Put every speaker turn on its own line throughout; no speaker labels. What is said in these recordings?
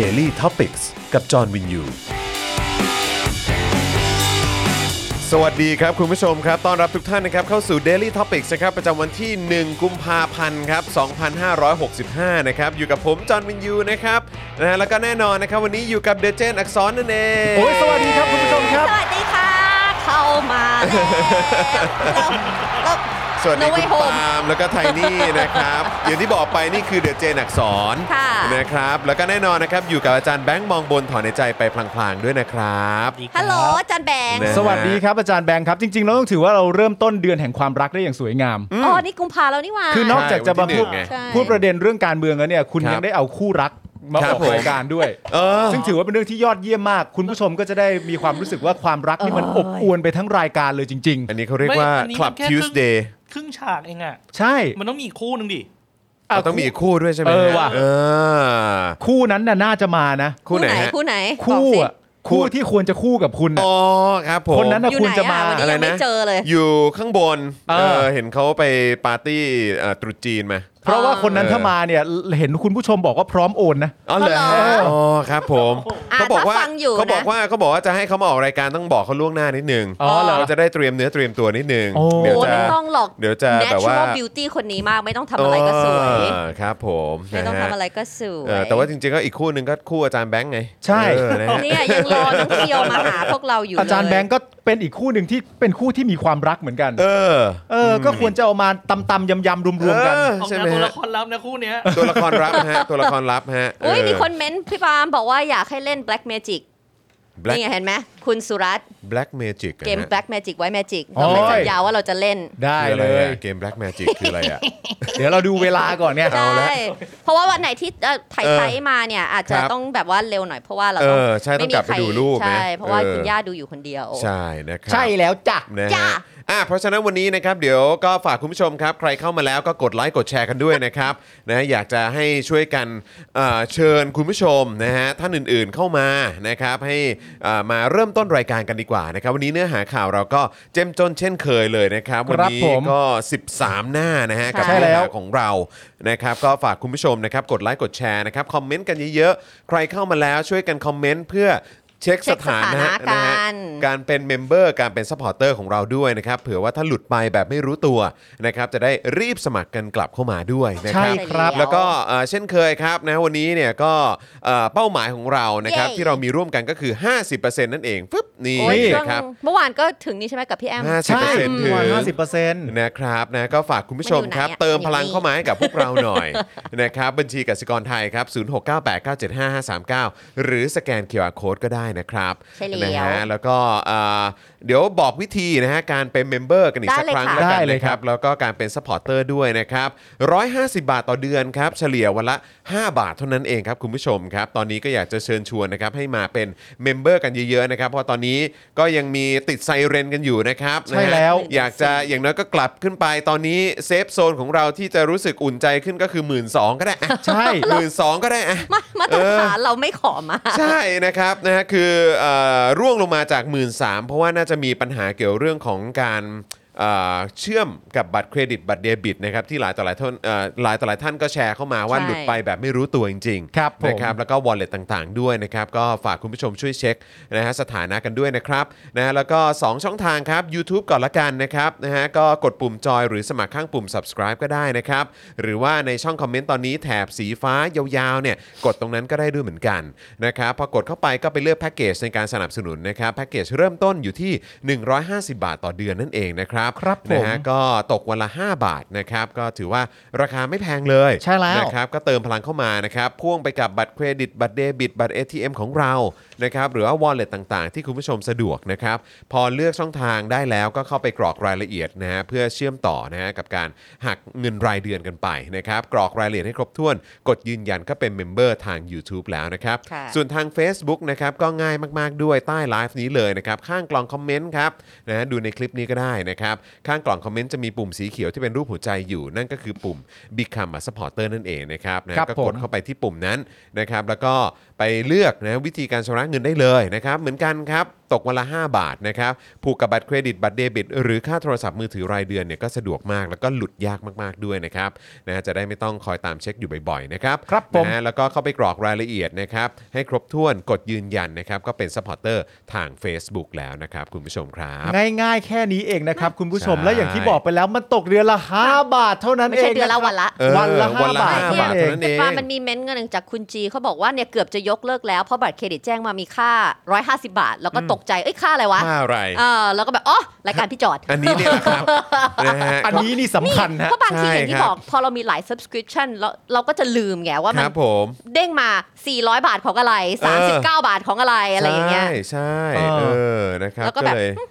Daily Topics กับจอห์นวินยู สวัสดีครับ คุณผู้ชมครับ ต้อนรับทุกท่านนะครับเข้าสู่ Daily Topics นะครับ ประจำวันที่ 1 กุมภาพันธ์ครับ 2565 นะครับ อยู่กับผมจอห์นวินยูนะครับนะฮะแล้วก็แน่นอนนะครับ วันนี้อยู่กับเดเจนอักษรนั่นเอง
โอ้ยสวัสดีครับคุณผู้ชมครับ
สวัสดีค่ะ เข้ามาแล้วแล้วแล้ว
สวัสดี
No
คุณ
way home
ปาล์มแล้วก็ไทนี่นะครับ อย่างที่บอกไปนี่คือเดเจนอักษร
ค่ะ
นะครับแล้วก็แน่นอนนะครับอยู่กับอาจารย์แบงค์มองบนถอนในใจไปพลางๆด้วยนะครับ
ฮัลโหลอาจันแบงค์
นะ
สวัสดีครับอาจารย์แบงค์ครับ จริงๆเราต้องถือว่าเราเริ่มต้นเดือนแห่งความรักได้อย่างสวยงาม
อ๋อ นี่กุมภาแล้วนี่หว่า
คือนอกจากจะมาพูด
ใช่วันที่หนึ่งไง
ใช่
พูดประเด็นเรื่องการเมืองแล้วเนี่ยคุณ
ครับ
ยังได้เอาคู่รักมา
ครั
อบ อก
ผม
รายการด้วย
เออ
ซึ่งถือว่าเป็นเรื่องที่ยอดเยี่ยมมาก คุณผู้ชมก็จะได้มีความรู้สึกว่าความรักนี่มันอบอวนไปทั้งรายการเลยจริง
อันนี้เขาเรียกว่า
ไม่อันนี้
Club
มันแค่
Tuesday
ครึ่งฉากเองอ่ะ
ๆ ใช่
มันต้องมีอีกคู่หนึ่งดิ
ะ
เราต้องมีอีกคู่ด้วยใช่ไหม
เออ
ฮ
ว่ะ
เออ
คู่นั้นน่ะน่าจะมานะ
คู่ไหนฮะ
คู่ไหน
คู่
บอกสิ
อ่ะคู่ที่ควรจะคู่กับคุณน่ะ
อ๋อครับผม
คนนั้นน่
อยู่
คุ
ไห
ณ
น
จะมา
อ่ะวันนี้ยังไม่เจอเลย
อยู่ข้างบน
เออ
เออเห็นเขาไปปาร์ตี้เอ่อตรุษจีนมา
เพราะว่าคนนั้นถ้ามาเนี่ยเห็นคุณผู้ชมบอกว่าพร้อมโอนนะ
อ๋อเหรอ
อ๋อเหรอ
อ๋อครับผม
อ่ะ
เขาบอกว่า
ถ้าฟังอยู่นะ
เขาบอกว่าเขาบอกว่าจะให้เขามาออกรายการต้องบอกเขาล่วงหน้านิดนึง
อ๋อเหรอ
จะได้เตรียมเนื้อเตรียมตัวนิดนึง
โอ้
เดี๋ยว
โอ้
จะ
ไม่ต้องหรอก
เดี๋ยวจะแบบว่า
natural beauty คนนี้มากไม่ต้องทำอะไรก็สวย
เออครับผม
ไม่ต้อง
นฮ
ทำอะไรก็สวย
เออแต่ว่าจริงๆก็อีกคู่หนึ่งก็คู่อาจารย์แบงค์ไง
ใช่
เออนะฮะ
เนี่ยยังรอน้องเคียวมาหาพวกเราอยู่
อาจารย์แบงก์ก็เป็นอีกคู่หนึ่งที่เป็นคู่ที่มีความรักเหมือนกัน
เออ
เออ ก็ควรจะเอามาตำตำยำยำรวมรวมๆกัน
เออ
ออก
ใช่
แน
ไหมฮะ
วตัวละครลับนะคู่เนี้ย
ตัวละครรับฮะตัวละครรับฮะ
โอ้ย
เ
มีคนเม้นพี่ปาล์มบอกว่าอยากให้เล่น black magic
Black
นี่ไงเห็นไหมคุณสุรัตน์
Black Magic อะ
เกม
ฮะ
black magic ไว้ magic
โอ้ย
เราไม่สัญญาว่าเราจะเล่น
ได้
คืออะไร
เลย
อะเกม Black Magic คืออะไรอ่ะ
เดี๋ยวเราดูเวลาก่อนเนี่ย
ใช่เพราะว่าวันไหนที่เอ่อไทย
เออ
ไซส์มาเนี่ย อาจจะ
ครับ
ต้องแบบว่าเร็วหน่อยเพราะว่าเรา
เอ
ต้อง
อใช่ต้องกลับไปดูรูปนะ
ใช่เพราะว่า
เออ
คุณย่าดูอยู่คนเดียว
ใช่นะครั
ใช่แล้วจ้ะ
นะ
จ้ะ
ฮะอ่ะเพราะฉะนั้นวันนี้นะครับเดี๋ยวก็ฝากคุณผู้ชมครับ ใครเข้ามาแล้วก็กดไลค์กดแชร์กันด้วยนะครับ นะอยากจะให้ช่วยกันเอ่อเชิญคุณผู้ชมนะฮะท่านอื่นๆเข้ามานะครับให้เอ่อมาเริ่มต้นรายการกันดีกว่านะครับวันนี้เนื้อหาข่าวเราก็เจ้มจนเช่นเคยเลยนะครับวันนี้
ผม
ก็ 13 หน้านะฮะกับ
ใช่
เนื้อ
แล้
หา
ว
ของเรา นะครับ ก็ฝากคุณผู้ชมนะครับ กดไลค์ กดแชร์นะครับ คอมเมนต์กันเยอะๆ ใครเข้ามาแล้วช่วยกันคอมเมนต์เพื่อเช็ค
เช็
ส
ค
ถานะ
สถานะ
นะฮะ
กัน
การเป็นเมมเบอร์ การเป็นซัพพอร์เตอร์ของเราด้วยนะครับ เผื่อว่าถ้าหลุดไปแบบไม่รู้ตัวนะครับ จะได้รีบสมัครกันกลับเข้ามาด้วยนะ
ใช่
ครับ
ครับ
แล้วก็เอ่อเช่นเคยครับนะวันนี้เนี่ยก็เอ่อเป้าหมายของเรานะครับ
เย้
ที่เรามีร่วมกันก็คือ 50%นั่นเองปึ๊บนี่
โอ้ยเครื่อง
นะครับ
เมื่อวานก็ถึงนี่ใช่ไหมกับพี่แอม
50%
ใช่
ถึง
ห้าสิบเปอร์เซ็นต์
นะครับนะก็ฝากคุณผู้ชมครับ
มันอยู่ไหนอะ
เติมพลัง
นี่
เข้ามาให้กับพวกเราห น่อย นะครับบัญชีกสิกรไทยครับ 0698975539 หรือสแกน QR Code ก็ได้ นะครับ
ใช่แล้ว
นะฮะแล้วก็เอ่อเดี๋ยวบอกวิธีนะฮะการเป็นเมมเบอร์กันอีก
ได้
สัก
เลย
ครั้ง
ค่ะ
แล้วกัน
ได้เลย
นะค
ครั
รับ
บ
แล้วก็การเป็น s u p p อร์เตอร์ด้วยนะครับ 150 บาทต่อเดือนครับ เฉลี่ยวันละ 5 บาทเท่านั้นเองครับ คุณผู้ชมครับ ตอนนี้ก็อยากจะเชิญชวนนะครับ ให้มาเป็นเมมเบอร์กันเยอะๆนะครับ เพราะตอนนี้ก็ยังมีติดไซเรนกันอยู่นะครับ
ใช่
นะฮะ
แล้ว
อยากจะอย่างน้อยก็กลับขึ้นไปตอนนี้เซฟโซนของเราที่จะรู้สึกอุ่นใจขึ้นก็คือหมื่นสองก็ได้อะ
ใช่
หมื่นสองก็ได้อะ
มามาตรฐานเราไม่ขอมา
ใช่นะครับนะฮะคือเอ่อร่วงลงมาจาก 1 3ื่นเพราะว่าน่าจะมีปัญหาเกี่ยวเรื่องของการเอ่อเชื่อมกับบัตรเครดิตบัตรเดบิตนะครับที่หลายต่อหลายท่านเอ่อหลายต่อหลายท่านก็แชร์เข้ามาว่า
ใช่
หลุดไปแบบไม่รู้ตัวจริงๆ
ครับผม
นะครับแล้วก็ wallet ต่างๆด้วยนะครับ ก็ฝากคุณผู้ชมช่วยเช็คนะฮะสถานะกันด้วยนะครับนะฮะแล้วก็ 2 ช่องทางครับ YouTube ก่อนละกันนะครับนะฮะก็กดปุ่มจอยหรือสมัครข้างปุ่ม subscribe ก็ได้นะครับ หรือว่าในช่องคอมเมนต์ตอนนี้แถบสีฟ้ายาวๆเนี่ยกดตรงนั้นก็ได้ด้วยเหมือนกันนะครับพอกดเข้าไปก็ไปเลือกแพ็กเกจในการสนับสนุนนะครับแพ็กเกจเริ่มต้นอยู่ที่ 150 บาทต่อเดือนนั่นเองนะครับ
ครับผม
นะฮะ ก็ตกวันละ 5 บาทนะครับ ก็ถือว่าราคาไม่แพงเลย
ใช่แล้ว
นะครับ ก็เติมพลังเข้ามานะครับ พ่วงไปกับบัตรเครดิต บัตรเดบิต บัตร ATM ของเรา นะครับ หรือว่า wallet ต่างๆ ที่คุณผู้ชมสะดวกนะครับ พอเลือกช่องทางได้แล้วก็เข้าไปกรอกรายละเอียดนะฮะ เพื่อเชื่อมต่อนะฮะกับการหักเงินรายเดือนกันไปนะครับ กรอกรายละเอียดให้ครบถ้วน กดยืนยันก็เป็นเมมเบอร์ทาง YouTube แล้วนะครับ
ค่ะ
ส่วนทาง Facebook นะครับก็ง่ายมากๆด้วยใต้ไลฟ์นี้เลยนะครับ ข้างกล่องคอมเมนต์ครับนะฮะดูในคลิปนี้ก็ได้นะครับ ข้างกล่องคอมเมนต์จะมีปุ่มสีเขียวที่เป็นรูปหัวใจอยู่ นั่นก็คือปุ่ม Become a supporter นั่นเองนะครับนะฮะ
ครับ
ก็
ผ
กด
ม
เข้าไปที่ปุ่มนั้นนะครับ แล้วก็ไปเลือกนะวิธีการชำระเงินได้เลยนะครับ เหมือนกันครับ ตกวันละ 5 บาทนะครับผูกกับบัตรเครดิตบัตรเดบิต หรือค่าโทรศัพท์มือถือรายเดือนเนี่ยก็สะดวกมากแล้วก็หลุดยากมากๆด้วยนะครับนะฮะจะได้ไม่ต้องคอยตามเช็คอยู่บ่อยๆนะครับ
ครับผม
นะฮะแล้วก็เข้าไปกรอกรายละเอียดนะครับ ให้ครบถ้วนกดยืนยันนะครับ ก็เป็นซัพพอร์เตอร์ทาง Facebook แล้วนะครับ คุณผู้ชมครับ
ง่ายๆ แค่นี้เองนะครับ คุณผู้ชม
ใช่
และอย่างที่บอกไปแล้วมันตกเดือนละ 5 บาทเท่านั้น
ไม่
เอง
ใช่เดือนละวันละ
เออ
วันละ
วันละ
5บาท
ห้า
เท่า
บา
นั้
ท
นเอ
เท่าง นั้นเอ
แต่
ง
ว่ามันมีเม้นต์เงินหนึ่งจากคุณจีเขาบอกว่าเนี่ยเกือบจะยกเลิกแล้วเพราะบัตรเครดิตแจ้งมามีค่า 150 บาท แล้วก็ตกใจเอ้ยค่าอะไรวะ
ค่าอะไร
เออแล้วก็แบบอ๋อรายการพี่จอด
อันนี้เนี่ยแหละครับนะฮะ
อันนี้นี่สำคัญฮะ
เพราะบางที
ใช่
อย่างที่
ครับ บ
อกพอเรามีหลาย subscription เราเราก็จะลืมไงว่า
ค
มัน
รับผม
เด้งมา 400 บาทของอะไร 39 บาทของอะไรอะไรอย่างเงี้ย
ใช่ใช่
เออ
เออนะครับ
แล้วก็
ก็
แบบ
เลย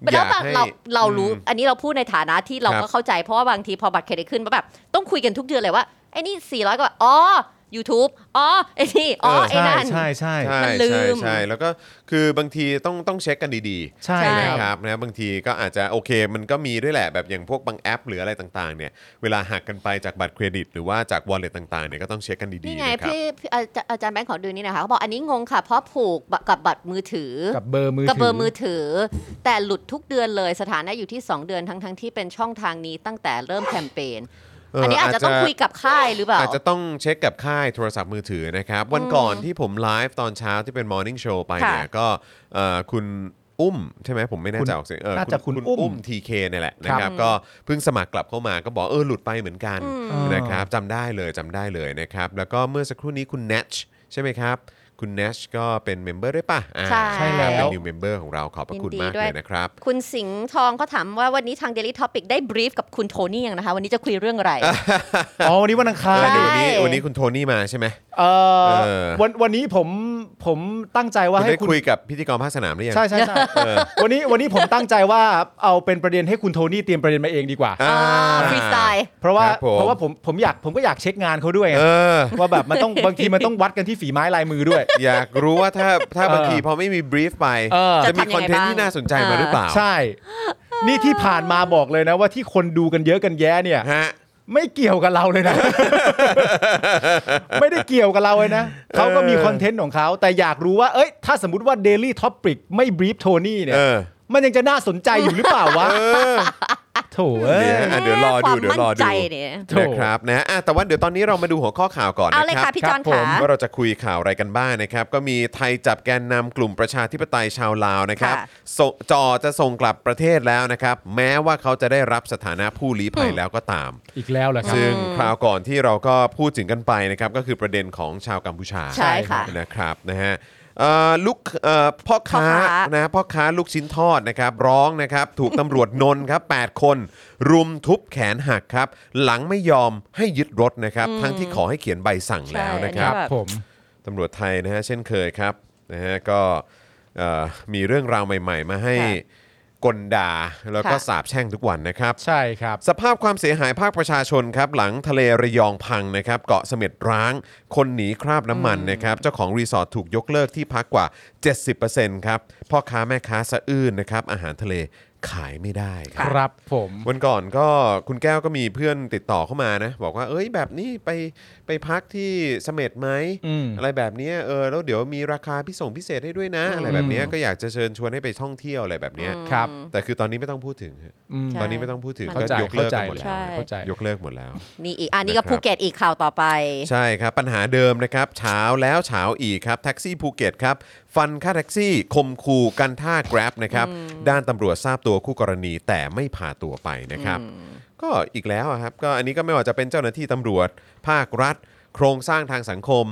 แต่แล้วบาง
ให้
เราเรารู้อันนี้เราพูดในฐานะที่เรา
ครับ
ก็เข้าใจเพราะว่าบางทีพอบัตรเครดิตขึ้นมาแบบ ต้องคุยกันทุกเดือนเลยว่า ไอ้นี่ 400กว่าบาทอ๋อ YouTube อ๋อ ไอ้นี่อ๋อ
เออ
ใช่
ไอ้นั่น
ใช่ใช่
ใช่
มันลื
ใช่
ม
ใช่แล้วก็คือบางทีต้องต้องเช็คกันดีๆ
ใช่
ใช่
ครับ
นะครับนะบางทีก็อาจจะโอเคมันก็มีด้วยแหละแบบอย่างพวกบางแอป หรืออะไรต่างๆเนี่ยเวลาหักกันไปจากบัตรเครดิต หรือว่าจาก wallet ต่างๆเนี่ยก็ต้องเช็คกันดี
นี่
ๆ
ไง
นะครับ
พี่พี่อาจารย์อาจารย์แบงค์ขอดูนี่นะคะเขาบอกอันนี้งงค่ะเพราะผูกกับบัตรมือถือ
กับเบอร์มือ
กับ
ถื
เบอร์มือถือ แต่หลุดทุกเดือนเลยสถานะอยู่ที่ 2 เดือนทั้งทั้งๆที่เป็นช่องทางนี้ตั้งแต่เริ่มแคมเปญ
เอออั
อันนี้อาจ
อาจ
จะ
จะ
ต้องคุยกับค่ายหรือเปล่า
อาจจะต้องเช็คกับค่ายโทรศัพท์มือถือนะครับ วันก่อนที่ผมไลฟ์ตอนเช้าที่เป็น Morning Show ไปเนี่ย
ค่ะ
ก็เอ่อคุณอุ้มใช่ไหมผมไม่แน่ใจออกเสียงเออ
น่าจะคุณอุ้ม
อุ้มทีเคเนี่ยแหละนะครับก็เพิ่งสมัครกลับเข้ามาก็บอกเออหลุดไปเหมือนกัน
อืม
อ่าน
นะครับจำได้เลยจำได้เลยนะครับ แล้วก็เมื่อสักครู่นี้คุณเนชใช่ไหมครับ คุณเนชก็เป็นเมมเบอร์ด้วยป่ะอ่า
ใช่
แล้ว
เป็น new member ของเราขอบพระคุณมากเลยนะครับ
คุณสิงห์ทองก็ถามว่าวันนี้ทาง Daily Topic ได้บรีฟกับคุณโทนี่ยังนะคะ วันนี้จะคุยเรื่องอะไร
อ๋อวันนี้วันอังคา
เอ
ร
อ
ใช่
เดี๋ยววันนี้วันนี้คุณโทนี่มาใช่ไหม
เออ
เออ
วันวันนี้ผมผมตั้งใจว่า
คุณ
ให้
ได้
คุณ
คุยกับพิธีกรภาคสนามหรือยัง
ใช่ใช่ ใช่วันนี้วันนี้ผมตั้งใจว่าเอาเป็นประเด็นให้คุณโทนี่เตรียมประเด็นมาเองดีกว่า
อ่า
ฟรีสไตล์
เพราะว่า
ครับผม
เพราะว่าผมผมอยากผมก็อยากเช็คงานเขาด้วยไง
เออ
ว่าแบบมันต้องบางทีมันต้องวัดกันที่ฝีไม้ลายมือด้วย
อยากรู้ว่าถ้า
เออบ
ถ้าางทีพอไม่มีบรีฟไป
เออ
จะมีคอนเทนต์ที่น่าสนใจมาหรือเปล่า
ใช่ นี่ที่ผ่านมาบอกเลยนะว่าที่คนดูกันเยอะกันแยะเนี่ย
ฮะ
ไม่เกี่ยวกับเราเลยนะ ไม่ได้เกี่ยวกับเราเลยนะเขาก็มีคอนเทนต์ของเขาแต่อยากรู้ว่าเอ้ยถ้าสมมติว่า Daily Topic ไม่บรีฟโทนี่เนี่ย
เออ
มันยังจะน่าสนใจอยู่หรือเปล่าวะ
เออ
โถเอ้ย
อ่ะเดี๋ยวรอดู
ความ
เดี๋ยว
มั่น
รอดู
ใจเนี่ย
โถ
นะครับนะอ่ะแต่ว่าเดี๋ยวตอนนี้เรามาดูหัวข้อข่าวก่อน
เอา
นะ
เลย
ครั
ค่ะ
บ
พี่
ค
จ
รั
อบ น
ผม
ค่ะ
ว่าเราจะคุยข่าวอะไรกันบ้างนะครับ ก็มีไทยจับแกนนำกลุ่มประชาธิปไตยชาวลาวนะครับ
ค่ะ
สจอจะส่งกลับประเทศแล้วนะครับ แม้ว่าเขาจะได้รับสถานะผู้ลี้ภัยแล้วก็ตาม
อีกแล้วเหรอครับ
ซึ่งคราวก่อนที่เราก็พูดถึงกันไปนะครับก็คือประเด็นของชาวกัมพูชา
ใช่ค่ะ
นะครับนะฮะเอ่อลูกเอ่อพ่อค้า
พ่อค้าน
นะพ่อค้าลูกชิ้นทอดนะครับร้องนะครับถูกตำรวจ นนท์ครับ8 คน รุมทุบแขนหักครับ หลังไม่ยอมให้ยึดรถนะครับ ทั้งที่ขอให้เขียนใบสั่งแล้วนะครับ
ใช่อัแบบ
ผม
ตำรวจไทยนะฮะเช่นเคยครับ นะฮะก็เอ่อมีเรื่องราวใหม่ ๆ มาให้
ค่ะ
กลด่าแล้วก็
ค่ะ
สาบแช่งทุกวันนะครับ
ใช่ครับ
สภาพความเสียหายภาคประชาชนครับหลังทะเลระยองพังนะครับเกาะเสม็ดร้าง คนหนีคราบน้ำมันนะครับเจ้าของรีสอร์ทถูกยกเลิกที่พักกว่า 70%ครับพ่อค้าแม่ค้าสะอื้นนะครับอาหารทะเลขายไม่ได้ค
ครับ รับผม
วันก่อนก็คุณแก้วก็มีเพื่อนติดต่อเข้ามานะบอกว่าเอ้ยแบบนี้ไปไปพักที่เสม็ดไหม
อืม
อะไรแบบเนี้ยเออแล้วเดี๋ยวมีราคาพิส่งพิเศษให้ด้วยนะ อะไรแบบเนี้ย
อืม
ก็อยากจะเชิญชวนให้ไปท่องเที่ยวอะไรแบบเนี้ย
ครับ
แต่คือตอนนี้ไม่ต้องพูดถึงฮะ
อืม
ใช่
ตอนนี้ไม่ต้องพูดถึง
เข้า
ก็
ใจ
ยกเลิ
เข้าก ใจ
กันหมดแล้ว
เข้าใจ
ยกเลิกหมดแล้ว
นี่อีกอันนี้ก็
นะครับ
ภูเก็ตอีกข่าวต่อไป
ใช่ครับ ปัญหาเดิมนะครับเช้าแล้วเช้าอีกครับแท็กซี่ภูเก็ตครับ ฟันค่าแท็กซี่คมคูกันท่า Grab นะครับ ด้านตำรวจทราบตัวคู่กรณีแต่ไม่พาตัวไปนะครับ ก็อีกแล้วอะครับก็อันนี้ก็ไม่ว่าจะเป็นเจ้าหน้าที่ตำรวจ ภาครัฐ โครงสร้างทางสังคม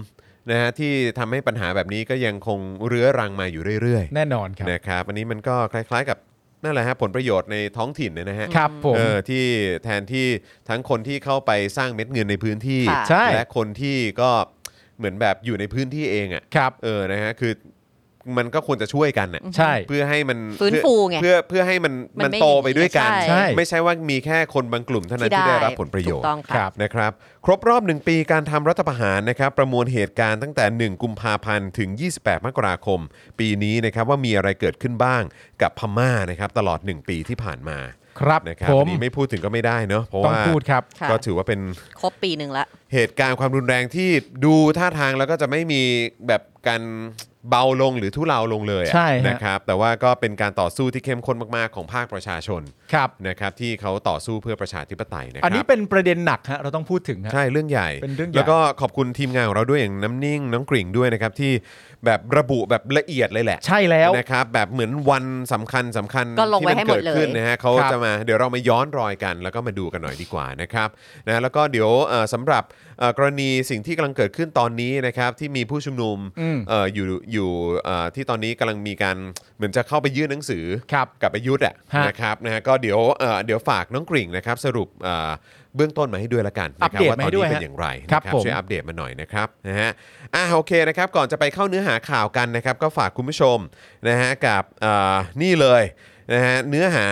นะฮะที่ทำให้ปัญหาแบบนี้ก็ยังคงเรื้อรังมาอยู่เรื่อย
แน่นอนครับ
ๆนะครับอันนี้มันก็คล้าย ๆ กับนั่นแหละฮะผลประโยชน์ในท้องถิ่นเนยนะฮะ
ครับผม
เออที่แทนที่ทั้งคนที่เข้าไปสร้างเม็ดเงินในพื้นที่
ค่ะ
ใช่
และคนที่ก็เหมือนแบบอยู่ในพื้นที่เองอะ่ะ
ครับ
เออนะฮะคือมันก็ควรจะช่วยกันน่ะ
ใช่
เพื่อให้มัน
ฟื้นฟูไง
เพื่อเพื่อให้มัน
มัน
มัน
ไม่
โตไปด้วยกัน
ใช่
ใช่
ไม่ใช่ว่ามีแค่คนบางกลุ่มเท่านั้นที่ได้รับผลประโยชน์
ถูกต้อง
ค
ค่ะ
รับ
นะครับครบรอบ 1 ปีการทำรัฐประหารนะครับประมวลเหตุการณ์ตั้งแต่ 1 กุมภาพันธ์ถึง 28 มกราคม ปีนี้นะครับว่ามีอะไรเกิดขึ้นบ้างกับพม่านะครับตลอด 1 ปีที่ผ่านมา
ครับ
นะครับ
ผ
อัน
ม
นี้ไม่พูดถึงก็ไม่ได้เนาะเพราะ
ต้อง
ว่า
พูดครับ
ค่ะ
ก็ถือว่าเป็น
ครบปีหนึ่งละ
เหตุการณ์ความรุนแรงที่ดูท่าทางแล้วก็จะไม่มีแบบการเบาลงหรือทุเลาลงเลยอะ
ใช่ฮะ
นะครับแต่ว่าก็เป็นการต่อสู้ที่เข้มข้นมากๆของภาคประชาชน
ครับ
นะครับที่เขาต่อสู้เพื่อประชาธิปไตยนะครับ
อันนี้เป็นประเด็นหนักฮะเราต้องพูดถึงฮะ
ใช่ เรื่องใหญ่
เป็นเรื่องใหญ่
แล้วก็ขอบคุณทีมงานของเราด้วยอย่างน้ำนิ่ง น้องกริ่งด้วยนะครับ ที่แบบระบุแบบละเอียดเลยแหละ
ใช่แล้ว
นะครับแบบเหมือนวันสำคัญสำคัญ
ก็ลงไว้
ที่
ให้
มัน
หม
เกิ
ด
ด
เลย
ขึ้นนะฮะเขา
ครับ
จะมาเดี๋ยวเรามาย้อนรอยกัน แล้วก็มาดูกันหน่อยดีกว่านะครับนะแล้วก็เดี๋ยวเอ่อสำหรับเอ่อกรณีสิ่งที่กำลังเกิดขึ้นตอนนี้นะครับที่มีผู้ชุมนุม
อืม
เอ่ออยู่อยู่เอ่อที่ตอนนี้กำลังมีการเหมือนจะเข้าไปยื่นหนังสือ
ครับ
กับประยุทธ์อ่ะ
ฮะ
นะครับนะฮะก็เดี๋ยวเอ่อเดี๋ยวฝากน้องกริ่งนะครับสรุปเอ่อเบื้องต้นมาให้ด้วยละกันนะครั
อัปเดต
ว่าตอน
มาให้ด้
นี้
วย
เป็น
ฮะ
อย่างไรนะครับ
ผม
ช่วยอัปเดตมาหน่อยนะครับนะฮะอ่ะโอเคนะครับก่อนจะไปเข้าเนื้อหาข่าวกันนะครับก็ฝากคุณผู้ชมนะฮะกับเอ่อนี่เลยนะฮะเนื้อหา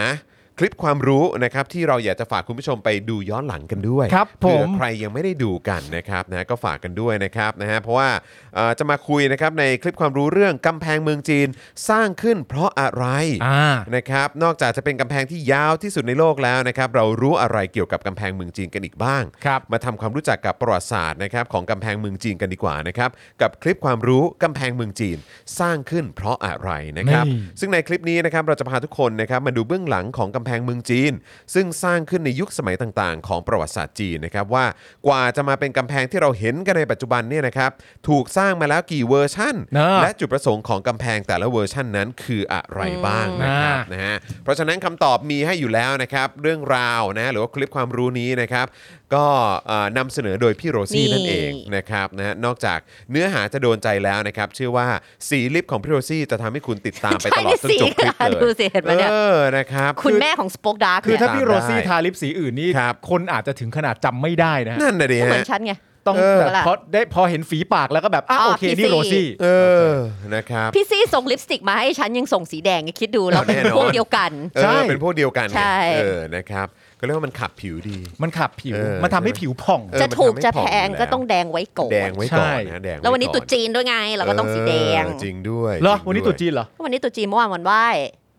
คลิปความรู้นะครับที่เราอยากจะฝากคุณผู้ชมไปดูย้อนหลังกันด้วย
ครับผม
เผื่อ ใครยังไม่ได้ดูกันนะครับนะก็ฝากกันด้วยนะครับนะฮะเพราะว่าเอ่อจะมาคุยนะครับในคลิปความรู้เรื่องกำแพงเมืองจีนสร้างขึ้นเพราะอะไร
อ่า
นะครับนอกจากจะเป็นกำแพงที่ยาวที่สุดในโลกแล้วนะครับเรารู้อะไรเกี่ยวกับกำแพงเมืองจีนกันอีกบ้าง
ครับ
มาทำความรู้จักกับประวัติศาสตร์นะครับของกำแพงเมืองจีนกันดีกว่านะครับกับคลิปความรู้กำแพงเมืองจีนสร้างขึ้นเพราะอะไรนะครับ
นี่
ซึ่งในคลิปนี้นะครับเราจะพาทุกคนนะครับมาดูเบื้องหลังของกำแพงเมืองจีน ซึ่งสร้างขึ้นในยุคสมัยต่างๆ ของประวัติศาสตร์จีนนะครับว่ากว่าจะมาเป็นกำแพงที่เราเห็นกันในปัจจุบันเนี่ยนะครับถูกสร้างมาแล้วกี่เวอร์ชั่น
นะ
และจุดประสงค์ของกำแพงแต่ละเวอร์ชั่นนั้นคืออะไรบ้างนะครับ
นะ
นะฮะเพราะฉะนั้นคำตอบมีให้อยู่แล้วนะครับ เรื่องราวนะหรือว่าคลิปความรู้นี้นะครับ ก็เอ่อนำเสนอโดยพี่โรซี่
นี่
นั่นเองนะครับนะฮะนอกจากเนื้อหาจะโดนใจแล้วนะครับ เชื่อว่าสีลิปของพี่โรซี่จะทำให้คุณติดตามไปตลอดจนจบคลิป
ค่ะ
เลย
ดูสิเห็นไหมเนี่ย
เออนะครับ
คุณแม่ของสป็อกดาร์ก
คือ
เนี่ย
ถ้า
ตาม
พี่โรซี่
ได้
ทาลิปสีอื่นนี่
ครับ
คนอาจจะถึงขนาดจำไม่ได้นะฮะ
นั่นน่ะดิ
ก็เหมือ
ฮะ
นฉันไง
ต้อง
เออ
แบบพอได้พอเห็นฝีปากแล้วก็แบบอ้า
อ่า
โอเค
พี่
นี่
ซี่
โรซี่
เออนะครับ
พี่ซี่ส่งลิปสติกมาให้ฉันยังส่งสีแดงไงคิดดูเราเป็น
แน่นอน
พวกเดียวกัน
เออเป็นพวกเดียวกันไง
ใช่
เออนะครับก็เรียกว่ามันขับผิวดี
มันขับผิว
เออ
มันทำให้ผิวผ่อง
เออ
จะถูก
มันทำให้
จะ
ผ่
แพ
อง
ง
อยู่แล้ว
ก็ต้องแดงไว้ก่อน
แดงไว้ก่อน
ใช่
นะแดงไก่อน
แล้ววันนี้ตรุ๊จีนด้วยไงเราก็ต้องสีแดง
เออจริงด้วย
เหรอ
จง
วันนี้
ด้
ต
ย
รุ๊จีนเหรอ
วันนี้ตรุ๊จีนเมื่อวานวันไหว้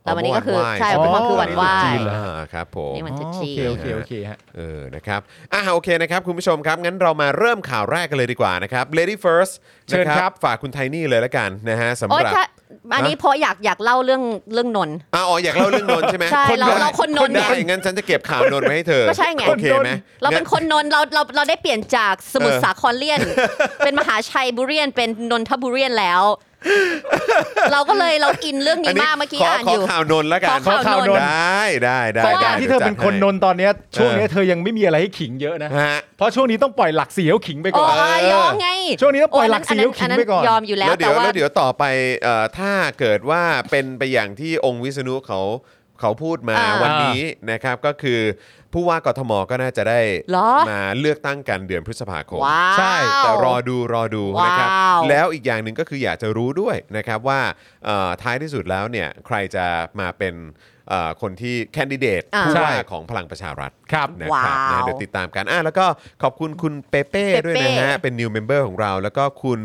แล้ววันนี้ก็คือใช่
อ๋อ
เมื่อวานคือวันไหว้
วันนี้ตรุษจีนเหรอ
อ่าครับผม
นี่ มันจะ
อ๋อ
จี
โอน เคโอเคโอเคฮะ
เออนะครับอ่ะโอเคนะครับ คุณผู้ชมครับ งั้นเรามาเริ่มข่าวแรกกันเลยดีกว่านะครับ Lady First
เชิญ
นะครับ ฝากคุณไทนี่เลยละกันนะฮะสำ
โอ๊ย
หรับ
ถ้าอันนี้เพราะอยากอยากเล่าเรื่องเรื่องนนท์
อะอ๋ออยากเล่าเรื่องนนท์ใช่ไหม
ใช่
ได้
เราเราคนนนท์
ได้
ไง
งั้นฉันจะเก็บข่าวนนท์ไว้ให้เธอ
ก็ใช่ไง
โอเคไหม
เราเป็นคนนนท์เราเราเราได้เปลี่ยนจากสมุทร
เออ
สาครเลียน เป็นมหาชัยบุเรียนเป็นนนทบุเรียนแล้ว เราก็เลยเราอินเรื่องนี้มากเมื่อกี้
ข
อ่าน
ข
อยู่
ข่าวนนท์ละกัน
ขอข่าวนนท์
ได้ได้ได้
แต่การ
ได้
ที่เธอเป็นคนนนท์ตอนเนี้ยช่วงเนี้ยเธอยังไม่มีอะไรให้ขิงเยอะนะ
ฮะ
เพราะช่วงนี้ต้องปล่อยหลักเสียวขิงไป
อ๋
ก่
อ
อน
ยอมไง
ช่วงนี้ต้องปล่อยหลักสี
นั้น
ขิงไว้ก่อน
ยอมอยู่แล้ว
แล้วเดี๋
แต่
ยว
ว่า
แล้วเดี๋ยวต่อไปเอ่อถ้าเกิดว่าเป็นไปอย่างที่องค์วิษณุเขา เขาพูดมา
อ่า
วันนี้นะครับก็คือ ผู้ว่ากทมก็น่าจะได้
เหรอ
มาเลือกตั้งกันเดือนพฤษภาคม
ว้าว
ใช่ แต่รอดูรอดูนะครับ
ว้าว
แล้วอีกอย่างหนึ่งก็คืออยากจะรู้ด้วยนะครับว่าเอ่อท้ายที่สุดแล้วเนี่ยใครจะมาเป็นเอ่อคนที่แคนดิเดต
อ่า
ผู้
ใช่
ว่าของพลังประชารัฐ
ครับ
นะครับ
ว้าว
นะเดี๋ยวติดตามกันอ่ะแล้วก็ขอบคุณคุณเปเป้
เปเป้
ด้วยนะฮะ เป็น new member ของเรา แล้วก็คุณ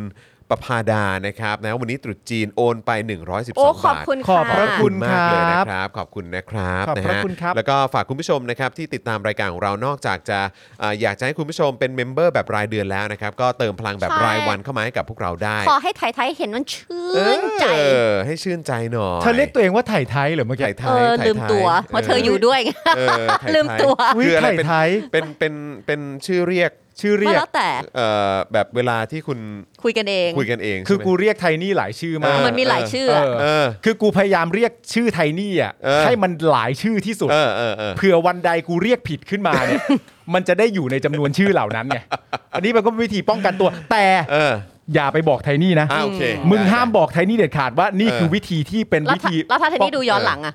ประพาดานะครับนะวันนี้ตรุษจีนโอนไป 112
โอ้ขอบบ
าท
คุณ
ขอบพ
ขอ
ระ
ค่ะ
บคุณมากเลย
ครับ
นะครับ ขอบคุณนะครับ
ขอบพระ
นฮ
คุณครับ
แล้วก็ฝากคุณผู้ชมนะครับที่ติดตามรายการของเรา นอกจากจะเอ่ออยากจะให้คุณผู้ชมเป็นเมมเบอร์แบบรายเดือนแล้วนะครับ ก็เติมพลังแบบ
ใช่
รายวันเข้ามาให้กับพวกเราได้
ขอให้ไทยๆเห็นมันชื่นใจ
เออ ให้ชื่นใจหน่อย
เธอเรียกตัวเองว่าไถ่ไทยเหรอเมื่อกี้
ไถ่ไท
เอย
ไถ่
อ
ไทย
ลืมตัวเพราะเธออยู่ด้วยไง
เออไถ่ไทย
ลืมตัว
วิ
คืออะไรเป็น
ไถ่ไทย
เป็นเป็นเป็นชื่อเรียก
ชื่อเรียก
แล้วแต่
เอ่อแบบเวลาที่คุณ
คุยกันเอง
คุยกันเอง
คือ
ใช่ไหม
กูเรียกไทนี่หลายชื่อมาก
เ
มันมีหลายชื่อ
เอ
อะ
อ
เออ
คือกูพยายามเรียกชื่อไทนี่อ่ะ
เออ
ให้มันหลายชื่อที่สุด
เออเออเออ
เผื่อวันใดกูเรียกผิดขึ้นมาเนี่ย มันจะได้อยู่ในจำนวนชื่อเหล่านั้นไง อันนี้มันก็เป็นวิธีป้องกันตัว แต่
เออ
อย่าไปบอกไทนี่นะ
อ่ะโอเค
มึง
ได้
ห้ามบอกไทนี่เด็ดขาดว่านี่
เออ
คือวิธีที่เป็น
แล้
วิ
วถ้า
ธี
แล้วถ้าเธอนี่ดูย้อน
เออ
หลังอ่ะ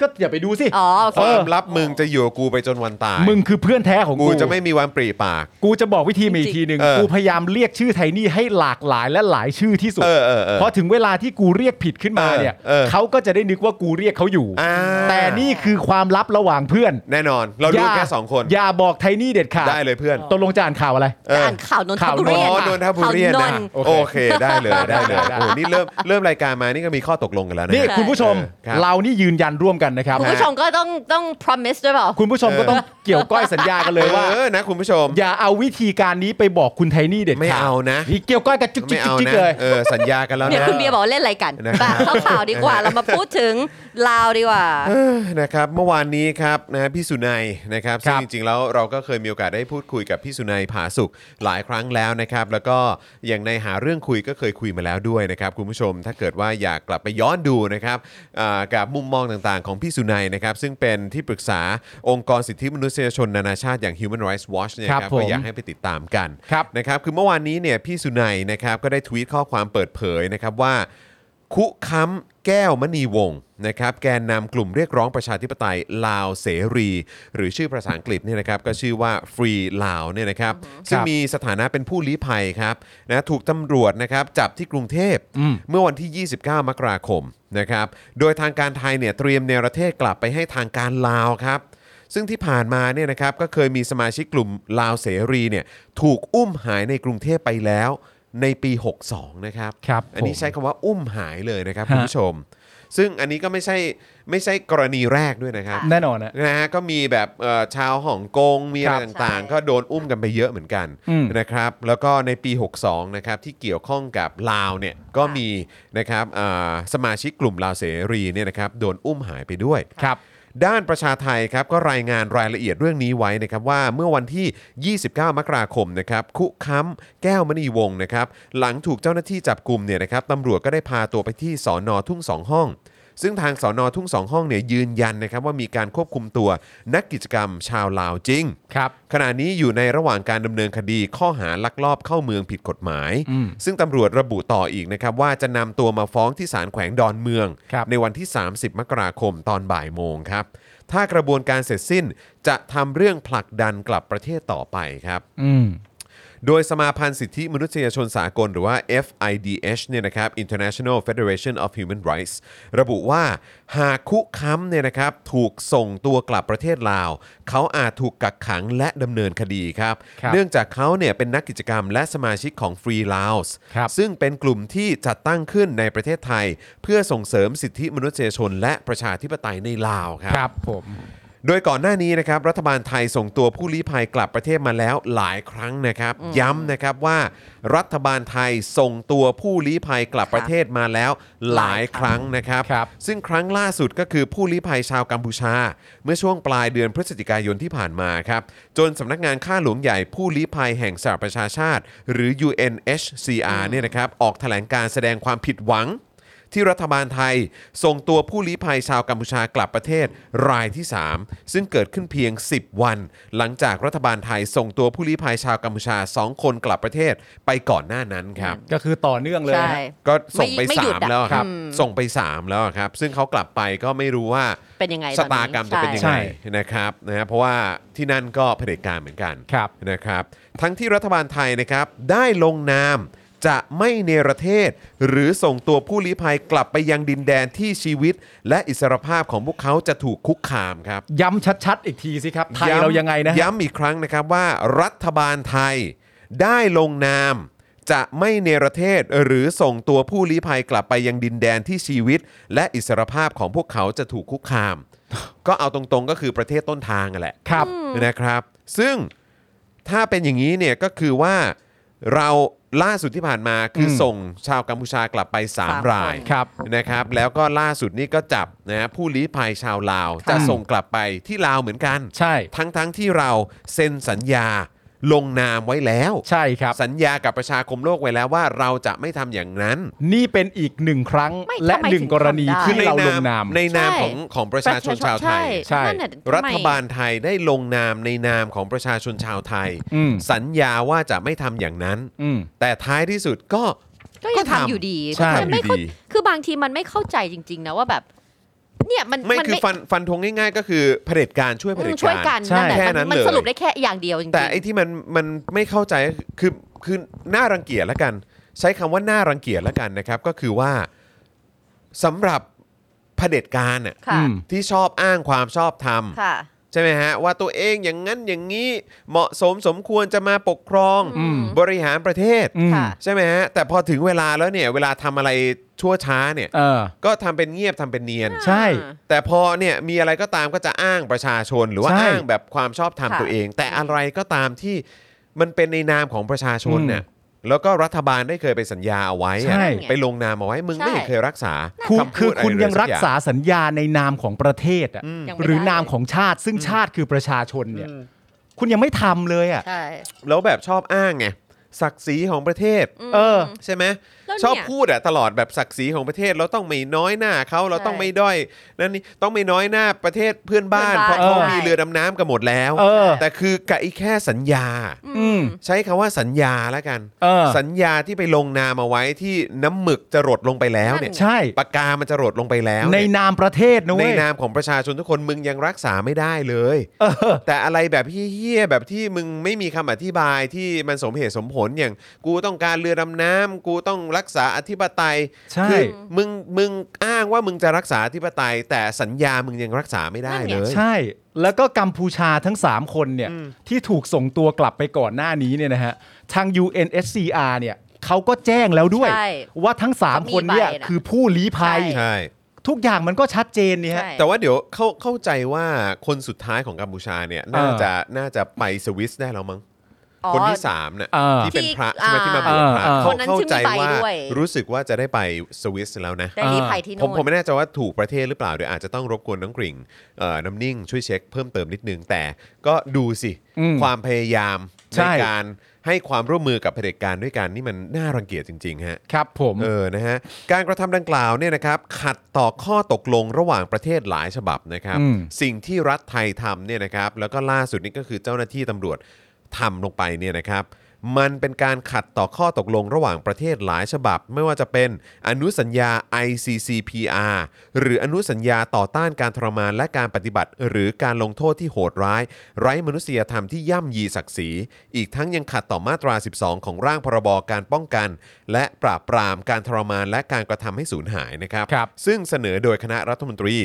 ก็อย่าไปดูสิ
อ๋อโอ
ค
เค
วาม
เออ
ลับมึงจะอยู่กับกูไปจนวันตาย
มึงคือเพื่อนแท้ของ
กู
กู
จะไม่มีวันปรีปาก
กูจะบอกวิธีมาอีกทีหนึ่ง
เออ
กูพยายามเรียกชื่อไทนี่ให้หลากหลายและหลายชื่อที่สุด
เออเออเออ
เพราะถึงเวลาที่กูเรียกผิดขึ้นมาเนี่ย
เออเออ
เขาก็จะได้นึกว่ากูเรียกเขาอยู่
อ่า
แต่นี่คือความลับระหว่างเพื่อน
แน่นอนเรารู้
ย่า
แค่สองคน
อย่าบอกไทนี่เด็ดขาด
ได้เลยเพื่อน
ตกลงจะอ่านข่าวอะไร
เอ
จะ
อ
อ่านข่าวนนท
ข่าว
บุ
อ๋
รี
อ
ค่ะ
นนทบุรี
ข่าว
นะ
นน
โอเค
โอเคได้เลยได้เลย
ได้
โอ้นี่เริ่มเริ่มรายการมานี่ก็มีข้อตกลงกันแล้วนะ
นี่
ใช่
คุณผู้ชม
ครับ
เรานี่ยืนยันร่วมกันนะครับ
คุณผู้ชมก็ต้องต้อง promise ด้วยเปล่า
คุณผู้ชมก็ต้องเกี่ยวก้อยสัญญากันเลยว่า
เออนะคุณผู้ชม
อย่าเอาวิธีการนี้ไปบอกคุณไทนี่เด็ด
ไม่
ขาด
เอานะ
นี่เกี่ยวก้อยกันจุกจิ
ไม่
ก
เอา
จิก
นะ
เลย
เออสัญญากันแล้ว
เดี๋ยว
นะ
คุณเบียร์บอกว่าเล่นอะไรกัน
นะครับ
แบบเข้าข่าวดีกว่า เรามาพูดถึงลาวดีกว่า
เออนะครับเมื่อวานนี้ครับนะพี่สุนัยนะครับ
ค
ซึ่
รั
ง
บ
จริงๆแล้วเราก็เคยมีโอกาสได้พูดคุยกับพี่สุนัยผาสุขหลายครั้งแล้วนะครับ แล้วก็อย่างในหาเรื่องคุยก็เคยคุยมาแล้วด้วยนะครับคุณผู้ชมถ้าเกิดว่าอยากกลับไปย้อนดูนะครับอ่ากับมุมมองต่างๆของพี่สุนัยนะครับซึ่งเป็นที่ปรึกษาองค์กรสิทธิมนุษยชนนานาชาติอย่าง Human Rights Watch เนี่ยค
ครั
รับบ
ผม
ก็อยากให้ไปติดตามกัน
ครับ
นะครับคือเมื่อวานนี้เนี่ยพี่สุนัยนะครับก็ได้ทวีตข้อความเปิดเผยนะครับว่า คุค้ำแก้วมณีวงศ์นะครับแกนนำกลุ่มเรียกร้องประชาธิปไตยลาวเสรี หรือชื่อภาษาอังกฤษเนี่ยนะครับก็ชื่อว่า Free ลาวเนี่ยนะครับซึ่งมีสถานะเป็นผู้ลี้ภัยครับนะถูกตำรวจนะครับจับที่กรุงเทพ
อืม
เมื่อวันที่ 29 มกราคมนะครับ โดยทางการไทยเนี่ยเตรียมเนรเทศกลับไปให้ทางการลาวครับ ซึ่งที่ผ่านมาเนี่ยนะครับก็เคยมีสมาชิกกลุ่มลาวเสรีเนี่ยถูกอุ้มหายในกรุงเทพไปแล้วในปี 62 นะครับ
ครับ
อันนี้
ผม
ใช้คำว่าอุ้มหายเลยนะครับ
ฮะ
คุณผู้ชม ซึ่งอันนี้ก็ไม่ใช่ไม่ใช่กรณีแรกด้วยนะครับ
แน่นอนนะ
นะฮะก็มีแบบเอ่อชาวฮ่องกงมีอะไร
ครับ
ต่าง
ใช่
ๆ ก็โดนอุ้มกันไปเยอะเหมือนกัน
อืม
นะครับ แล้วก็ในปี 62 นะครับที่เกี่ยวข้องกับลาวเนี่ยก็มีนะครับอ่าสมาชิกกลุ่มลาวเสรีเนี่ยนะครับโดนอุ้มหายไปด้วย
ครับ
ด้านประชาไทยครับก็รายงานรายละเอียดเรื่องนี้ไว้นะครับว่าเมื่อวันที่ 29 มกราคมนะครับคุค้ำแก้วมณีวงศ์นะครับหลังถูกเจ้าหน้าที่จับกลุ่มเนี่ยนะครับตำรวจก็ได้พาตัวไปที่สอนอทุ่งสองห้อง ซึ่งทางสอนอทุ่งสองห้องเนี่ยยืนยันนะครับว่ามีการควบคุมตัวนักกิจกรรมชาวลาวจริง
ครับ
ขณะนี้อยู่ในระหว่างการดำเนินคดีข้อหาลักลอบเข้าเมืองผิดกฎหมาย
อืม
ซึ่งตำรวจระบุต่ออีกนะครับ ว่าจะนำตัวมาฟ้องที่ศาลแขวงดอนเมือง
ครับ
ในวันที่ 30 มกราคมตอนบ่ายโมงครับ ถ้ากระบวนการเสร็จสิ้นจะทำเรื่องผลักดันกลับประเทศต่อไปครับ
อืม
โดยสมาพันธ์สิทธิมนุษยชนสากลหรือว่า FIDH เนี่ยนะครับ International Federation of Human Rights ระบุว่าหากคุกค้ำเนี่ยนะครับถูกส่งตัวกลับประเทศลาว เขาอาจถูกกักขังและดำเนินคดีครับ
ครับ
เนื่องจากเขาเนี่ยเป็นนักกิจกรรมและสมาชิกของ Free Laos
ครับ
ซึ่งเป็นกลุ่มที่จัดตั้งขึ้นในประเทศไทย เพื่อส่งเสริมสิทธิมนุษยชน และประชาธิปไตยในลาวครับ
ครับผม
โดยก่อนหน้านี้นะครับรัฐบาลไทยส่งตัวผู้ลี้ภัยกลับประเทศมาแล้วหลายครั้งนะครับ ย้ำนะครับว่า รัฐบาลไทยส่งตัวผู้ลี้ภัยกลับประเทศมาแล้วหลายครั้งนะครับ
ครับ
ซึ่งครั้งล่าสุดก็คือผู้ลี้ภัยชาวกัมพูชา เมื่อช่วงปลายเดือนพฤศจิกายนที่ผ่านมาครับ จนสำนักงานข้าหลวงใหญ่ผู้ลี้ภัยแห่งสหประชาชาติ หรือ UNHCR เนี่ยนะครับออกแถลงการแสดงความผิดหวัง ที่รัฐบาลไทย ส่งตัวผู้ลี้ภัยชาวกัมพูชากลับประเทศรายที่ 3 ซึ่งเกิดขึ้นเพียง 10 วัน หลังจากรัฐบาลไทย ส่งตัวผู้ลี้ภัยชาวกัมพูชา 2 คนกลับประเทศไปก่อนหน้านั้นครับ
ก็คือต่อเนื่องเลย
ใช่
นะฮะ
ก็ส่งไป
ไม่ไม่หยุดอะ
3แล้วครับ
อืม
ส่งไป 3 แล้วครับ ซึ่งเขากลับไปก็ไม่รู้ว่า
เป็นยังไง
ชะ
อนนี้
ตากรรมจะเป็นยัง
ใช่
ไงนะครับนะฮะเพราะว่าที่นั่นก็เผด็จการเหมือนกัน
ครับ
นะครับ ทั้งที่รัฐบาลไทยนะครับได้ลงนามจะไม่เนรเทศ หรือส่งตัวผู้ลี้ภัยกลับไปยังดินแดนที่ชีวิต และอิสรภาพของพวกเขาจะถูกคุกคามครับ
ย้ำชัดๆ อีกทีสิครับ ไทยเรายังไงนะฮะ
ย้ำอีกครั้งนะครับว่ารัฐบาลไทยได้ลงนาม จะไม่เนรเทศหรือส่งตัวผู้ลี้ภัยกลับไปยังดินแดนที่ชีวิต และอิสรภาพของพวกเขาจะถูกคุกคาม ก็เอาตรงๆก็คือประเทศต้นทางอะแหละ
ครับ
นะครับ ซึ่งถ้าเป็นอย่างนี้เนี่ยก็คือว่าเราล่าสุดที่ผ่านมาคืออ
ม
ส่งชาวกัมพูชากลับไป 3 ราย
ครับ
นะครับแล้วก็ล่าสุดนี่ก็จับนะฮะผู้ลี้ภัยชาวลาว จะส่งกลับไปที่ลาวเหมือนกัน
ใช่
ทั้งทั้งที่เราเซ็นสัญญาลงนามไว้แล้ว
ใช่ครับ
สัญญากับประชาคมโลกไว้แล้วว่าเราจะไม่ทำอย่างนั้น
นี่เป็นอีกหนึ่งครั้ง
ไม่
และ
ทำไม
หนึ่ง
ถึง
กรณี
ทำได้
ที่เราลงนาม
ในนาม
ใช่
ของของประชาชนชาวไทย
ใช่
นั่นน่ะทำไม
รัฐบาลไทยได้ลงนามในนามของประชาชนชาวไทย
อืม
สัญญาว่าจะไม่ทำอย่างนั้น
อืม
แต่ท้ายที่สุดก็
ก็ยัง
ก็ทำ
ทำอยู่ดี
ใช่
มันไม่เข้า
อยู่ดี
คือบางทีมันไม่เข้าใจจริง ๆ นะว่าแบบ เนี่ยมัน
ไม่
มัน
คือฟันฟันธงง่ายๆ ก็คือเผด็จการช่วยเผ
อื
ด็
ม
จ
ช่วย
กา
กั
ร
น
ใช่
นั่นแหละ
แค่
มัน
นั้น
มัน
เลย
สรุปได้แค่อย่างเดียวจริงๆ
แต่ไอ้ที่มันมันไม่เข้าใจคือคือน่ารังเกียจแล้วกัน ใช้คำว่าน่ารังเกียจแล้วกันนะครับ ก็คือว่าสำหรับเผด็จการน่ะ
อื
ค่ะ
ม
ที่ชอบอ้างความชอบธรรม
ค่ะ
ใช่ไหมฮะ ว่าตัวเองอย่างนั้นอย่างนี้เหมาะสมสมควรจะมาปกครอง
อืม
บริหารประเทศ
อืม
ค่ะ
ใช่ไหมฮะ แต่พอถึงเวลาแล้วเนี่ย เวลาทำอะไรชั่วช้าเนี่ย
เออ
ก็ทำเป็นเงียบทำเป็นเนียน
ใช่
แต่พอเนี่ยมีอะไรก็ตามก็จะอ้างประชาชนหรือว่า
ใช่
อ้างแบบความชอบธรรม
ค่ะ
ตัวเอง แต่อะไรก็ตามที่มันเป็นในนามของประชาชน
อืม
เนี่ยแล้วก็รัฐบาลได้เคยไปสัญญาเอาไว้อะ
ใช่
ไปลงนามเอาไว้มึง
ใช่
ไม่เห็นเคยรักษา
คุณ
ำ
คื
พู
อ
ดะไร
คุณยัง
เล
รักษาสัญญาในนามของประเทศอ่ะ
ยังไม่
หรือ
ได้
นามของชาติ ซึ่งชาติคือประชาชนเนี่ย คุณยังไม่ทำเลยอ่ะ
ใช่
แล้วแบบชอบอ้างไงศักดิ์ศรีของประเทศ
ม
เออ
ใช่ไหม
แล้วเนี่ย
ชอบพูดอะตลอดแบบศักดิ์ศรีของประเทศเราต้องไม่น้อยหน้าเขาเราต้องไม่ด้อยนั่นนี่ต้องไม่น้อยหน้าประเทศเพื่อนบ้าน
เพื่
เพ
อนบ้าน
ราะเขามีเรือดำน้ำกันหมดแล้ว
เออ
แต่คือกับไอ้แค่สัญญา
อืม
ใช้คำว่าสัญญาแล้วกัน
เออ
สัญญาที่ไปลงนามเอาไว้ที่น้ำหมึกจะหลดลงไปแล้วเนี่ย
ใช่
ปากกามันจะหลดลงไปแล้ว
ใน
เย
นามประเทศ
ใน
นะเว้ย
นามของประชาชนทุกคนมึงยังรักษาไม่ได้เลย
เออ
แต่อะไรแบบเฮี้ยๆแบบที่มึงไม่มีคำอธิบายที่มันสมเหตุสมผลอย่าง กูต้องการเรือดำน้ำกูต้องรักษาอธิปไตย
ใช่
คือมึงมึงอ้างว่ามึงจะรักษาอธิปไตย แต่สัญญามึงยังรักษาไม่ได้เลย
ใช่ แล้วก็กัมพูชาทั้ง 3 คนเนี่ยที่ถูกส่งตัวกลับไปก่อนหน้านี้เนี่ยนะฮะทาง UNSCR เนี่ยเขาก็แจ้งแล้วด้วย
ใช่
ว่าทั้ง 3 คนเนี่ย
เขามีใบนะ
คือผู้ลี้ภัย
ใช่
ใช่
ทุกอย่างมันก็ชัดเจนเนี่ยฮะ
ใช่
แต่ว่าเดี๋ยวเข้าเข้าใจว่าคนสุดท้ายของกัมพูชาเนี่ยน่าจะน่าจะไปสวิสได้แล้วมั้ง
อ๋อ
คนที่สามเนี่ย
เออ
ที่เป็นพระใช่ไหม
ที่
ที่มาบวชพระ
อ่า
เขา
คนนั้น
เข้าใจ
ชื่อไม่ไป
ว่า
ด้วย
รู้สึกว่าจะได้ไปสวิสแล้วนะ
ได้รีภัยที่
ผม
นู่น
ผมไม่แน่ใจว่าถูกประเทศหรือเปล่าเดี๋ยวอาจจะต้องรบกวนน้องกริ่งเอ่อน้ำนิ่งช่วยเช็คเพิ่มเติมนิดนึง แต่ก็ดูสิ
อืม
ความพยายาม
ใช่
ในการให้ความร่วมมือกับเผด็จการด้วยกันนี่มันน่ารังเกียจจริงๆฮะ
ครับผม
เออ นะฮะ การกระทำดังกล่าวเนี่ยนะครับ ขัดต่อข้อตกลงระหว่างประเทศหลายฉบับนะครับ
อืม
สิ่งที่รัฐไทยทำเนี่ยนะครับ แล้วก็ล่าสุดนี่ก็คือเจ้าหน้าที่ตำรวจทำลงไปเนี่ยนะครับ มันเป็นการขัดต่อข้อตกลงระหว่างประเทศหลายฉบับ ไม่ว่าจะเป็นอนุสัญญา ICCPR หรืออนุสัญญาต่อต้านการทรมานและการปฏิบัติ หรือการลงโทษที่โหดร้าย ไร้มนุษยธรรมที่ย่ำยีศักดิ์ศรี อีกทั้งยังขัดต่อมาตรา 12 ของร่างพรบการป้องกัน และปราบปรามการทรมานและการกระทำให้สูญหายนะครับ
ครับ
ซึ่งเสนอโดยคณะรัฐมนตรี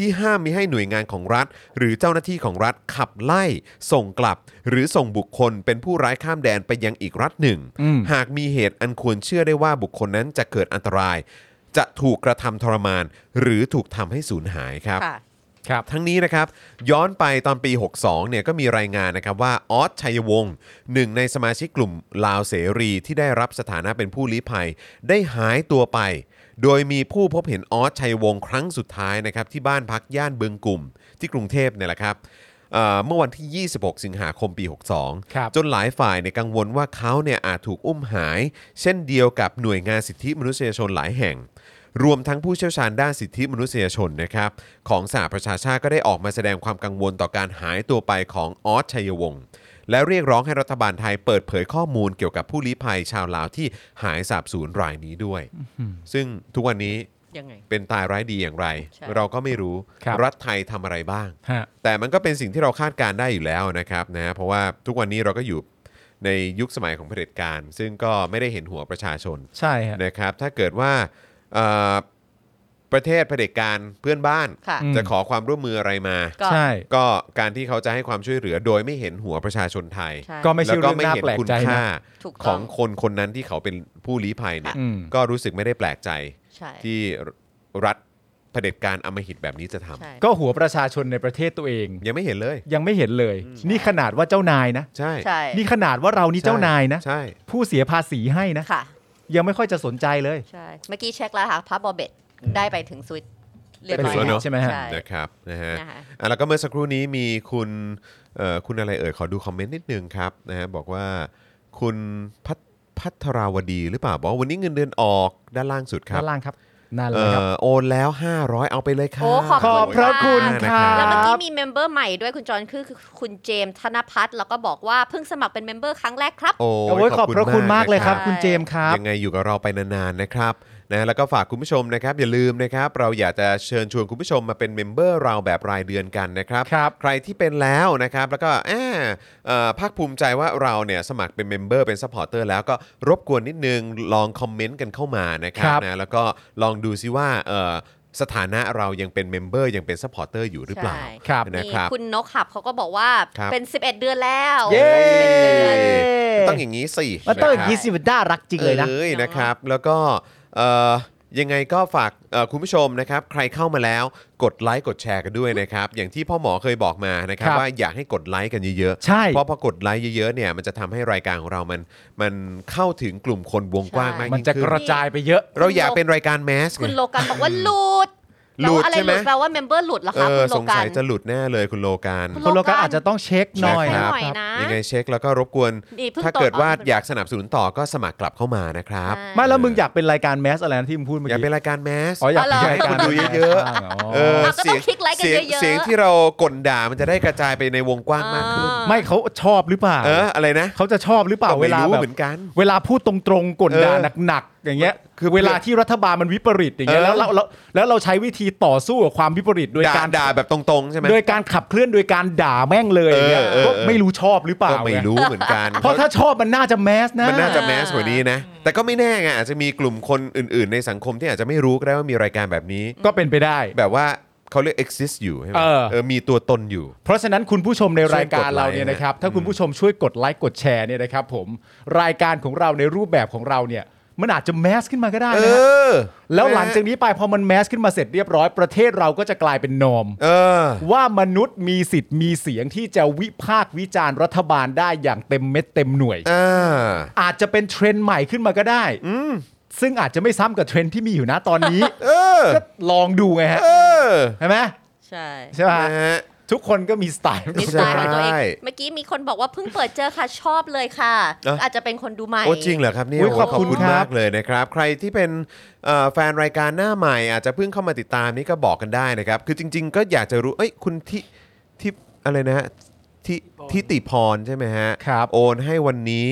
ที่ห้ามมิให้หน่วยงานของรัฐ หรือเจ้าหน้าที่ของรัฐขับไล่ ส่งกลับ หรือส่งบุคคลเป็นผู้ร้ายข้ามแดนไปยังอีกรัฐหนึ่ง
อืม
หากมีเหตุอันควรเชื่อได้ว่าบุคคลนั้นจะเกิดอันตราย จะถูกกระทำทรมาน หรือถูกทำให้สูญหายครับ
ค่ะ
ครับ
ทั้งนี้นะครับย้อนไปตอนปี 62 เนี่ยก็มีรายงานนะครับว่าออสชัยวงศ์หนึ่งในสมาชิกกลุ่มลาวเสรีที่ได้รับสถานะเป็นผู้ลี้ภัย ได้หายตัวไป โดยมีผู้พบเห็นออสชัยวงศ์ครั้งสุดท้ายนะครับที่บ้านพักย่านเบืองกลุ่ม ที่กรุงเทพเนี่ยแหละครับเอ่อเมื่อวันที่ 26 สิงหาคมปี
ครับ
62 จนหลายฝ่ายเนี่ยกังวลว่าเขาเนี่ยอาจถูกอุ้มหาย เช่นเดียวกับหน่วยงานสิทธิมนุษยชนหลายแห่ง รวมทั้งผู้เชี่ยวชาญด้านสิทธิมนุษยชนนะครับของสหประชาชาติก็ได้ออกมาแสดงความกังวลต่อการหายตัวไปของออสชัยวงศ์และเรียกร้องให้รัฐบาลไทยเปิดเผยข้อมูลเกี่ยวกับผู้ลี้ภัยชาวลาวที่หายสาบสูญรายนี้ด้วย ซึ่งทุกวันนี้
ยังไง
เป็นตายร้ายดีอย่างไร
ใช่
เราก็ไม่รู้
ครับ
รัฐไทยทำอะไรบ้าง
ฮะ
แต่มันก็เป็นสิ่งที่เราคาดการณ์ได้อยู่แล้วนะครับนะเพราะว่าทุกวันนี้เราก็อยู่ในยุคสมัยของเผด็จการ ซึ่งก็ไม่ได้เห็นหัวประชาชน
ใช่ฮะ
นะครับ ถ้าเกิดว่าเอ่อประเทศเผด็จการเพื่อนบ้าน
ค่ะ
อืม
จะขอความร่วมมืออะไรมา
ก็
ใช่
ก็การที่เขาจะให้ความช่วยเหลือโดยไม่เห็นหัวประชาชนไทย
ใช่
ก็ไม่ใช่
แล้วก็
เรื่อง
ไม่
น่า
เห็น
แปลก
คุณ
ใจ
ค่า
นะ
ถูกต้อง
ของคนคนนั้นที่เขาเป็นผู้ลี้ภัยเนี่ย
อืม
ก็รู้สึกไม่ได้แปลกใจ
ใช่
ที่รัฐเผด็จการอำมหิตแบบนี้จะทำ
ใช่
ก็หัวประชาชนในประเทศตัวเอง
ยังไม่เห็นเลย
ยังไม่เห็นเลย นี่ขนาดว่าเจ้านายนะ
ใช่
ใช่
นี่ขนาดว่าเรานี่เจ้านายนะ
ใช่
ผู้เสียภาษีให้นะ
ค่ะ
ยังไม่ค่อยจะสนใจเลย
ใช่ เมื่อกี้เช็คแล้วค่ะพับบอเบตได้ไปถึงสวิตเรียบร้อ
เป็น
ย
สวิตเนอะ
ใช่ไหมฮะ
ใช่
นะครับนะฮะ
นะคะ
อ่ะแล้วก็เมื่อสักครู่นี้มีคุณเอ่อคุณอะไรเอ่ยขอดูคอมเมนต์นิดนึงครับนะฮะบอกว่าคุณพัทพัทราวดีหรือเปล่าบอกว่าวันนี้เงินเดือนออกด้านล่างสุดครับ
ด้านล่างครับนั่นแห
เอ่
ละครับ
อโอนแล้ว 500 เอาไปเลยค่ะ
โอ้ขอบคุณ
ขอบพระคุณ
นะ
ค่ะ
แล้วเมื่อ
ครั
กี้
บ
มีเมมเบอร์ใหม่ด้วยคุณจอนคือคือคุณเจมส์ธนพัฒน์แล้วก็บอกว่าเพิ่งสมัครเป็นเมมเบอร์ครั้งแรกครับ
โอ้
โอ้ย
ย
ขอบพระคุณมากเลยครับ
นะ
คุณเจมส์ครับ
ยังไงอยู่กับเราไปนานๆนะครับนะแล้วก็ฝากคุณผู้ชมนะครับ อย่าลืมนะครับ เราอยากจะเชิญชวนคุณผู้ชมมาเป็นเมมเบอร์เราแบบรายเดือนกันนะครับ
ครับ
ใครที่เป็นแล้วนะครับ แล้วก็แอบเอ่อภาคภูมิใจว่าเราเนี่ยสมัครเป็นเมมเบอร์เป็นซัพพอร์เตอร์แล้วก็รบกวนนิดนึงลองคอมเมนต์กันเข้ามานะครั
ครับ บ
นะแล้วก็ลองดูซิว่าเอ่อสถานะเรายังเป็นเมมเบอร์ยังเป็นซัพพอร์เตอร์อยู่หรือเปล่า
ใช่
ครับ
นะ
มี
ครับ
คุณนกหับเขาก็บอกว่า
ครับ
เป็น 11 เดือนแล้ว
เย้
เป็นเดือน
ต้องอย่างนี้สิ
มันต้องอย่าง
ะครับ
นี้สิมันน่ารักจริงเลยนะ
เอ้ยนะครับแล้วก็เอ่อยังไงก็ฝากเอ่อคุณผู้ชมนะครับ ใครเข้ามาแล้วกดไลค์กดแชร์กันด้วยนะครับ อย่างที่พ่อหมอเคยบอกมานะครับ
ครับ
ว่าอยากให้กดไลค์กันเยอะ
ใช่
เพราะพอกดไลค์เยอะๆเนี่ยมันจะทำให้รายการของเรามันมันเข้าถึงกลุ่มคนวงกว้างมาก
มัน
ยิ่ง
จะ
ขึ้
กระ
น
จายไปเยอะ
เราอยากเป็นรายการแมส
คุณ
ไง
โลกันบอกว่าหลุด
หลุด
แปาอะไร
ใช่ไหม
แปลว่าเมมเบอร์หลุดเหรอ
เอ
คะ
อ
คุณโล
สง
กั
สั
น
ยจะหลุดแน่เลยคุณโลการ
คุณ
คนเราก็อาจจะต้องเช็คหน่อย
เช็ค
นะค
หน่
รับ
อยนะ
ยังไงเช็คแล้วก็รบกวน
นี่เพิ่ง
ถ้าเกิด
ตอบ
ว่า
เอาเป็น
อยากสนับสนุนต่อก็สมัครกลับเข้ามานะครับ
ใช่
ไม่แล้วมึงอยากเป็นรายการแมสอะไรนะที่มึงพูดเมื่อ
อยากเป็
กี้
นรายการแมส
อ๋ออยากเป็นรายการ
ดูเยอะ
บ้างหร
เออ
เราก็ต้องคลิกไลค์กัน
เสียง
เยอะๆ
เสียงที่เรากลด่ามันจะได้กระจายไปในวงกว้างมากขึ้น
อ่า
ไม่เขาชอบหรือเปล่า
เอออะไรนะ
เขาจะชอบหรือเปล่า
ก็
เว
ไม่
ลา
รู้
แบบ
เหมือนกัน
เวลาพูดตรงๆกลด่า
เออ
หนักๆอย่างเงี้ย
คือ
เวลาที่รัฐบาลมันวิปริตอย่างเงี้ย
เอ
แล้
อ
วเราแล้วแล้วเราใช้วิธีต่อสู้กับความวิปริตโดย
ด่า
การ
ด่าแบบตรงๆ ใช่ไหม
โดยการขับเคลื่อนโดยการด่าแม่งเลยอย่างเงี้ย
เออเออเออ
ก็ไม่รู้ชอบหรือเปล่า
ก็ไม่รู้เหมือนกัน
เพราะถ้าชอบมันน่าจะแมสนะ
มันน่าจะแมสกว่านี้นะ แต่ก็ไม่แน่ไงอาจจะมีกลุ่มคนอื่น ๆ ในสังคมที่อาจจะไม่รู้ก็ได้ว่ามีรายการแบบนี้
ก็เป็นไปได้
แบบว่าเขาเรียก exist อยู่ใช่ไหม
เออ
เออมีตัวตนอยู่
เพราะฉะนั้นคุณผู้ชมในรายการ
ช่วยกดไลค์
เราเนี่ยนะครับ ถ้าคุณผู้ชมช่วยกดไลค์กดแชร์เนี่ยนะครับผมรายการของเราในรูปแบบของเราเนี่ย มันอาจจะแมสขึ้นมาก็ได้
เอ
นะฮะ
อ
แล้วหลังจากนี้ไปพอมันแมสขึ้นมาเสร็จเรียบร้อยประเทศเราก็จะกลายเป็นนอม
เออ
ว่ามนุษย์มีสิทธิ์มีเสียงที่จะวิพากษ์วิจารณ์รัฐบาลได้อย่างเต็มเม็ดเต็มหน่วย
อ่า
อาจจะเป็นเทรนด์ใหม่ขึ้นมาก็ได้ซึ่งอาจจะไม่ซ้ำกับเทรนด์ที่มีอยู่นะตอน นี้
เออ
ก็ลองดูไงฮะ
เออ
ใช่ไหม
ใช่
ใช่ไหม
นะฮะ
ทุกคนก็มีสไตล์
มีสไตล์ของตัวเอง
ใช่
เมื่อกี้มีคนบอกว่าเพิ่งเปิดเจอค่ะชอบเลยค่ะ
เอ้า
อาจจะเป็นคนดูใหม่
โอ้จริงเหรอครับเนี่ย
อุ๊ย
โอ้
ขอบคุณครั
มา
บ
กเลยนะครับ ใครที่เป็นเอ่อแฟนรายการหน้าใหม่ อาจจะเพิ่งเข้ามาติดตามนี่ก็บอกกันได้นะครับ คือจริง ๆ ก็อยากจะรู้เอ้ยคุณที่ที่อะไรนะฮะที่ที่ติพรใช่ไหมฮะ
ครับ
โอนให้วันนี้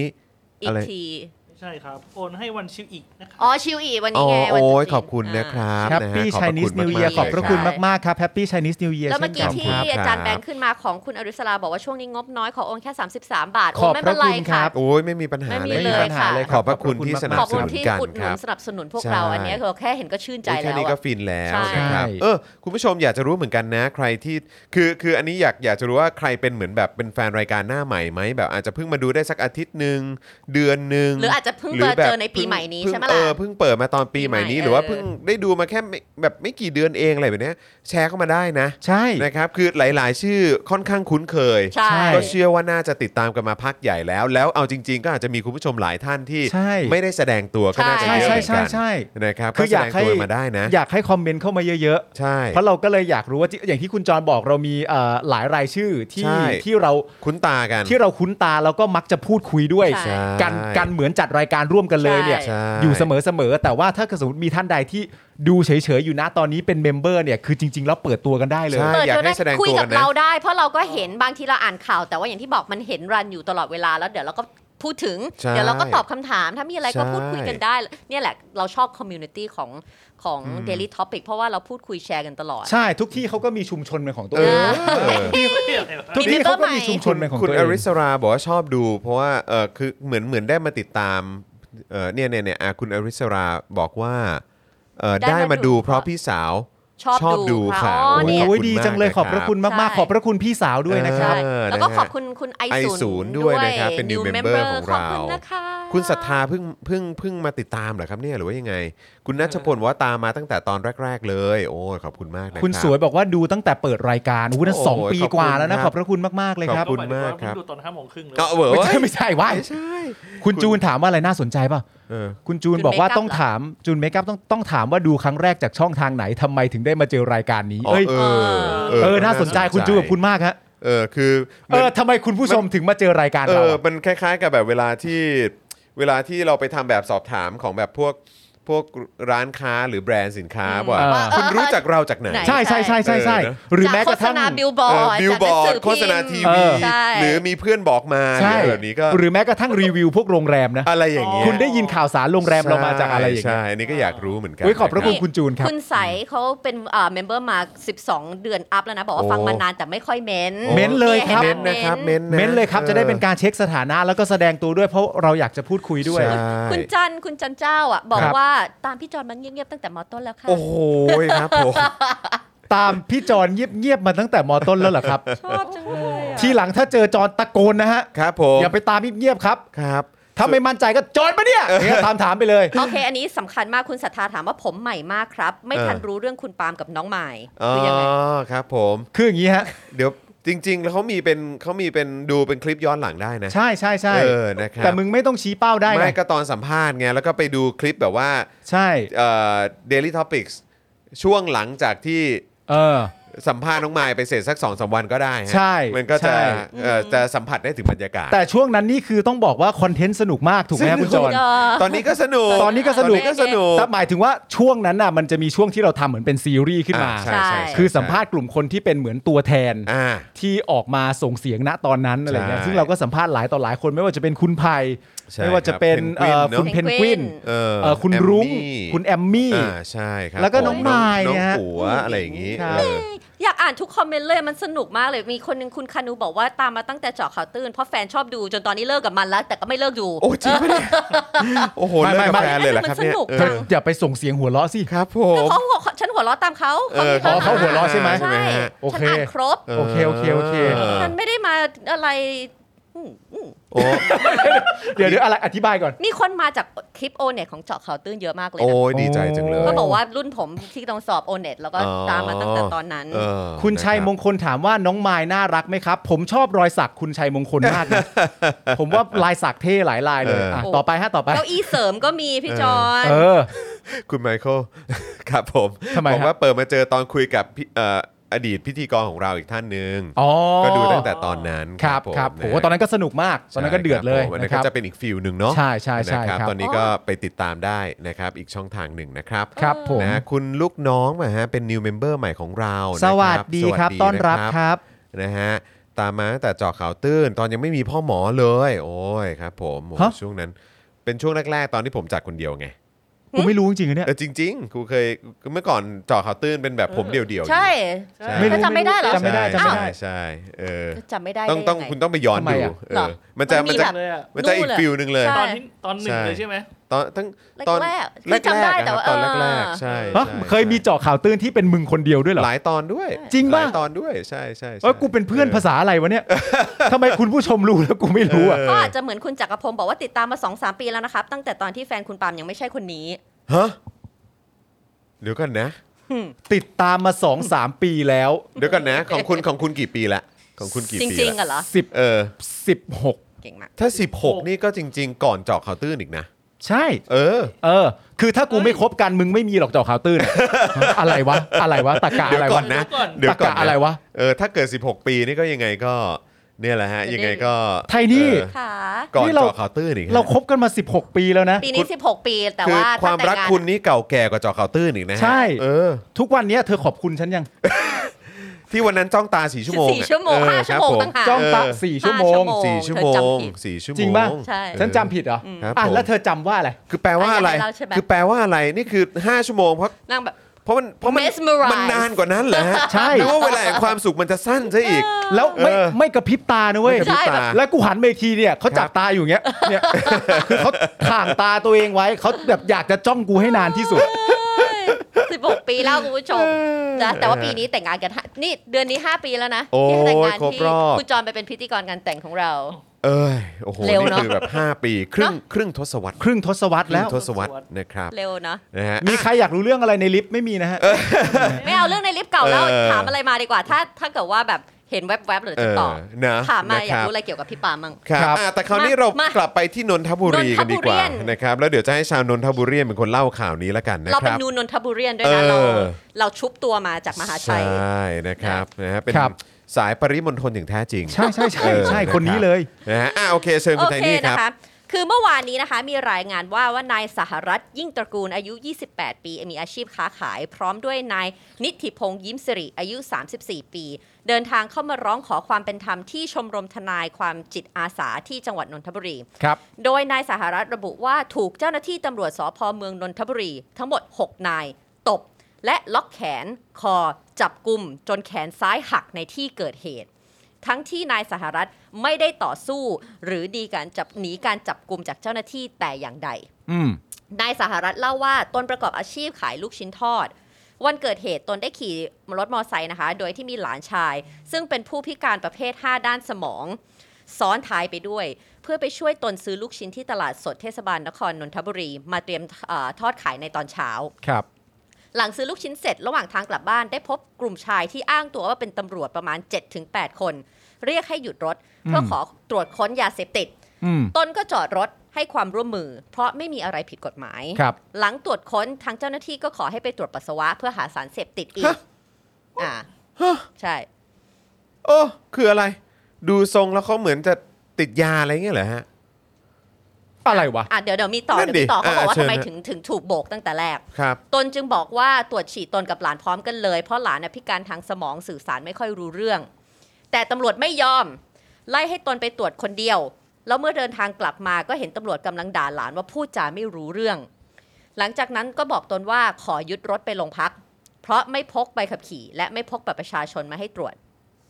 อี
อะ
ก
ไร
ที
ไม่ใช่ครับ โอนให้วันชิวอีกนะครับ
อ๋อชิวอีวัน
อ๋อ
นี้ไงวัน
โอ้
ตรุษ
ย
จี
ขอบคุณนะค
อ่า
รับ
แฮ
นะ
ป
ฮะ
ปี้
ขอบ
ชา
พระ
นิ
คุ
ส
ณ
นิว
มา
เยีย
กๆ
ขอบพระคุณ
เลย
มาก
มาก ๆ ครับแฮปปี้ชานิสนิวเยีย
แล้ว
เช่
เมื่
นกั
อกี้
น
ที่
ครับ
ครับ
อาจารย์แบงค์ขึ้นมาของคุณอริสราบอกว่าช่วงนี้งบน้อยขอโอนแค่ 33 บาท
ขอบ
โนไม่เป็นไร
พระคุณครั
ค่ะ
บ
โอ้ยไม่มีปัญหาเล
ไม่มี
ย
เลย
ครับข
ค่ะ
อบพระคุณที่สนั
ข
บ
อบ
ส
คุณ
นุน
ที่
กัน
อุด
ค
หนุ
รับ
นสนับสนุนพวก
ใช่
เราอันนี้คือแค่เห็นก็ชื่นใจ
อุ๊ย
แล้
แค่
ว
นี้
อะ
ก็ฟินแล้ว
ใช่
นะครับ
ใช่
เออคุณผู้ชมอยากจะรู้เหมือนกันนะ ใครที่คือคืออันนี้อยากอยากจะรู้ว่าใครเป็นเหมือนแบบเป็นแฟนรายการหน้าใหม่ไหมแบบอาจจะเพิ่งมาดูได้สักอาทิตย์หนึ่งเดือนหนึ่ง
หรืออาจจะเพิ่ง
หรื
มา
แบบ
เจอในปีใหม่นี้
เพิ่ง
ใช่ไหม
เอ
ล่ะ
อเพิ่งเปิดมาตอนปีใหม่นี้
ปีใหม่
หรือว่า
เออ
เพิ่งได้ดูมาแค่ไม่แบบไม่กี่เดือนเองอะไรแบบเนี้ยแชร์เข้ามาได้นะ
ใช่
นะครับคือหลาย ๆ ชื่อค่อนข้างคุ้นเคย
ใช่
ก็เชื่อว่าน่าจะติดตามกันมาพักใหญ่แล้ว แล้วเอาจริง ๆ ก็อาจจะมีคุณผู้ชมหลายท่านที่
ใช่
ไม่ได้แสดงตัวก็น่าจะ
ใช่
เยอะเห
ใช่
มือน
ใช่
กัน
ใช่
นะครับ
คืออยาก
แสดง
ให้
ตัวมาได้นะ
อยากให้คอมเมนต์เข้ามาเยอะ
ใช่
ๆ เพราะเราก็เลยอยากรู้ว่าที่อย่างที่คุณจรบอกเรามีเอ่อหลายรายชื่อที่
ใช่
ที่เรา
คุ้นตากัน
ที่เราคุ้นตาแล้วก็มักจะพูดคุยด้วย
ใช่
กันกันเหมือนจัดราย ายการร่วมกันเลยเนี่ย
ใช่
ใช่
อยู่เสมอๆแต่ว่าถ้าเกิดสมมติมีท่านใดที่ดูเฉยๆอยู่นะตอนนี้เป็นเมมเบอร์เนี่ยคือจริงๆแล้วเปิดตัวกันได้เลย
ใช่
เปิด
อยาก
ตัวได้
ให้แสดง
คุย
ตัว
กั
กับ นนะ
เราได้ เพราะเราก็เห็นบางทีเราอ่านข่าว แต่ว่าอย่างที่บอกมันเห็นรันอยู่ตลอดเวลาแล้วเดี๋ยวเราก็พูดถึง
ใช่
เดี๋ยวเราก็ตอบคำถาม ถ้ามีอะไรก็
ใช่
พูดคุยกันได้ เนี่ยแหละเราชอบคอมมูนิตี้ของของ Daily Topic เพราะว่าเราพูดคุยแชร์กันตลอด
ใช่ทุกที่เขาก็มีชุมชนเป็นของตัว
เอ
เอง
อ
ทุกที่เขาก็มีชุมช
คุ
น
ณ
เป็นของ
คุณ
ตัวเอ
อง ริสราบอกว่าชอบดู เพราะว่าเออคือเหมือนเหมือนได้มาติดตามเออเนี่ยเนี่ยเนี่ยอ่ะคุณอริสราบอกว่าเออ
ได้
ได้
มา
มาดู
ดู
เพราะพี่สาว
ชอบ
ชอบดู
ดู
ข่า
ค่ะ
ว
อ๋อเนี่ย
โอ้ยดีจังเลย
ข
ข
อ
อ
บบ พ
พ
ระ
ระ
คุ
คุณ ณ
มาก
มาก
ๆ
ๆ ขอบพระคุณพี่สาวด้วยนะครับ
เออ
แล้วก็
นะฮะ
ขอบคุณคุณไอศูน
i0
ย์
ด้วยนะครับเป็น new member
member
ของ
ขอบ
เรา
คุณนะคะ
คุณศรัทธาเพิ่งเพิ่งเพิ่งมาติดตามเหรอครับเนี่ยหรือว่ายังไง คุณนัชพลบอกว่าตามมาตั้งแต่ตอนแรก ๆ เลย โอ้ยขอบคุณมากนะครับ
คุณสวยบอกว่าดูตั้งแต่เปิดรายการอู้นั่น
โอ้โห
สองปี
ขอบคุณ
กว่าแล้ว
ครั
นะ
บ
ขอบพระคุณมากๆเลยครับ
ขอบคุณมากครับ
ดูตอนห้าโมงครึ่งเลย
เอาเหรอเว้
ไม่ใช่
ย
ไม่ใช่วะ
ไม่ใช่
คุณจูนถามว่าอะไรน่าสนใจป่ะ
เออ
คุณจูนบอกว่าต้องถามจูนเมคอัพต้องต้องถามว่าดูครั้งแรกจากช่องทางไหนทำไมถึงได้มาเจอรายการนี้
อ๋อ
เอ้ย
เออ
เออน่าสนใจคุณจูนกับคุณมากฮะ
เออคือห
เอ
มืน
อทำไมคุณผู้ชมถึงมาเจอรายการ
เอ
เรา
อ
อะ
มันคล้ายๆ กับแบบเวลาที่เวลาที่เราไปทำแบบสอบถามของแบบพวกพวกร้านค้าหรือแบรนด์สินค้าว่า
เออ
คุณรู้จักเราจากไหน
ไหน
ใช่ใช่ใช่ใช่ใช่
เออนะ
หรือแม้กระทั่ง
จาโฆษณาบิลบอร์ด
บิลบอร์ดโฆษณาทีวี
ใช่
หรือมีเพื่อนบอกมาห
ใช่
รืออะไรแบบนี้ก็
หรือแม้กระทั่งรีวิวพวกโรงแรมนะ
อะไรอย่างเงี้ย
คุณได้ยินข่าวสารโรงแรมเรามาจากอะไรอย่าง
ใช่
เงี้ย
ใช่อันนี้ก็อยากรู้เหมือนกัน
อุ้ยขอบพระคุณ
น
คุณจูนครับ
คุณใสเขาเป็นเอ่อเมมเบอร์มา 12 เดือนอัพแล้วนะ บอกว่า
โอ้
ฟังมานานแต่ไม่ค่อยเม้น
โอ้เม้น
เลย
ะ
ครับ
เม้น
ห็
นะ
ไห
ครับเม้นนะ
เม้นเลยครับจะได้เป็นการเช็คสถานะแล้วก็แสดงตัวด้วยเพราะเราอยากจะพูดคุยด้วย
ใช่
คุณจันทร์คุณจันเจ้าอ่ะ บอก
ครับ
ว่าตามพี่จอนมันเงียบๆตั้งแต่มอต้นแล้วค่ะ
โอ้โหครับผม
ตามพี่จอนเงียบๆมาตั้งแต่มอต้นแล้วเหรอครับ
ชอบจังเลยอะ
ทีหลังถ้าเจอจอนตะโกนนะฮะ
ครับผม
อย่าไปตามเงียบๆครับ
ครับ
ถ้าไม่มั่นใจก็จอนมาเนี่ยอย่างเงี้ยตามถามไปเลย
โอเค อันนี้สำคัญมากคุณศรัทธาถามว่าผมใหม่มากครับ ไม่ทัน
เออ
รู้เรื่องคุณปาล์มกับน้องใหม่
อ๋อ
คือยังไง
ครับผม
คืออย่างนี้ฮะ
เดี๋ยวจริง ๆ แล้วเขามีเป็นเขามีเป็นดูเป็นคลิปย้อนหลังได้นะ
ใช่ใช่ใช่
เออนะครับ
แต่มึงไม่ต้องชี้เป้าได้ไง
ไม่ก็ตอนสัมภาษณ์ไง แล้วก็ไปดูคลิปแบบว่า
ใช่
เอ่อ daily topics ช่วงหลังจากที่
เออ
สัมภาษณ์น้องมายไปเสร็จสัก2อสวันก็ได้ฮะ
ใช่
มันก็
ใช่
จะเอ่อจะสัมผัสได้ถึงบรรยากาศ
แต่ช่วงนั้นนี่คือต้องบอกว่าคอนเทนต์สนุกมากถูกไหมฮะคุณจอน
ตอนนี้ก็สนุก
ตอนนี้ก็สนุก
ตอนนี้ก็สนุก
แต่หมายถึงว่าช่วงนั้นน่ะมันจะมีช่วงที่เราทำเหมือนเป็นซีรีส์ขึ้นมา
อ่ะ
ใช่
ใช่ใช่
คือสัมภาษณ์กลุ่มคนที่เป็นเหมือนตัวแทน
อ่า
ที่ออกมาส่งเสียงณตอนนั้นอะไรเงี้ย
ใช่
ซึ่งเราก็สัมภาษณ์หลายต่อหลายคนไม่ว่าจะเป็นคุณภัย
ใช่
ไม่ว่าจะเป็น
ครับ Penguin
เอ่อ
เนอะ
คุณเพนกวิน
เออ
เอ่อคุณ
แอม
รุ้ง
มี่
คุณแอมมี่
อ่าใช่ครับ
แล้วก็น้อง
ผม
มาย
น้อง
เนี่ยฮะ
ปัวอะไรอย่างนี้
ใช่
เออ
อยากอ่านทุกคอมเมนต์เลยมันสนุกมากเลย มีคนหนึงคุณคานูบอกว่าตามมาตั้งแต่เจาะข่าวตื้นเพราะแฟนชอบดูจนตอนนี้เลิกกับมันแล้ว แต่ก็ไม่เลิกดู
โอ้จริงปะเนี่ยโอ้โห
ไม่
เลิกกั
ไม่
บแฟนเลยเหรอครับเนี่ย
มันสนุก
เอ
จั
อง
อย่าไปส่งเสียงหัวเราะสิ
ครับผม
เขาหัวฉันหัวเราะตามเขา
เออ
มีปัญ
เขาหัวเราะใช่ไหม
ใช่ไหมฮะ
โอเค
ฉันอ่านครบ
โอเคโอเคโอเค
เออ
มันไม่ได้มาอะไรอืมอืม
โอ้
เดี๋ยวเดี๋ยวอะไรอธิบายก่อน
มีคนมาจากคลิปโอเน็ตของเจาะข่าวตื้นเยอะมากเลย
โอ้
นะ
ยดีใจจังเลย
ก็บอกว่ารุ่นผมที่ต้องสอบโอเน็ตแล้วก็
อ๋อ
ตามมาตั้งแต่ตอนนั้น
เออ
คุณชัยมง
นะ
คลถามว่าน้องไมายน่ารักไหมครับ ผมชอบรอยสักคุณชัยมงคลมากนะ ผมว่าลายสักเท่หลายลายเลยอ่ะ
เออ
ต่อไปฮะต่อไป
เก้าอี้เสริมก็มีพี่จอน
เออ
ครับคุณไมเคิล ครับผม
ทำไม
บอกว่า
ฮะ
เปิดมาเจอตอนคุยกับพี่เอ่ออดีตพิธีกรของเราอีกท่านหนึ่ง
อ๋อ
ก็ดูตั้งแต่ตอนนั้น
ครับ
ผม
ครับ
ะ
โอ้โหตอนนั้นก็สนุกมากตอนนั้นก็เดือดเลย
ใช่ครับผมอันนั้
นะ
น
ค
ก็
รับ
จะเป็นอีกฟิลหนึ่งเนาะ
ใช่ใช่ใช่
นะ
ครับ
ตอนนี้ก็ไปติดตามได้นะครับ อีกช่องทางหนึ่งนะครับ
ครับผม
นะคุณลูกน้องมาฮะเป็น new member ใหม่ของเรานะค
ส
รับ
วัสดีครับ ต้อนะ รับครับ
นะฮะตามมาตั้งแต่เจอข่าวตื้น ตอนยังไม่มีพ่อหมอเลย โอ้ยครับผมโอ้โห
ฮะ
ช่วงนั้นเป็นช่วงแรกๆ ตอนที่ผมจัดคนเดียวไง
กูไม่รู้จริงๆนะเนี่ย
เออจริงๆครูเคยเมื่อก่อนเจอข่าวตื้นเป็นแบบผมเดี่ยวๆ
ใช่
ใช่
ใช่
ไม่รู้
ก็จำไม่ได้เหรอ
จำไม่ได้
ใช่
จำไม่ได้
ใช่ใช่เออ
จำไม่ได้
ต้อง
ได้
ต้อง
ยัไ
คุณต้องไปย้อน
ทำไม
ดู
อะ
เอ
หร
อ
อ
มันจะ
มัน
มั
มี
นจะ
แบบ
เลยอะ
มันจะอีกฟิลหนึ่งเลย
ใช่
ตอนที่ตอนหนึ่งเลยใช่ไหม
ตอนตั้งตอน
แรกๆ
แรก
จำได้
ๆ
แต่
นะครับ
ว่า
ตอน
เออ
แรกๆใช่
ฮะ
ใช่
เคยมีเจาะข่าวตื้นที่เป็นมึงคนเดียวด้วยเหรอ
หลายตอนด้วย
จริง
ห
ปะ
ลายตอนด้วยใช่ใช่ใช่
เอ้ยกูเป็นเพื่อนภาษาอะไรวะเนี่ยทำไมคุณผู้ชมรู้แล้วกูไม่รู้อ่ะ
ก็อาจจะเหมือนคุณจักรพงศ์บอกว่าติดตามมา2อสปีแล้วนะครับ ตั้งแต่ตอนที่แฟนคุณปาล์มยังไม่ใช่คนนี้
ฮะเดี๋ยวก่อนนะ
ติดตามมา 2 3 ปีแล้ว
เดี๋ยวก่อนนะ ของคุณของคุณกี่ปีละของคุณกี่
จ
ปีละ
ริงๆอะเหรอ
เออ
16
เก่งมาก
ถ้า 16 นี่ก็จริง ๆ ก่อนเจาะข่าวตื้นอีกนะ
ใช่
เออ
เออ คือถ้ากูไม่คบกันมึงไม่มีหรอกเจาะข่าวตื้นอะอะไรวะ อะไรวะตะกะ
เดี๋ยว
อะไร
ก่อ
วะ
นนะ
เดี๋ยวก่อ
ตะ
น
กะอะไรวะ
เออถ้าเกิด 16 ปีนี่ก็ยังไงก็ เนี่ยแหละฮะยังไงก็
ไทนี่
เออ
ค่ะ
ก่อน
นี่เรา
เจาะข่าวตื้นอีกฮะ
เราคบกันมา 16 ปีแล้วนะ
ปีนี้ 16 ปีแต่ว่า
คือความรัก
ตั้งแต่งน
คุณนี่เก่าแก่กว่าเจอข่าวตื้นอีกนะฮะ
ใช่
เออ
ทุกวันเนี้ยเธอขอบคุณฉันยัง
ที่วันนั้นจ้องตาสี่ชั่วโมง
สี่ชั่วโมง
เออ
ห้าชั่วโมง
ครับผ
ต่างหาก
จ้องตะ
เออ
สี่ชั่วโม
ห้าชั่
ง
วโมง
สี่ชั่วโม
เธอ
ง
จำผิด
สี่ชั่วโมง
จริงป่ะ
ใช่
เออ
ฉันจำผิดเหรอ
ครับ
อ่ะ
ผม
แล้วเธอจำว่าอะไร
คือแปลว่าอะไร
อ่ะอย่างนั้นเราใช่ไหม
คือแปลว่าอะไรนี่คือ 5 ชั่วโมงเพราะ
นั่งแบบ
เพราะมันเพราะมัน
Mesmerize
มันนานกว่านั้นเหรอฮะ
ใช่
นึกว่าเวลาแห่งความสุขมันจะสั้นซะอีก
แล้วไม่
เออ
ไม่กระพริบตานะเว้ย
กระพริบ
ใช่แบบ
ตา
แล้วกูหันไปอีกทีเนี่ยเขาจับตาอยูอย่างเงี้ยเนี่ย คือเขาถ่างตาตัวเองไว้เขาแบบอยากจะจ้องกูให้นานที่สุด
สิบหกปีแล้วคุณผู้ชมนะแต่ว่าปีนี้แต่งงานกันห้านี่เดือนนี้ 5 ปีแล้วนะ
โอ้ย
ที่แต่งงาน
ครบ
ที่
รอบ
คุณจอนไปเป็นพิธีกรงานแต่งของเรา
เอ้ยโอ้โห
เร็ว
นี่
เนอะ
คือแบบ 5 ปีครึ่ง
เนอะ
ครึ่งทศวรรษ
ครึ่งทศวรรษ
ครึ่
แล้
ง
ว
ทศวรรษนะครับ
เร็วเนอะ
นะฮะ
มีใครอยากรู้เรื่องอะไรในลิฟต์ไม่มีนะฮะ
ไม่เอาเรื่องในลิฟต์เก่าแล้ว
เออ
ถามอะไรมาดีกว่า ถ้าถ้าเกิดว่าแบบเห็นแวบๆหรือ
เอ
จะ
อ
ตอบ
นะ
ถามมาอ
นะ
ยา
ค
ก
บ
รู้อะไรเกี่ยวกับพี่ปามั่ง
ครับ
ครับ
อ่ะแต่คราวนี้เรา
มาก
ลับไปที่นนทบุรี
นนทบุ
กันดีก
รี
ว่านะครับแล้วเดี๋ยวจะให้ชาวนนทบุรีเป็นคนเล่าข่าวนี้แล้วกันนะ
เรา
ค
เป็น
รับ
นูนนทบุรีนด้วยนะ
เอ
เรา
อ
เราชุบตัวมาจากมหา
ใช
ชัย
่นะครับนะฮะเป็น
ครับ
สายปริมณฑลอย่างแท้จริง
ใช่ใช่ใช่
เอ
ใช่
อะรับ
คนนี้เลย
นะฮะอ่ะโอเคเชิญคุณไทนี่ครับ
โอเนะคะคือเมื่อวานนี้นะคะมีรายงานว่าว่านายสหรัฐยิ่งตระกูลอายุ 28 ปี มีอาชีพค้าขาย พร้อมด้วยนายนิติพงษ์ยิ้มสิริอายุ 34 ปี เดินทางเข้ามาร้องขอความเป็นธรรมที่ชมรมทนายความจิตอาสาที่จังหวัดนนทบุรี
ครับ
โดยนายสหรัฐระบุว่าถูกเจ้าหน้าที่ตำรวจสพเมืองนนทบุรี ทั้งหมด 6 นาย ตบ และล็อกแขน คอ จับกลุ่มจนแขนซ้ายหักในที่เกิดเหตุ ทั้งที่นายสหรัฐไม่ได้ต่อสู้ หรือดีการจับหนีการจับกลุ่มจากเจ้าหน้าที่แต่อย่างใด
อืม
นายสหรัฐเล่าว่าตนประกอบอาชีพขายลูกชิ้นทอด วันเกิดเหตุตนได้ขี่รถมอเตอร์ไซค์นะคะ โดยที่มีหลานชาย ซึ่งเป็นผู้พิการประเภท 5 ด้านสมอง ซ้อนท้ายไปด้วย เพื่อไปช่วยตนซื้อลูกชิ้นที่ตลาดสดเทศบาลนครนนทบุรี มาเตรียมเออทอดขายในตอนเช้า
ครับ
หลังซื้อลูกชิ้นเสร็จระหว่างทางกลับบ้านได้พบกลุ่มชายที่อ้างตัวว่าเป็นตำรวจประมาณ 7-8 คน เรียกให้หยุดรถ เพื่อขอตรวจค้นยาเสพติด
อืม
ตนก็จอดรถให้ความร่วมมือ เพราะไม่มีอะไรผิดกฎหมาย
ครับ
หลังตรวจค้นทางเจ้าหน้าที่ก็ขอให้ไปตรวจปัสสาวะเพื่อหาสารเสพติดอีก
ฮะ
อ่า ใช่
โอ้คืออะไร ดูทรงแล้วเขาเหมือนจะติดยาอะไรเงี้ยเหรอฮะ
อะไรวะ
อ่ะเดี๋ยวเดี๋ยวมีต่อ
นั่น
เดี๋ยวมีต่อ
ดิ
เขาบอก
อ่า
ว่า
เชิญ
ทำไม
ฮะ
ถึงถึงถูกโบกตั้งแต่แรก
ครับ
ตนจึงบอกว่าตรวจฉี่ตนกับหลานพร้อมกันเลย เพราะหลานน่ะพิการทางสมองสื่อสารไม่ค่อยรู้เรื่อง แต่ตำรวจไม่ยอม ไล่ให้ตนไปตรวจคนเดียว แล้วเมื่อเดินทางกลับมาก็เห็นตำรวจกำลังด่าหลานว่าพูดจาไม่รู้เรื่อง หลังจากนั้นก็บอกตนว่าขอยึดรถไปโรงพัก เพราะไม่พกใบขับขี่ และไม่พกบัตรประชาชนมาให้ตรวจ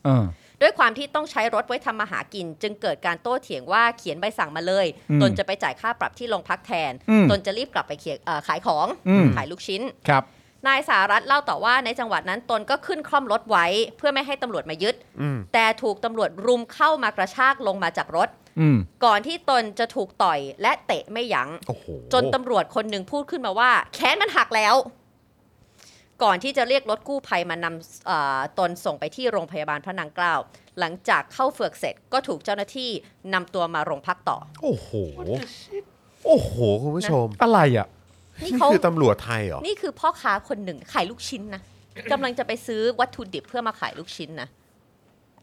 เออ
ด้วยความที่ต้องใช้รถไว้ทำมาหากิน จึงเกิดการโต้เถียงว่าเขียนใบสั่งมาเลย
อืม
ตนจะไปจ่ายค่าปรับที่โรงพักแทน
อืม
ตนจะรีบกลับไปเขียเอ่อขายของ
อืม
ขายลูกชิ้น
ครับ
นายสารัฐเล่าต่อว่าในจังหวัดนั้นตนก็ขึ้นคล่อมรถไว้ เพื่อไม่ให้ตำรวจมายึด
อืม
แต่ถูกตำรวจรุมเข้ามากระชากลงมาจากรถ
อืม
ก่อนที่ตนจะถูกต่อยและเตะไม่ยัง้ง
โอ้โห
จนตำรวจคนหนึ่งพูดขึ้นมาว่า แค้นมันหักแล้ว ก่อนที่จะเรียกรถกู้ภัยมานำเอ่อตนส่งไปที่โรงพยาบาลพระนางเกล้าหลังจากเข้าเฟือกเสร็จก็ถูกเจ้าหน้าที่นำตัวมาโรงพักต่อ
โอ้โห โอ้โห คุณผู้ชม
อะไรอ่ะ
นี่
นี่
เขา
คือตำรวจไทยเหรอ
นี่คือพ่อค้าคนหนึ่งขายลูกชิ้นนะกำลังจะไปซื้อวัตถุดิบเพื่อมาขายลูกชิ้นนะ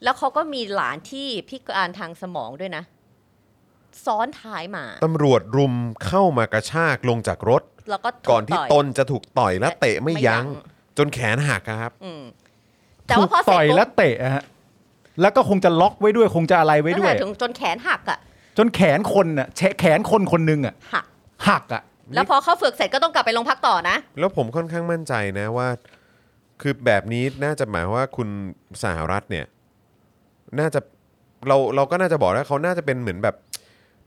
แล้วเขาก็มีหลานที่พิการทางสมองด้วยนะ ซ้อนท้ายมา
ตำรวจรุมเข้ามากระชากลงจากรถ
แล้วก็ถู
ก่อนที่
ย
ตนจะถูกต่อยและเตะไม่ยั้ง
ไม่ยั้
จนแขนหักอะครับ
อืมแต่ว่าพอ
ถูก
เสร็จ
ต่อย
ปุ๊บ
และเตะอะฮะ แล้วก็คงจะล็อกไว้ด้วย คงจะอะไรไว้ด้วย
ตั้งแต่ถึงจนแขนหักอะ
จนแขนคนอ่ะแฉะแขนคนคนหนึงอ่ะ
หัก
หักอ่ะ
แล้วพอเข้าฝึกเสร็จก็ต้องกลับไปโรงพักต่อนะ
แล้วผมค่อนข้างมั่นใจนะว่า คือแบบนี้น่าจะหมายว่าคุณสหรัฐเนี่ย น่าจะเราเราก็น่าจะบอกว่าเขาน่าจะเป็นเหมือนแบบ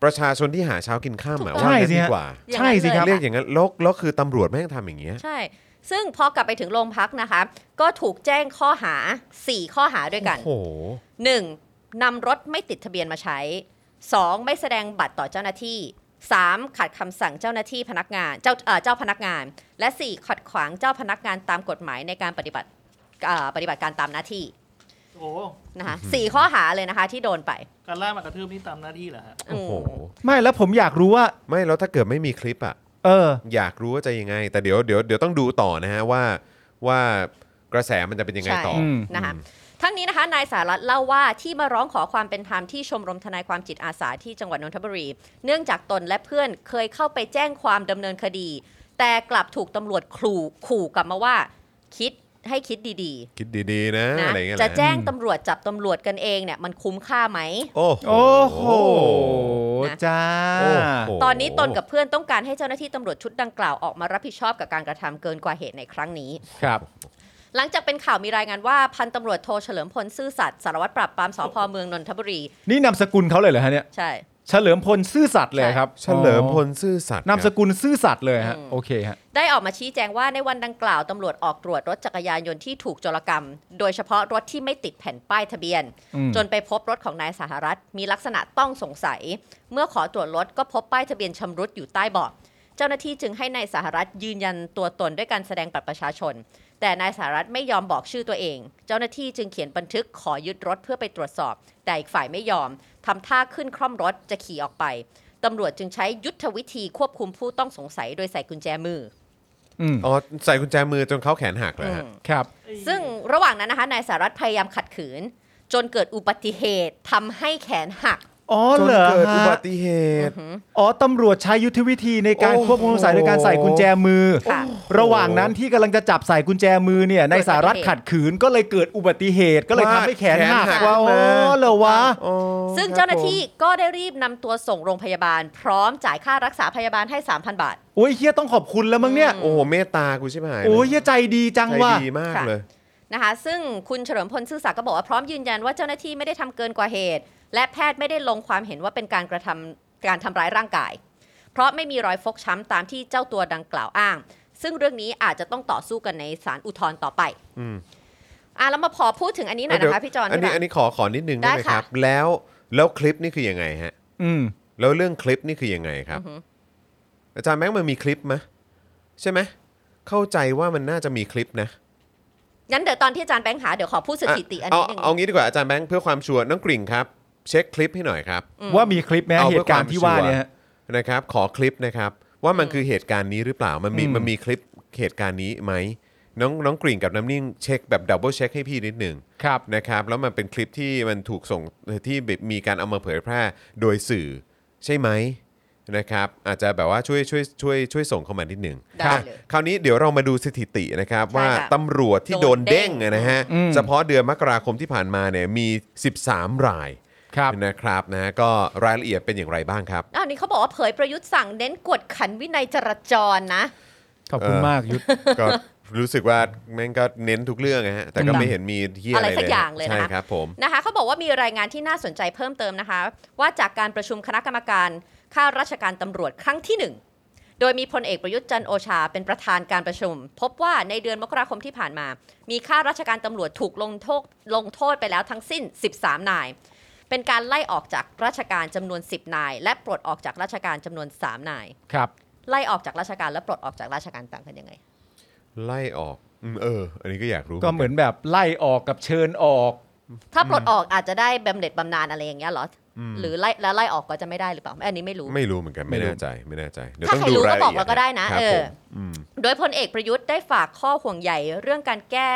ประชาชนที่หาเช้ากินข้ามอะ
ถูกต้อง
ว่างั้น
ใช่สิ
ดี
ฮะ
กว่า
อย่าง
ใช่
นั้น
สิ
ล
ครับ
เรียก
ะ
อย่างนั้นแล้วแล้วคือตำรวจแม่งทำอย่างเงี้ย
ใช่ ซึ่งพอกลับไปถึงโรงพักนะคะ ก็ถูกแจ้งข้อหา 4 ข้อหาด้วยกัน
โอ้โห
1. นำรถไม่ติดทะเบียนมาใช้ 2. ไม่แสดงบัตรต่อเจ้าหน้าที่ 3. ขัดคำสั่งเจ้าหน้าที่พนักงานเจ้าเอ่อเจ้าพนักงาน และ 4. ขัดขวางเจ้าพนักงานตามกฎหมายในการปฏิบัติเอ่อปฏิบัติการตามหน้าที่
โอ้โห
นะคะสี่ข้อหาเลยนะคะที่โดนไป
การล่ามากระทืบนี่ตามหน้าที่เหรอฮะ
โอ้โห
ม
ไม่แล้วผมอยากรู้ว่า
ไม่แล้วถ้าเกิดไม่มีคลิปอะ
เออ
อยากรู้ว่าจะยังไง แต่เดี๋ยวเดี๋ยวเดี๋ยวต้องดูต่อนะฮะว่าว่ากระแสมันจะเป็นยังไงต่อ
ใช่นะคะ ทั้งนี้นะคะนายสารัตน์เล่าว่าที่มาร้องขอความเป็นธรรมที่ชมรมทนายความจิตอาสาที่จังหวัดนนทบุรี เนื่องจากตนและเพื่อนเคยเข้าไปแจ้งความดำเนินคดี แต่กลับถูกตำรวจขู่ขู่กลับมาว่า คิดให้คิดดี
คิดดีๆนะ
ๆนะ
อะไรอย่างเงี้ย
จะ
น
แจ้งตำรวจจับตำรวจกันเองเนี่ยมันคุ้มค่าไหม
โอ้โห
โอ้โห จ้า
โอ้โห
ตอนนี้ตนกับเพื่อนต้องการให้เจ้าหน้าที่ตำรวจชุดดังกล่าวออกมารับผิดชอบกับการกระทำเกินกว่าเหตุในครั้งนี้
ครับ
หลังจากเป็นข่าวมีรายงานว่าพันตำรวจโทเฉลิมพลซื่อสัตย์สารวัตรปราบปรามสพเมืองนนทบุรี
นี่นามสกุลเขาเลยเหรอฮะเนี่ย
ใช่
เฉลิมพลซื่อสัตย์เลยครับ
เฉลิมพลซื่อสัตย์
นามส
ครั
กุลซื่อสัตย์เลยฮะ
อืม
โอเคฮะ
ได้ออกมาชี้แจงว่าในวันดังกล่าวตำรวจออกตรวจรถจักรยานยนต์ที่ถูกโจรกรรม โดยเฉพาะรถที่ไม่ติดแผ่นป้ายทะเบียน
อืม
จนไปพบรถของนายสหรัฐมีลักษณะต้องสงสัย เมื่อขอตรวจรถก็พบป้ายทะเบียนชำรุดอยู่ใต้เบาะเจ้าหน้าที่จึงให้นายสหรัฐยืนยันตัวตนด้วยการแสดงบัตรประชาชน แต่นายสหรัฐไม่ยอมบอกชื่อตัวเอง เจ้าหน้าที่จึงเขียนบันทึกขอยึดรถเพื่อไปตรวจสอบ แต่อีกฝ่ายไม่ยอมทำท่าขึ้นคร่อมรถจะขี่ออกไปตำรวจจึงใช้ยุทธวิธีควบคุมผู้ต้องสงสัยโดยใส่กุญแจมือ
อืม
อ๋อใส่กุญแจมือจนเขาแขนหักเลยฮะ
ครับ
ไอ้
ซึ่งระหว่างนั้นนะคะนายสหรัฐพยายามขัดขืน จนเกิดอุบัติเหตุทำให้แขนหัก
อ๋อ
จน
เหรอ
เกิดอุบั
ฮะ
ติเหตุ
อ๋อตำรวจใช้ยุทธวิธีในการ
โอ้โห
ควบคุมสงสัยโดยการใส่กุญแจมือ
ค่ะ
ระหว่างนั้นที่กำลังจะจับใส่กุญแจมือเนี่ย ในสารัฐขัดขืนก็เลยเกิดอุบัติเหตุ ก็เลยทำให้แขนหัก
แขนหัก
ว่าอ๋อ
มา
เหรอวะ
อ๋อ
ซึ่งเจ้าหน้าที่ก็ได้รีบนำตัวส่งโรงพยาบาล พร้อมจ่ายค่ารักษาพยาบาลให้ 3,000 บาท
โอ้ยเฮียต้องขอบคุณแล้วมั้งเนี่ย
โอ้โหเมตตากูใช่ไหม
โอ้ยเฮียใจดีจัง
ใจ
ว่ะ
ดีมาก
ค่ะ
เลย
นะคะ ซึ่งคุณเฉลิมพลซื่อสัตย์ก็บอกว่าพร้อมยืนยันว่าเจ้าหน้าที่ไม่ได้ทำเกินกว่าเหตุ และแพทย์ไม่ได้ลงความเห็นว่าเป็นการกระทำการทำร้ายร่างกาย เพราะไม่มีรอยฟกช้ำตามที่เจ้าตัวดังกล่าวอ้าง ซึ่งเรื่องนี้อาจจะต้องต่อสู้กันในศาลอุทธรณ์ต่อไป
อืม
อ่ะแล้วมาพอพูดถึงอันนี้หน่อยนะคะพี่จอน
อันนี้
พี่
อั
ดา
นนี้ขอขอนิดนึง
ได้
ได้ไหมครับ
ค่ะ
แล้วแล้วคลิปนี่คือยังไงฮะ
อืม
แล้วเรื่องคลิปนี่คือยังไงครับ อาจารย์แม็กซ์มันมีคลิปไหมใช่ไหมเข้าใจว่ามันน่าจะมีคลิปนะ
งั้นเดี๋ยวตอนที่อาจารย์แบงค์หาเดี๋ยวขอพูดสถิติอัน
เอา
นี้หนึ่ง
เอางี้ดีกว่าอาจารย์แบงค์เพื่อความชัวร์น้องกริ่งครับ เช็คคลิปให้หน่อยครับ
ว่ามีคลิปไหม
เอาเพื่
เห
อ
ตุการณ์ที่ว่าเนี่ย
ความชัวร์
ฮะ
นะครับ ขอคลิปนะครับ ว่ามันคือเหตุการณ์นี้หรือเปล่ามันมี
อืม
มันมีคลิปเหตุการณ์นี้ไหมน้องน้องกริ่งกับน้ำนิ่งเช็คแบบดับเบิลเช็คให้พี่นิดหนึ่ง
ครับ
นะครับแล้วมันเป็นคลิปที่มันถูกส่งที่มีการเอามาเผยแพร่โดยสื่อใช่ไหมนะครับอาจจะแบบว่าช่วยช่วยช่วยช่วยส่งเข้ามานิดหนึ่ง
ได้
ค่ะ
เลย
คราวนี้เดี๋ยวเรามาดูสถิตินะครับ
ใช่
ว่า
ค่ะ
ตำรวจที่โดน
โดนเด้
เด้
ง
งอะนะฮะ
อืม
เฉพาะเดือนมกราคมที่ผ่านมาเนี่ยมี 13 ราย
ครับ
นะครับนะฮะก็รายละเอียดเป็นอย่างไรบ้างครับ
อ้าวนี่เขาบอกว่าเผยประยุทธ์สั่งเน้นกวดขันวินัยจราจรนะ
ขอบคุณ
เออ
มากยุทธ
ก็รู้สึกว่าแม่งก็เน้นทุกเรื่องนะฮะแต่ก็ไม่เห็นมีเฮียอะไร
อะไรสักอย่างเลยนะ
ใช่ครับผม
นะคะเขาบอกว่ามีรายงานที่น่าสนใจเพิ่มเติมนะคะ ว่าจากการประชุมคณะกรรมการข้าราชการตำรวจครั้งที่หนึ่งโดยมีพลเอกประยุทธ์จันทร์โอชาเป็นประธานการประชุม พบว่าในเดือนมกราคมที่ผ่านมา มีข้าราชการตำรวจถูกลงโทษลงโทษไปแล้วทั้งสิ้น 13 นาย เป็นการไล่ออกจากราชการจำนวน 10 นาย และปลดออกจากราชการจำนวน 3 นาย
ครับ
ไล่ออกจากราชการและปลดออกจากราชการต่างกันยังไง
ไล่ออกอืมเออ อันนี้ก็อยากรู้
ก็เหมือนแบบไล่ออกกับเชิญออก
ถ้าปลดออกอาจจะได้บำเหน็จบำนาญอะไรอย่างเงี้ยเหรออหรือไล่แล้วไล่ออกก็จะไม่ได้หรือเปล่าอันนี้ไม่รู้
ไม่รู้เหมือนกันไม่แน่ใจไม่แน่ใจเดี๋ยว
ถ้า
ต้อง
ใคร
ดู
รู้
ราย
ก็
ละเอียด
บอกเราก็ได้นะครับ เอ
ผ
อ
มอืม
โดยพลเอกประยุทธ์ได้ฝากข้อห่วงใหญ่เรื่องการแก้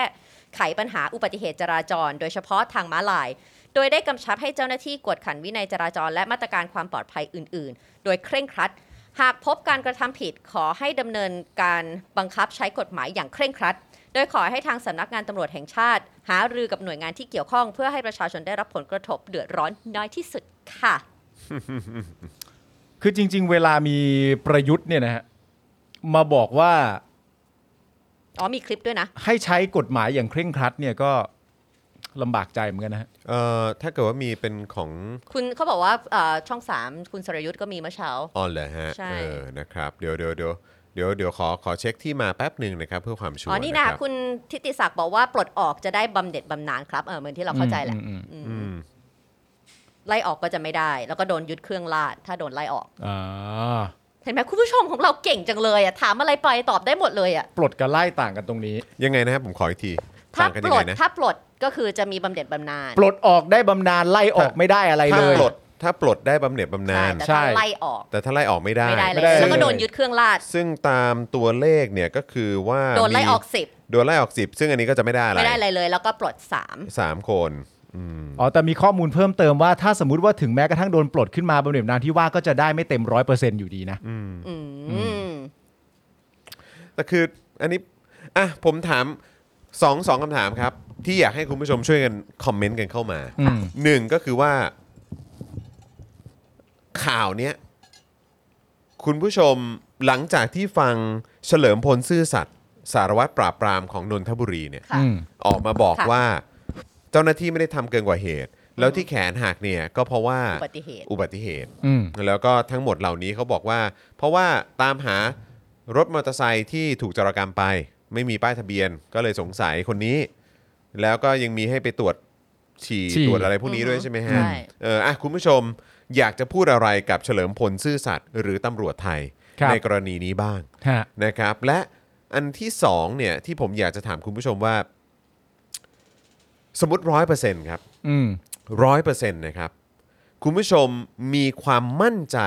ไขปัญหาอุบัติเหตุจราจร โดยเฉพาะทางม้าลาย โดยได้กำชับให้เจ้าหน้าที่กวดขันวินัยจราจร และมาตรการความปลอดภัยอื่น ๆ โดยเคร่งครัด หากพบการกระทำผิดขอให้ดำเนินการบังคับใช้กฎหมายอย่างเคร่งครัด โดยขอให้ทางสำนักงานตำรวจแห่งชาติ หารือกับหน่วยงานที่เกี่ยวข้อง เพื่อให้ประชาชนได้รับผลกระทบเดือดร้อนน้อยที่สุดค่ะ
คือจริง ๆ เวลามีประยุทธ์เนี่ยนะฮะ มาบอกว่า
อ๋อมีคลิปด้วยนะ
ให้ใช้กฎหมายอย่างเคร่งครัดเนี่ยก็ลำบากใจเหมือนกันนะฮะ
เอ่อถ้าเกิดว่ามีเป็นของ
คุณเขาบอกว่าเอ่อช่องสามคุณสรยุทธ์ก็มีเมื่อเช้า
ออนเหรอฮะ
ใช่
เออนะครับเดี๋ยวเดี๋ยวเดี๋ยวเดี๋ยวเดี๋ยวขอขอเช็คที่มาแป๊บหนึ่งนะครับเพื่อความชัว
อ๋อ
ร์
นี่นะ
รับ
คุณทิติศักดิ์บอกว่าปลดออกจะได้บำเหน็จบำนาญครับ เออเหมือนที่เราเข้าใจแหละ
อืมอืม
อื
อื
ม
ม
ไล่ออกก็จะไม่ได้ แล้วก็โดนยึดเครื่องลาด ถ้าโดนไล่ออก
อ่า
เห็นไหมคุณผู้ชมของเราเก่งจังเลยอ่ะ ถามอะไรไปตอบได้หมดเลยอ่ะ
ปลดกับไล่ต่างกันตรงนี้
ยังไงนะครับผมขออีกที
ถ้า
ต่งกัน
ป
ยัง
ล
ไง
ด
นะ
ถ้าปลดก็คือจะมีบำเหน็จบำนาญ
ปลดออกได้บำนาญไล่ออกไม่ได้อะไร
ถ้า
เลย
ปลดถ้าปลดได้บำเหน็จบำนา
ใช่
ญ
ใช่
แต่ถ้าไล่ออก
แต่ถ้าไล่ออกไม่ได้
ไม่ได้เล
ไม่ได้
ย แล้วก็
เลย
โดนยึดเครื่องลาด
ซึ่งตามตัวเลขเนี่ยก็คือว่า
โดนไล่
มี
ออกสิบ
โดนไล่ออก 10 ซึ่งอันนี้ก็จะไม่ได้อะไร
ไม่ได้อะไรเลย แล้วก็ปลดสาม
สามคนอืม
อ๋อแต่มีข้อมูลเพิ่มเติมว่าถ้าสมมติว่าถึงแม้กระทั่งโดนปลดขึ้นมาบำเหน็จนานที่ว่าก็จะได้ไม่เต็มร้อยเปอร์เซ็นต์อยู่ดีนะ
อืม
แต่คืออันนี้อ่ะผมถามสองสองคำถามครับ ที่อยากให้คุณผู้ชมช่วยกันคอมเมนต์กันเข้ามา
อืม
หนึ่งก็คือว่า ข่าวเนี้ยคุณผู้ชมหลังจากที่ฟังเฉลิมพลซื่อสัตย์สารวัตรปราบปรามของนนทบุรีเนี่ย
ค่ะ
อืม
ออกมาบอก
ค่ะ
ว่าเจ้าหน้าที่ไม่ได้ทำเกินกว่าเหตุ แล้วที่แขนหักเนี่ยก็เพราะว่า
อุบัติเหตุ
อุบัติเหตุ
อืม
แล้วก็ทั้งหมดเหล่านี้เขาบอกว่า เพราะว่าตามหารถมอเตอร์ไซค์ที่ถูกจารกรรมไป ไม่มีป้ายทะเบียนก็เลยสงสัยคนนี้ แล้วก็ยังมีให้ไปตรวจฉี่
ฉี่
ตรวจอะไรพวกนี้ด้วยใช่ไหมฮะ
ใช่
เอออ่ะคุณผู้ชมอยากจะพูดอะไรกับเฉลิมพลซื่อสัตย์หรือตำรวจไทย
ครับ
ในกรณีนี้บ้าง
ฮะ
นะครับและอันที่สองเนี่ยที่ผมอยากจะถามคุณผู้ชมว่า สมมติร้อยเปอร์เซ็นต์ครับ
อืม
ร้อยเปอร์เซ็นต์นะครับ คุณผู้ชมมีความมั่นใจ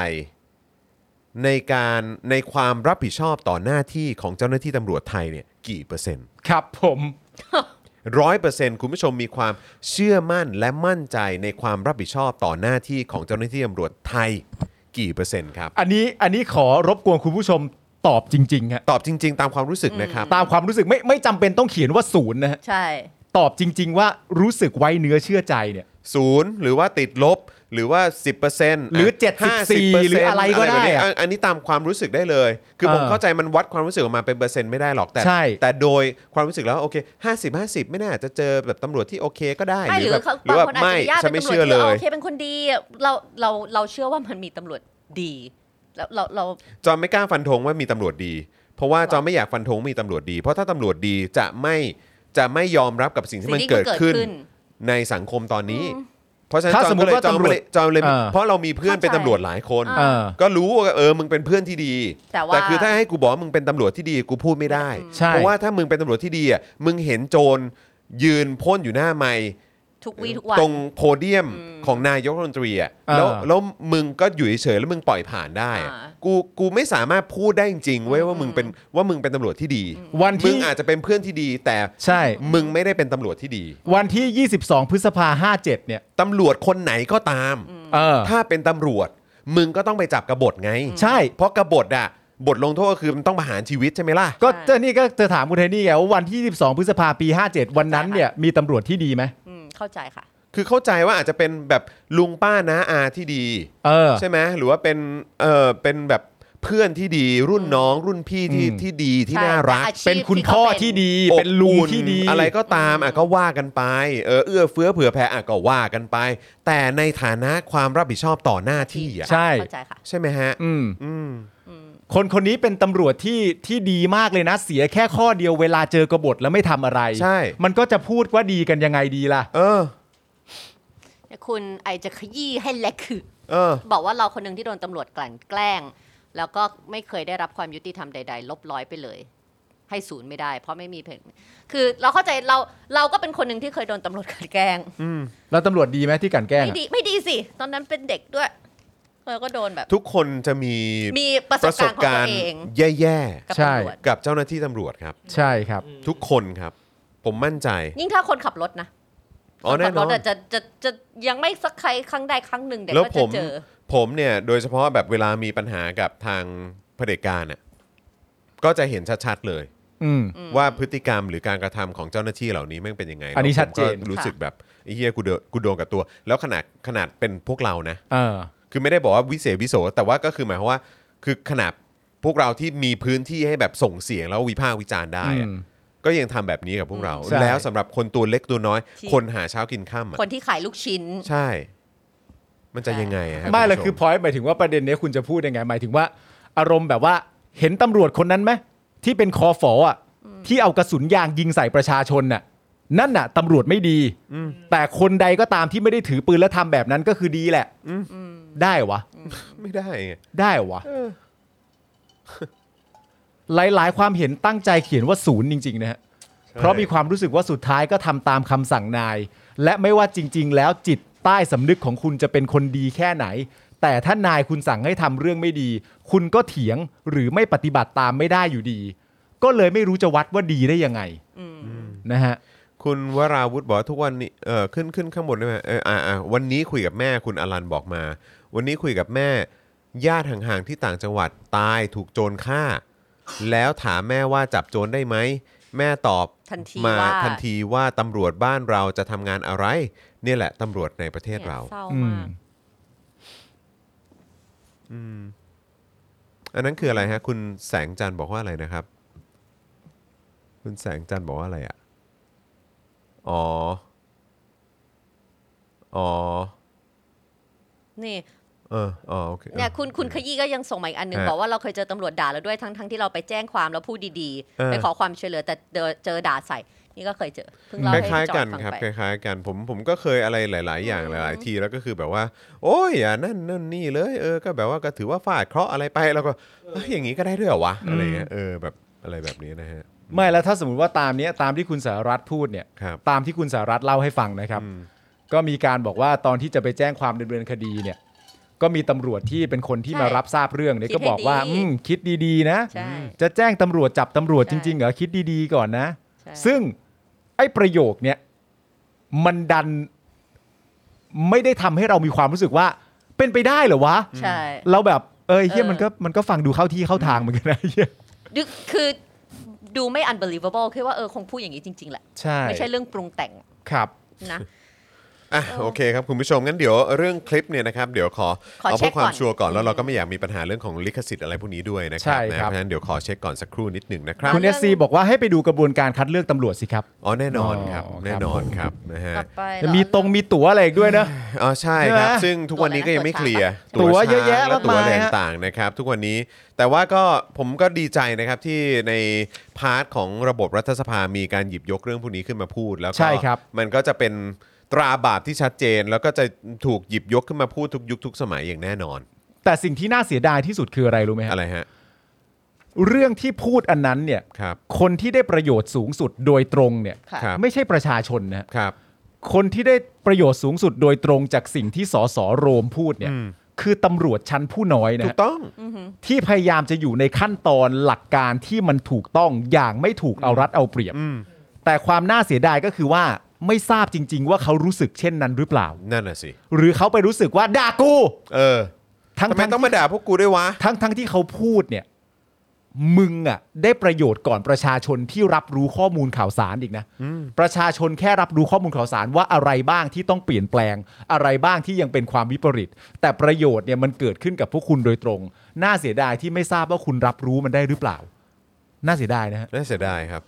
ในการในความรับผิดชอบต่อหน้าที่ของเจ้าหน้าที่ตำรวจไทยเนี่ยกี่เปอร์เซ็นต์
ครับผม
ร้อยเปอร์เซ็นต์คุณผู้ชมมีความเชื่อมั่นและมั่นใจในความรับผิดชอบต่อหน้าที่ของเจ้าหน้าที่ตำรวจไทยกี่เปอร์เซ็นต์ครับ
อันนี้อันนี้ขอรบกวนคุณผู้ชมตอบจริงๆฮะ
ตอบจริง ๆ ตามความรู้สึกนะครับ
ตามความรู้สึกไม่ไม่จำเป็นต้องเขียนว่าศูนย์นะฮะ
ใช่
ตอบจริง ๆ ว่ารู้สึกไว้เนื้อเชื่อใจเนี่ย
ศูนย์หรือว่าติดลบหรือว่า 10%
หรือ
เจ็ดสิบสี่
74หรืออะไรก็ได้อะ
อันอันนี้ตามความรู้สึกได้เลย คือ
เออ
ผมเข้าใจมันวัดความรู้สึกออกมาเป็นเปอร์เซ็นต์ไม่ได้หรอกแต่
ใช่
แต่โดยความรู้สึกแล้วโอเค 50 50 ไม่น่าจะเจอแบบตำรวจที่โอเคก็ได้
ไม่หรือ
แบบ
เขา
หรือว่า
บางคน
ไม่
อาจจะญาติ
ฉัน
เป็น
ไม่
ตำรวจ
เชื่อเลย
ที่โอเคเป็นคนดีเราเราเราเชื่อว่ามันมีตำรวจดีแล้วเราเรา
จอมไม่กล้าฟันธงว่ามีตำรวจดี เพราะว่าจอมไม่อยากฟันธงว่ามีตำรวจดี เพราะถ้าตำรวจดีจะไม่จะไม่ยอมรับกับสิ่งที่มัน
สิ่งที่
เกิด
มันเกิด
ขึ้น
ขึ้น
ในสังคมตอนนี้ เพราะฉะนั้น
ถ้า
จอ
ส
ม
มมุ
ก็เลย
ติว่า
จอมก็
ตำรวจ
เลยจอมเลย
เออ
เพราะเรามีเพื่อนเป็นตำรวจหลายคน
อ่า
เออ
ก็รู้ว่าเออ มึงเป็นเพื่อนที่ดี
แต่ว่า
แต่คือถ้าให้กูบอกว่ามึงเป็นตำรวจที่ดีกูพูดไม่ได้
ใช่
เพราะว่าถ้ามึงเป็นตำรวจที่ดีอ่ะ มึงเห็นโจรยืนพ่นอยู่หน้าไมค์
ทุกวีทุกวัน
ตรงโพเดียมของนายกรัฐมนตรีอ่ะ แล้ว
อ่า
แล้วมึงก็อยู่เฉยๆแล้วมึงปล่อยผ่านได้อะ
อ่า
กู กูไม่สามารถพูดได้จริงๆเว้ยว่ามึงเป็นว่ามึงเป็นตำรวจที่ดี
วัน
มึ
ที่
งอาจจะเป็นเพื่อนที่ดี แต่
ใช่
มึงไม่ได้เป็นตำรวจที่ดี
วันที่ 22 พฤษภา57 เนี่ย
ตำรวจคนไหนก็ตาม
เออ
ถ้าเป็นตำรวจ มึงก็ต้องไปจับกบฏไง
ใช่
เพราะกบฏอ่ะ บทลงโทษก็คือมันต้องประหารชีวิตใช่ไหมล่ะ
ก็
ใช่
เจ้านี่ก็จะถามคุณเทนี่ไงว่าวันที่ 22 พฤษภาปี 57 วันนั้นเนี่ยมีตำรวจที่ดีไหม
อืมเข้าใจค่ะ
คือเข้าใจว่าอาจจะเป็นแบบลุงป้าน้าอาที่ดี
เออ
ใช่ไหมหรือว่าเป็นเออเป็นแบบเพื่อนที่ดี รุ่นน้องรุ่นพี่ที่
อืม
ที่ดีที่
ใช่
น่ารัก
แต่อาชีพ
เป็นคุณพ่อที่ดีเป็นลุง
อบอุ่
ที่ดี
อะไรก็ตามอ่ะก็ว่ากันไปเออเอื้อเฟื้อเผื่อแผ่อ่ะก็ว่ากันไป แต่ในฐานะความรับผิดชอบต่อหน้าที่อ่ะ
ใช่
เข้าใจค่ะ
ใช่ไหมฮะ
อืม
อืม
คนคนนี้เป็นตำรวจที่ที่ดีมากเลยนะ เสียแค่ข้อเดียวเวลาเจอกบฏแล้วไม่ทำอะไร
ใช่
มันก็จะพูดว่าดีกันยังไงดีล่ะ
เออ
คุณไอจะขยี้ให้เล็กคือ
เออ
บอกว่าเราคนหนึ่งที่โดนตำรวจกลั่นแกล้ง แล้วก็ไม่เคยได้รับความยุติธรรมใด ๆ ลบร้อยไปเลย ให้ศูนย์ไม่ได้ เพราะไม่มีเพจคือเราเข้าใจเราเราก็เป็นคนหนึ่งที่เคยโดนตำรวจกลั่นแกล้ง
แล้วตำรวจดีไหมที่กลันแกล้ง
ไม่
อะ
ดีไม่ดีสิ ตอนนั้นเป็นเด็กด้วยเราก็โดนแบบ
ทุกคนจะมี
มีประสบการณ์ของตัวเอง
แย่
กับตำรวจ
ๆ กับเจ้าหน้าที่ตำรวจครับ
ใช่ครับ
ทุกคนครับ ผมมั่นใจ
ยิ่งถ้าคนขับรถนะ
อ๋อ
ค
แน่
ขั
น
ร
อ
ถ
น
อะจะจะจะยังไม่สักใครครั้งใดครั้งหนึ่งเด็ก
แล้ว
ก็
ผ
จะ
ม
เจอ
ผมเนี่ยโดยเฉพาะแบบเวลามีปัญหากับทางเผด็จการน่ะก็จะเห็นชัดๆเลย
อืม
ว่าพฤติกรรมหรือการกระทำของเจ้าหน้าที่เหล่านี้แม่งเป็นยังไง
อันนี้ชัดเจน
ผมก็รู้สึกแบบไอ้เฮียกูโดนกูโดนกับตัว แล้วขนาดขนาดเป็นพวกเรานะ
เออ
คือไม่ได้บอกว่าวิเศษวิโสแต่ว่าก็คือหมายความว่า คือขนาดพวกเราที่มีพื้นที่ให้แบบส่งเสียงแล้ววิพากษ์วิจารณ์ได้อะ
อืม
ก็ยังทำแบบนี้กับพวกเรา
ใช่
แล้วสำหรับคนตัวเล็กตัวน้อย
ที่
คนหาเช้ากินข้ามอ่ะ
คนที่ขายลูกชิ้น
ใช่ มันจะยังไงอะฮะ
ไม่เลย
ณผู้ช
คือพอยต์หมายถึงว่าประเด็นเนี้ยคุณจะพูดยังไงหมายถึงว่า อารมณ์แบบว่าเห็นตำรวจคนนั้นไหมที่เป็นคอฝออ่ะที่เอากระสุนยางยิงใส่ประชาชนน่ะนั่นน่ะตำรวจไม่ดีแต่คนใดก็ตามที่ไม่ได้ถือปืนและทำแบบนั้นก็คือดีแหละ
อืม
ได้วะ
ไม่ได้ไง
ได้วะ
เออ
หลายๆ ความเห็นตั้งใจเขียนว่าศูนย์จริง ๆ นะฮะ เพราะมีความรู้สึกว่าสุดท้ายก็ทำตามคำสั่งนาย และไม่ว่าจริง ๆ แล้วจิตใต้สำนึกของคุณจะเป็นคนดีแค่ไหน แต่ถ้านายคุณสั่งให้ทำเรื่องไม่ดี คุณก็เถียงหรือไม่ปฏิบัติตามไม่ได้อยู่ดี ก็เลยไม่รู้จะวัดว่าดีได้ยังไง
อืม
นะฮะ
คุณวราวุธบอกว่าทุกวันนี้เออขึ้นขึ้นข้างบนได้ไหมเอออ่าอ่าวันนี้คุยกับแม่คุณอลันบอกมา วันนี้คุยกับแม่ญาติห่างๆที่ต่างจังหวัดตายถูกโจรฆ่า แล้วถามแม่ว่าจับโจรได้ไหม แม่ตอบ
ทันที
มา
ว่า
ทันทีว่าตำรวจบ้านเราจะทำงานอะไร เนี่ยแหละตำรวจในประเทศ
เนี่ย
เรา
เศร้า
อืม
มาก
อันนั้นคืออะไรฮะ คุณแสงจันทร์บอกว่าอะไรนะครับ คุณแสงจันทร์บอกว่าอะไรอ่ะ อ๋อ อ๋อ
นี่
เอออ๋อโอเค
เนี่ยคุณคุณขยี้ก็ยังส่งมาอีกอันหนึง
ฮะ
บอกว่าเราเคยเจอตำรวจด่าเราด้วยทั้งทั้งที่เราไปแจ้งความแล้วพูดดี
เออ
ๆ ไปขอความช่วยเหลือแต่เจอเจอด่าใส่ นี่ก็เคยเจอเพิ่งเล่า
ค
ให้
ล้าย
พี่
ๆ
จ
กั
อน ยฟัง
ครับ
ไป
คล้ายๆกันผมผมก็เคยอะไรหลาย ๆ อย่าง
อืม
หลาย ๆ ทีแล้วก็คือแบบว่า โอ้ยอ่ะนั่นนั่นนี่เลยเออก็แบบว่าก็ถือว่าฟาดเคราะห์อะไรไปแล้วก็เอ้ยอย่างนี้ก็ได้ด้วยเหรอวะอะไรเงี้ยเออแบบอะไรแบบนี้นะฮะ
ไม่แล้วถ้าสมมติว่าตามเนี้ยตามที่คุณสารัตน์พูดเนี่ย
ครับ
ตามที่คุณสารัตน์เล่าให้ฟังนะครับ
อืม
ก็มีการบอกว่าตอนที่จะไปแจ้งความดำเนินคดีเนี่ย ก็มีตำรวจที่เป็นคนที่
ใช่
มารับทราบเรื่องเนี่ย
คิด
ก็บอกว่า
ให้ดี
อืมคิดดีๆนะ
ใช่
จะแจ้งตำรวจจับตำรวจ
ใช่
จริงๆเหรอคิดดีๆก่อนนะ
ใช่
ซึ่งไอ้ประโยคเนี่ยมันดันไม่ได้ทำให้เรามีความรู้สึกว่า เป็นไปได้เหรอวะ
ใช่
เราแบบเอยเฮีย
เออ
มันก็มันก็ฟังดูเข้าที่เข้าทางเหมือนกันนะเฮีย
ดูคือดูไม่ unbelievable คือว่าเออคงพูดอย่างนี้จริง ๆ แหละ
ใช่
ไม่ใช่เรื่องปรุงแต่ง
ครับ
นะ
อ่ะ
เออ
โอเคครับคุณผู้ชมงั้นเดี๋ยวเรื่องคลิปเนี่ยนะครับเดี๋ยวขอ
ขอ
เอา
เช็
เพื่
ค
อความ
ก่อน
ชัวร์ก่อนแล้วเราก็ไม่อยากมีปัญหาเรื่องของลิขสิทธิ์อะไรพวกนี้ด้วยนะครั
ใช่
บนะครับ เพราะฉะนั้นเดี๋ยวขอเช็คก่อนสักครู่นิดหนึ่งนะครับ
คุณเอสซีบอกว่าให้ไปดูกระบวนการคัดเลือกตำรวจสิครับ
อ๋อแน่นอนครับ
อ๋อครับ
แน่นอนครับนะฮะ
กลับไป
จะมีตรงมีตั๋วอะไรอีกด้วยนะ
อ๋อใช่ครับ
ใช่ไหม
ซึ่งทุกวันนี้ก็ยังไม่เคลียร์
ตั๋วเยอะแยะ
และ
มาก
ตัว
มาย
อะไร
ฮะ
ต่างๆนะครับ ทุกวันนี้แต่ว่าก็ผมก็ดีใจนะครับที่ในพาร์ทของระบบรัฐสภามีการหยิบยกเรื่องพวกนี้ขึ้นมาพูดแล้วก็
ใช่ครับ
มันก็จะเป็นตราบาปที่ชัดเจน แล้วก็จะถูกหยิบยกขึ้นมาพูดทุกยุคทุกสมัยอย่างแน่นอน
แต่สิ่งที่น่าเสียดายที่สุดคืออะไรรู้ไหมฮะ
อะไรฮะ
เรื่องที่พูดอันนั้นเนี่ย
ครับ
คนที่ได้ประโยชน์สูงสุดโดยตรงเนี่ย
ค่ะ
ครับ
ไม่ใช่ประชาชนนะฮะ
ครับ
คนที่ได้ประโยชน์สูงสุดโดยตรงจากสิ่งที่สสโรมพูดเนี่ย
อืม
คือตำรวจชั้นผู้น้อยนะ
ถู
ฮะ
กต้อง
อือหือ
ที่พยายามจะอยู่ในขั้นตอนหลักการที่มันถูกต้องอย่างไม่ถูกเอารัดเอาเปรียบ
อืม
แต่ความน่าเสียดายก็คือว่าไม่ทราบจริง ๆ ว่าเขารู้สึกเช่นนั้นหรือเปล่า
นั่นน่ะสิ
หรือเขาไปรู้สึกว่าด่ากู
เออ
ทั้ง
ทำไม
ทั้ง
ต้องมาด่าพวกกูด้วยวะ
ทั้งทั้งที่เขาพูดเนี่ย มึงอ่ะ ได้ประโยชน์ก่อนประชาชนที่รับรู้ข้อมูลข่าวสารอีกนะ ประชาชนแค่รับรู้ข้อมูลข่าวสารว่าอะไรบ้างที่ต้องเปลี่ยนแปลง อะไรบ้างที่ยังเป็นความวิปริต แต่ประโยชน์เนี่ยมันเกิดขึ้นกับพวกคุณโดยตรง น่าเสียดายที่ไม่ทราบว่าคุณรับรู้มันได้หรือเปล่า น่าเสียดายนะฮะ
น่าเสียดายครับ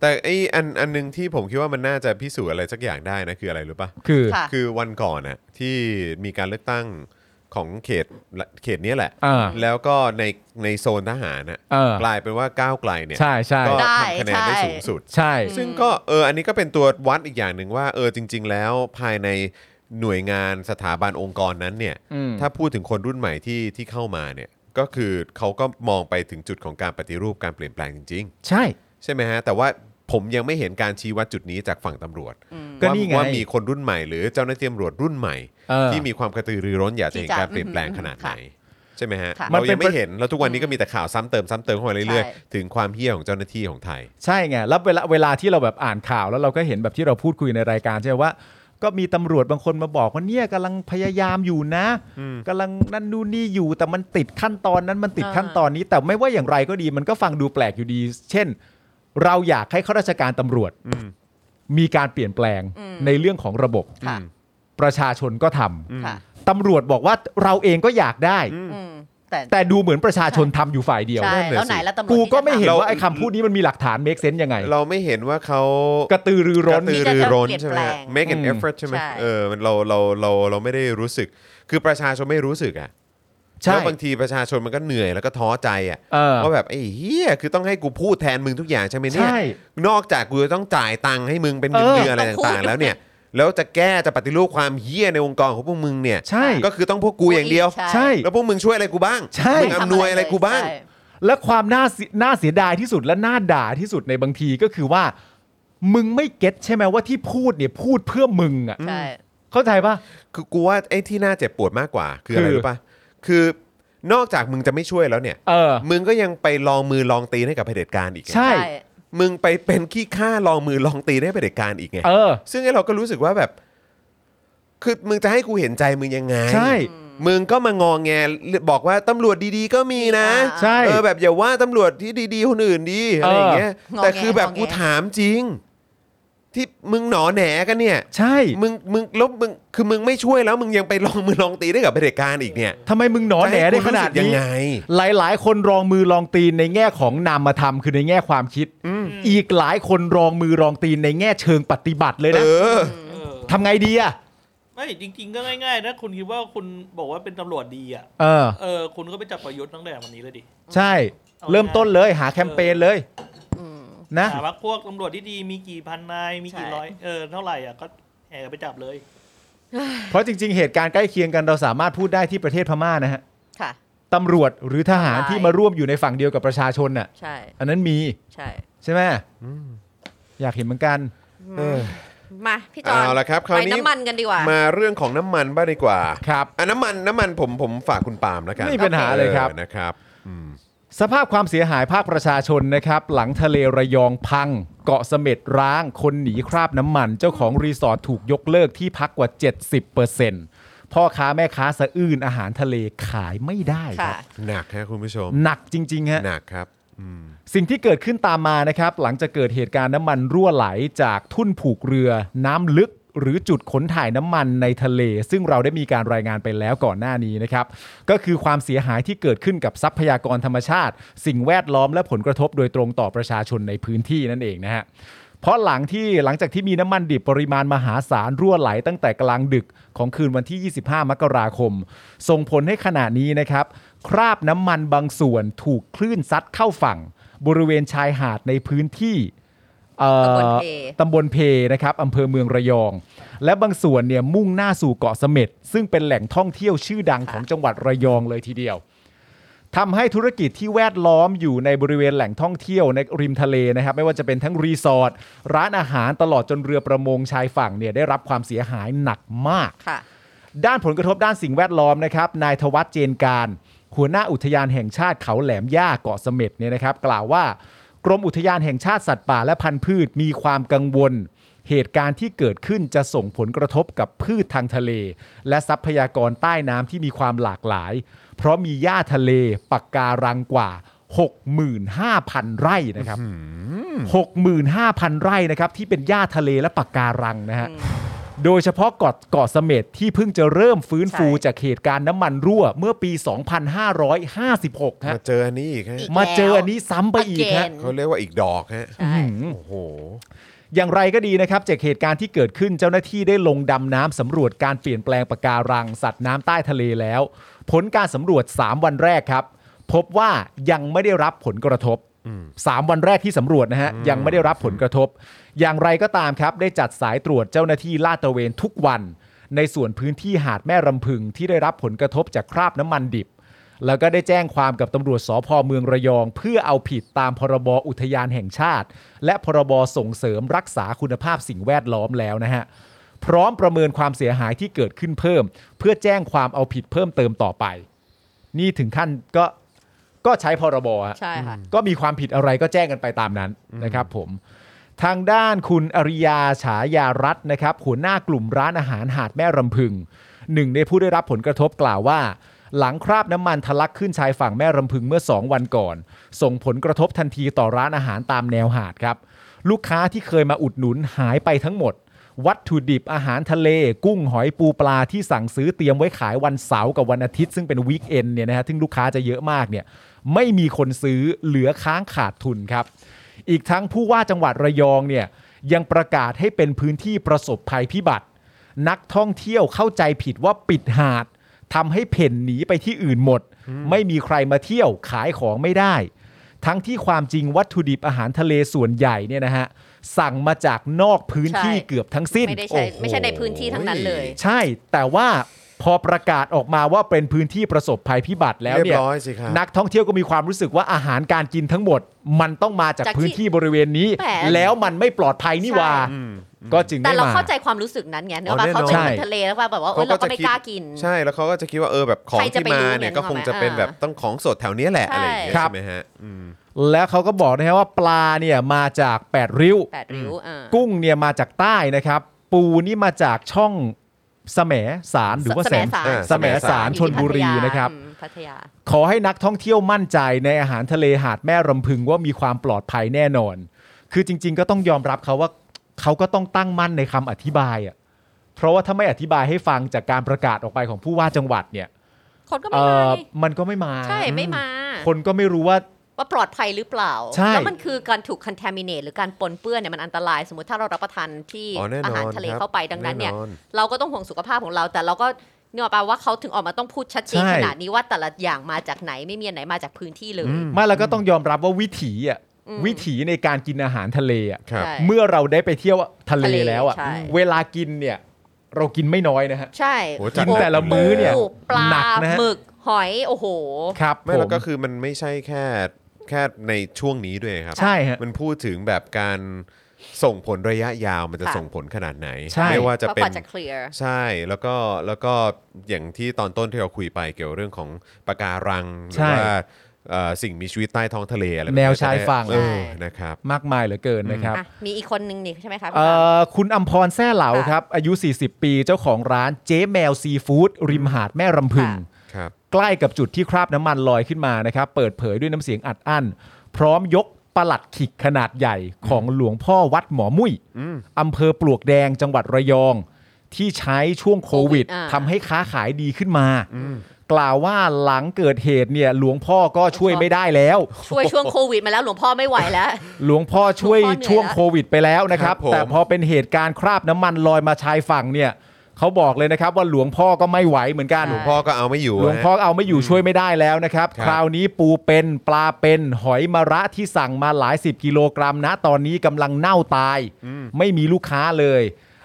แต่ไออันอันหนึงที่ผมคิดว่ามันน่าจะพิสูจน์อะไรสักอย่างได้นะคืออะไรรู้ปะ
คือ
ค่ะ
คือวันก่อนน่ะที่มีการเลือกตั้งของเขตละเขตเนี้ยแหละ
อ่า
แล้วก็ในในโซนทหารน่ะ
เออ
กลายเป็นว่าก้าวไกลเนี่ย
ใช่ใช่
ก็
ได้
ทำคะแนนได้
ใช่
สูงสุด
ใช่
ซึ่งก็เอออันนี้ก็เป็นตัววัดอีกอย่างหนึ่งว่าเออจริง ๆ แล้วภายในหน่วยงานสถาบันองค์กรนั้นเนี่ย
อืม
ถ้าพูดถึงคนรุ่นใหม่ที่ที่เข้ามาเนี่ย ก็คือเขาก็มองไปถึงจุดของการปฏิรูปการเปลี่ยนแปลงจริง
ใช่
ๆ ใช่ไหมฮะ แต่ว่าผมยังไม่เห็นการชี้วัดจุดนี้จากฝั่งตำรวจ
ก็
ว่า
นี่ไง
ว่ามีคนรุ่นใหม่หรือเจ้าหน้าที่ตำรวจรุ่นใหม่
เออ
ที่มีความกระตือรือร้นอยากจะเห็น
ที่จะ
การเปลี่ยนแปลงขนาดไหน
ค่ะ
ใช่ไหมฮะ
ค่ะ
เรายัง
มันเป็นป
ไม่
ระ
เห็นแล้วทุกวันนี้ก็มีแต่ข่าวซ้ำเติมซ้ำเติมเข้ามาเรื่อย
ใช่
ๆถึงความเหี้ยของเจ้าหน้าที่ของไทย
ใช่ไงแล้วเวลาเวลาที่เราแบบอ่านข่าวแล้วเราก็เห็นแบบที่เราพูดคุยในรายการใช่ไหมว่า ก็มีตำรวจบางคนมาบอกว่าเนี่ยกำลังพยายามอยู่นะกำลังนั่นนู่นนี่อยู่ แต่มันติดขั้นตอนนั้นมันติด
อ่า
ขั้นตอนนี้ แต่ไม่ว่าอย่างไรก็ดีมันก็ฟังดูแปลกอยู่ดี เช่น เราอยากให้ข้าราชการตำรวจมีการเปลี่ยนแปลงในเรื่องของระบบ
ค่ะ
ประชาชนก็ท
ค่ะ
ำตำรวจบอกว่าเราเองก็อยากได้
อืมแต่
แต่ดูเหมือนประชาชนทำอยู่ฝ่ายเดียว
ใช่
นั่นน่ะ
แล้ว
สิ
ไหนแล้วตำรวจ
กูก็
ที่จะ
ไม่เห็น
ท
ว่าไอ้คำพูดนี้มันมีหลักฐาน make sense ยังไง
เราไม่เห็นว่าเขา
กระตือรือร้น
กระตือรือร้นใช่ไหม
ที่จะเปลี่ยนแปลง
make an
อืม
effort ใช่ไหม
ใช่
เออมันเราเราเราเราไม่ได้รู้สึก คือประชาชนไม่รู้สึกอ่ะ
ใช่
แล้วบางทีประชาชนมันก็เหนื่อยแล้วก็ท้อใจอ่ะ
เออ
ว่าแบบไอ้เฮียคือต้องให้กูพูดแทนมึงทุกอย่างใช่ไหมเนี่ย
ใช่
นอกจากกูจะต้องจ่ายตังค์ให้มึงเป็นเงิน
เออ
เดือนอะไรต่างๆ แล้วเนี่ย แล้วจะแก้จะปฏิรูปความเฮี้ยในองค์กรของพวกมึงเนี่ย
ใช่
ก็คือต้องพวกกูอย่างเดียว
ใช่
ใช่
แล้วพวกมึงช่วยอะไรกูบ้าง
ใช่
มึงอำนวยอะไรกูบ้าง
ใช่
และความน่าเสียน่าเสียดายที่สุดและน่าด่าที่สุดในบางทีก็คือว่า มึงไม่เก็ตใช่ไหมว่าที่พูดเนี่ยพูดเพื่อมึงอ่ะ
ใช่
เข้าใจปะ
คือกูว่าไอ้ที่น่าเจ็บปวดมากกว่า คืออะไร
คือ
รู้ปะคือ นอกจากมึงจะไม่ช่วยแล้วเนี่ย
เออ
มึงก็ยังไปลองมือลองตีนให้กับเผด็จการอีกไง
ใช่
ใช่
มึงไปเป็นขี้ข้าลองมือลองตีนให้เผด็จการอีกไง
เออ
ซึ่งไอ้เราก็รู้สึกว่าแบบ คือมึงจะให้กูเห็นใจมึงยังไง
ใช่
มึงก็มางองแงบอกว่าตำรวจดีๆก็มีนะ
อ่า
ใช่
เออแบบอย่าว่าตำรวจที่ดีๆคนอื่นดีอะไรอย่างเงี้ย
เอองอแง
แต่คือแบบ
งอแง
กูถามจริง ที่มึงหนอแหนกันเนี่ย
ใช่
มึงมึงแลบมึงคือมึงไม่ช่วยแล้ว มึงยังไปลองมือลองตีได้กับเผด็จการอีกเนี่ย
ทำไมมึงหนอแหนได้ขนาด
จะให้กูรู้สึกยั
นี้
งไง
หลายๆ คนรองมือรองตีนในแง่ของนามธรรมคือในแง่ความคิด อีกหลายคนรองมือรองตีนในแง่เชิงปฏิบัติเลย
เอ
นะ
อ
เออ
ทำไงดีอ่ะ
ไม่จริง ๆ ก็ง่ายๆนะคุณคิดว่าคุณบอกว่าเป็นตำรวจดีอ่ะ
เออ
เออคุณก็ไปจับประยุทธ์ตั้งแต่วันนี้เลยดิ
ใช่
เอา
เริ่มต้นเลยหาแคมเปญเลย
อืม
นะ
ถามว่าพวกตำรวจที่ดีมีกี่พันนาย มีกี่
ใช่
ร้อยเออเท่าไหร่อ่ะก็แห่ไปจับเลย
เพราะจริง ๆ เหตุการณ์ใกล้เคียงกันเราสามารถพูดได้ที่ประเทศพม่านะฮะ
ค่ะ
ตำรวจหรือทหาร
ใช่
ที่มาร่วมอยู่ในฝั่งเดียวกับประชาชนน่ะ
ใช่
อันนั้นมี
ใช่
ใช่ไหมอยากเห็นเหมือนกัน
มาพี่จอน
เอาละครับคราว
ไป
นี้
น้ำมันกันดีกว่า
มาเรื่องของน้ำมันบ้างดีกว่า
ครับ
อ่ะน้ำมันน้ำมันผมผมฝากคุณปาล์มแล้วกัน
ไม่มีปัญหาเลยครับ
ออนะครับ
สภาพความเสียหายภาคประชาชนนะครับ หลังทะเลระยองพัง เกาะเสม็ดร้าง คนหนีคราบน้ำมัน เจ้าของรีสอร์ทถูกยกเลิกที่พักกว่า 70%พ่อค้าแม่ค้าสะอื้นอาหารทะเลขายไม่ได้ค
ค่ะ
รับ
หนักฮะคุณผู้ชม
หนักจริง ๆ ฮะ
หนักครับ
สิ่งที่เกิดขึ้นตามมานะครับ หลังจากเกิดเหตุการณ์น้ำมันรั่วไหลจากทุ่นผูกเรือ น้ำลึก หรือจุดขนถ่ายน้ำมันในทะเล ซึ่งเราได้มีการรายงานไปแล้วก่อนหน้านี้นะครับ ก็คือความเสียหายที่เกิดขึ้นกับทรัพยากรธรรมชาติ สิ่งแวดล้อมและผลกระทบโดยตรงต่อประชาชนในพื้นที่นั่นเองนะฮะ เพราะหลังที่หลังจากที่มีน้ำมันดิบปริมาณมหาศาลรั่วไหลตั้งแต่กลางดึกของคืนวันที่ 25 มกราคม ส่งผลให้ขณะนี้นะครับ คราบน้ำมันบางส่วนถูกคลื่นซัดเข้าฝั่ง บริเวณชายหาดในพื้นที่เอ่อ
ตำบลเพ
ตำบลเพนะครับอำเภอเมืองระยอง และบางส่วนเนี่ยมุ่งหน้าสู่เกาะเสม็ดซึ่งเป็นแหล่งท่องเที่ยวชื่อดังของจังหวัดระยองเลยทีเดียว ทำให้ธุรกิจที่แวดล้อมอยู่ในบริเวณแหล่งท่องเที่ยวในริมทะเลนะครับ ไม่ว่าจะเป็นทั้งรีสอร์ทร้านอาหารตลอดจนเรือประมงชายฝั่งเนี่ยได้รับความเสียหายหนักมาก
ค่ะ
ด้านผลกระทบด้านสิ่งแวดล้อมนะครับ นายทวัฒเจนการ หัวหน้าอุทยานแห่งชาติเขาแหลมย่าเกาะเสม็ดเนี่ยนะครับ กล่าวว่ากรมอุทยานแห่งชาติสัตว์ป่าและพันธุ์พืชมีความกังวล เหตุการณ์ที่เกิดขึ้นจะส่งผลกระทบกับพืชทางทะเล และทรัพยากรใต้น้ำที่มีความหลากหลาย เพราะมีหญ้าทะเลปักการังกว่า 65,000 ไร่นะครับ 65,000 ไร่นะครับที่เป็นหญ้าทะเลและปักการังนะฮะ โดยเฉพาะเกาะเกาะเสม็ดที่เพิ่งจะเริ่มฟื้นฟู
ใช่
จากเหตุการณ์น้ำมันรั่วเมื่อปี 2556 ฮะ
มาเจออันนี้อีกฮะ
มาเจออันนี้ซ้ำไปอีกฮะ
Again
เขาเรียกว่าอีกดอกฮะ
ใช่
โอ้โห
อย่างไรก็ดีนะครับ จากเหตุการณ์ที่เกิดขึ้นเจ้าหน้าที่ได้ลงดำน้ำสำรวจการเปลี่ยนแปลงปะการัง สัตว์น้ำใต้ทะเลแล้ว ผลการสำรวจ 3 วันแรกครับ พบว่ายังไม่ได้รับผลกระทบ 3 วันแรกที่สำรวจนะฮะยังไม่ได้รับผลกระทบ อย่างไรก็ตามครับ ได้จัดสายตรวจเจ้าหน้าที่ลาดตระเวนทุกวัน ในส่วนพื้นที่หาดแม่รำพึงที่ได้รับผลกระทบจากคราบน้ำมันดิบ แล้วก็ได้แจ้งความกับตำรวจสพเมืองระยอง เพื่อเอาผิดตามพรบอุทยานแห่งชาติ และพรบส่งเสริมรักษาคุณภาพสิ่งแวดล้อมแล้วนะฮะ พร้อมประเมินความเสียหายที่เกิดขึ้นเพิ่ม เพื่อแจ้งความเอาผิดเพิ่มเติมต่อไป นี่ถึงขั้นก็ก็ใช้พรบฮะ
ใช่ค่ะ
ก็มีความผิดอะไรก็แจ้งกันไปตามนั้นนะครับผม ทางด้านคุณอริยาฉายารัตน์นะครับหัวหน้ากลุ่มร้านอาหารหาดแม่รำพึง หนึ่งในผู้ได้รับผลกระทบกล่าวว่า หลังคราบน้ำมันทะลักขึ้นชายฝั่งแม่รำพึงเมื่อ 2 วันก่อน ส่งผลกระทบทันทีต่อร้านอาหารตามแนวหาดครับ ลูกค้าที่เคยมาอุดหนุนหายไปทั้งหมด วัตถุดิบอาหารทะเล กุ้งหอยปูปลาที่สั่งซื้อเตรียมไว้ขายวันเสาร์กับวันอาทิตย์ซึ่งเป็นวีคเอนด์เนี่ยนะฮะซึ่งลูกค้าจะเยอะมากเนี่ยไม่มีคนซื้อเหลือค้างขาดทุนครับ อีกทั้งผู้ว่าจังหวัดระยองเนี่ยยังประกาศให้เป็นพื้นที่ประสบภัยพิบัติ นักท่องเที่ยวเข้าใจผิดว่าปิดหาดทำให้เพ่นหนีไปที่อื่นหมด ไม่มีใครมาเที่ยวขายของไม่ได้ ทั้งที่ความจริงวัตถุดิบอาหารทะเลส่วนใหญ่เนี่ยนะฮะสั่งมาจากนอกพื้นที่
ใช่
เกือบทั้งสิ้น
ไม่ได้ใช้
โอ้โห
ไม่ใช่ในพื้นที่ทั้งนั้นเลย
ใช่แต่ว่า พอประกาศออกมาว่าเป็นพื้นที่ประสบภัยพิบัติแล้ว
เรี
เนี่ย
บร้อยสิครับ
นักท่องเที่ยวก็มีความรู้สึกว่าอาหารการกินทั้งหมด มันต้องมาจาก
จากที่
พื้นที่บริเวณนี้
แหม
แล้วมันไม่ปลอดภัยนี่หว่า
ใช่
อืม
ก็จึง
แต่
ไม่
เรา
มา
เข้าใจความรู้สึกนั้นไงเนื้
อ๋
อ
อ
มา
แน่นอน
เข้าใจเหมือ
ใช่
นทะเลแล้วว่าแบบว่าเอ้ยเราก็ไม่กล้ากิน
ใช่แล้วเขาก็จะคิดว่าเออแบบของ
ใครจะ
ที่
ไป
มา
รู้
เนี่ย
เนี่ย
ก็คงจะเป็น
นึกออกไหม
แบบต้องของสดแถวเนี้ยแหละ
ใช่
อะไรอย่างเงี้ย
ครับ
ใช่ไหมฮะอืม
แล้วเขาก็บอกนะฮะว่าปลาเนี่ยมาจากแปดริ้ว
แปดริ้วอ่า
กุ้งเนี่ยมาจากใต้นะครับ ปูนี่มาจากช่องแสมสารหรือว่าแสม
แสมสาร
เออแสมสาร
อยู่
ชนบุรี
ที่พัทยา
นะครับ
อืมพัทยา
ขอให้นักท่องเที่ยวมั่นใจในอาหารทะเลหาดแม่รำพึงว่ามีความปลอดภัยแน่นอน คือจริง ๆ ก็ต้องยอมรับเขาว่าเขาก็ต้องตั้งมั่นในคำอธิบายอ่ะเพราะว่าถ้าไม่อธิบายให้ฟังจากการประกาศออกไปของผู้ว่าจังหวัดเนี่ย
คนก็
เอ
ไม่มา
อ
ไง
มันก็ไม่มา
ใช่ไม่มา
คนก็ไม่รู้ว่า
ว่าปลอดภัยหรือเปล่า
ใช่
แล้วมันคือการถูก contaminate หรือการปนเปื้อนเนี่ยมันอันตราย สมมติถ้าเรารับประทานที่
อ๋อแน่นอน
อาหารทะเล
ครับ
เข้าไปดังนั้นเนี่ย
แน่นอน
เราก็ต้องห่วงสุขภาพของเรา แต่เราก็เนกออกปะว่าเขาถึงออกมาต้องพูดชัดเจน
ใช่
ขนาดนี้ว่าแต่ละอย่างมาจากไหนไม่มีอันไหนมาจากพื้นที่เลย
อืม
ไม่แล้วก็ต้องยอมรับว่าวิถีอ่ะ
อืม
วิถีในการกินอาหารทะเลอ่ะ
ครับ
ใช่
เมื่อเราได้ไปเที่ยวทะเล
ทะเล
แล้วอ่ะ
ใช่
เวลากินเนี่ย เรากินไม่น้อยนะฮะ
ใช่
โอ้จัด
กินแต่ละมื้อเนี่ย
ปูปลา
หนักนะฮะ
หมึกหอยโอ้โห
ครับ
ไม่แล้วก็
ผม
คือมันไม่ใช่แค่แค่ในช่วงนี้ด้วยครับ
ใช่ฮะ
มันพูดถึงแบบการส่งผลระยะยาวมันจะ
ค่ะ
ส่งผลขนาดไหน
ใช่
ไม่ว่าจะ
แล้ว
เป็
กว่าน จะ clear
ใช่แล้วก็แล้วก็อย่างที่ตอนต้นที่เราคุยไปเกี่ยวเรื่องของปะการัง หรื
ใช่
อว่าเอ่อสิ่งมีชีวิตใต้ท้องทะเลอะไรบบ
แนวชายฝั่ง
เออ
ใช่
นะครับ
มากมายเหลือเกินนะครับ
อ่ะมีอีกคนนึงนี่ใช่ไหมคะ
เอ่อคุณอมพรแซ่เหลา
ค่ะ
ครับ อายุ 40 ปีเจ้าของร้านเจ๊แมวซีฟู้ดริมหาดแม่รำพึง
ค
ค่ะ
รับ
ใกล้กับจุดที่คราบน้ำมันลอยขึ้นมานะครับ เปิดเผยด้วยน้ำเสียงอัดอั้น พร้อมยกปลัดขิกขนาดใหญ่ของหลวงพ่อวัดหมอมุ้ย
อืม
อำเภอปลวกแดงจังหวัดระยอง ที่ใช้ช่วงโควิด
โควิดอ่า
ทำให้ค้าขายดีขึ้นมา กล่าวว่าหลังเกิดเหตุเนี่ยหลวงพ่อก็ช่วยไม่ได้แล้ว
ช่วยช่วงโควิดมาแล้วหลวงพ่อไม่ไหวแล้ว
หลวงพ่อช่วย
หลวงพ่อเหนื่อย
ช่วง
ละ
โควิดไปแล้วนะครับ
ครับผม
แต่พอเป็นเหตุการณ์คราบน้ำมันลอยมาชายฝั่งเนี่ยเขาบอกเลยนะครับว่าหลวงพ่อก็ไม่ไหวเหมือนกัน
หลวงพ่อก็เอาไม่อยู่
หลวงพ่อ
ฮะ
เอาไม่อยู่ช่วยไม่ได้แล้วนะครับ
ครับ
คราวนี้ปูเป็นปลาเป็นหอยมะระที่สั่งมาหลายสิบกิโลกรัมนะตอนนี้กำลังเน่าตาย ไม่มีลูกค้าเลย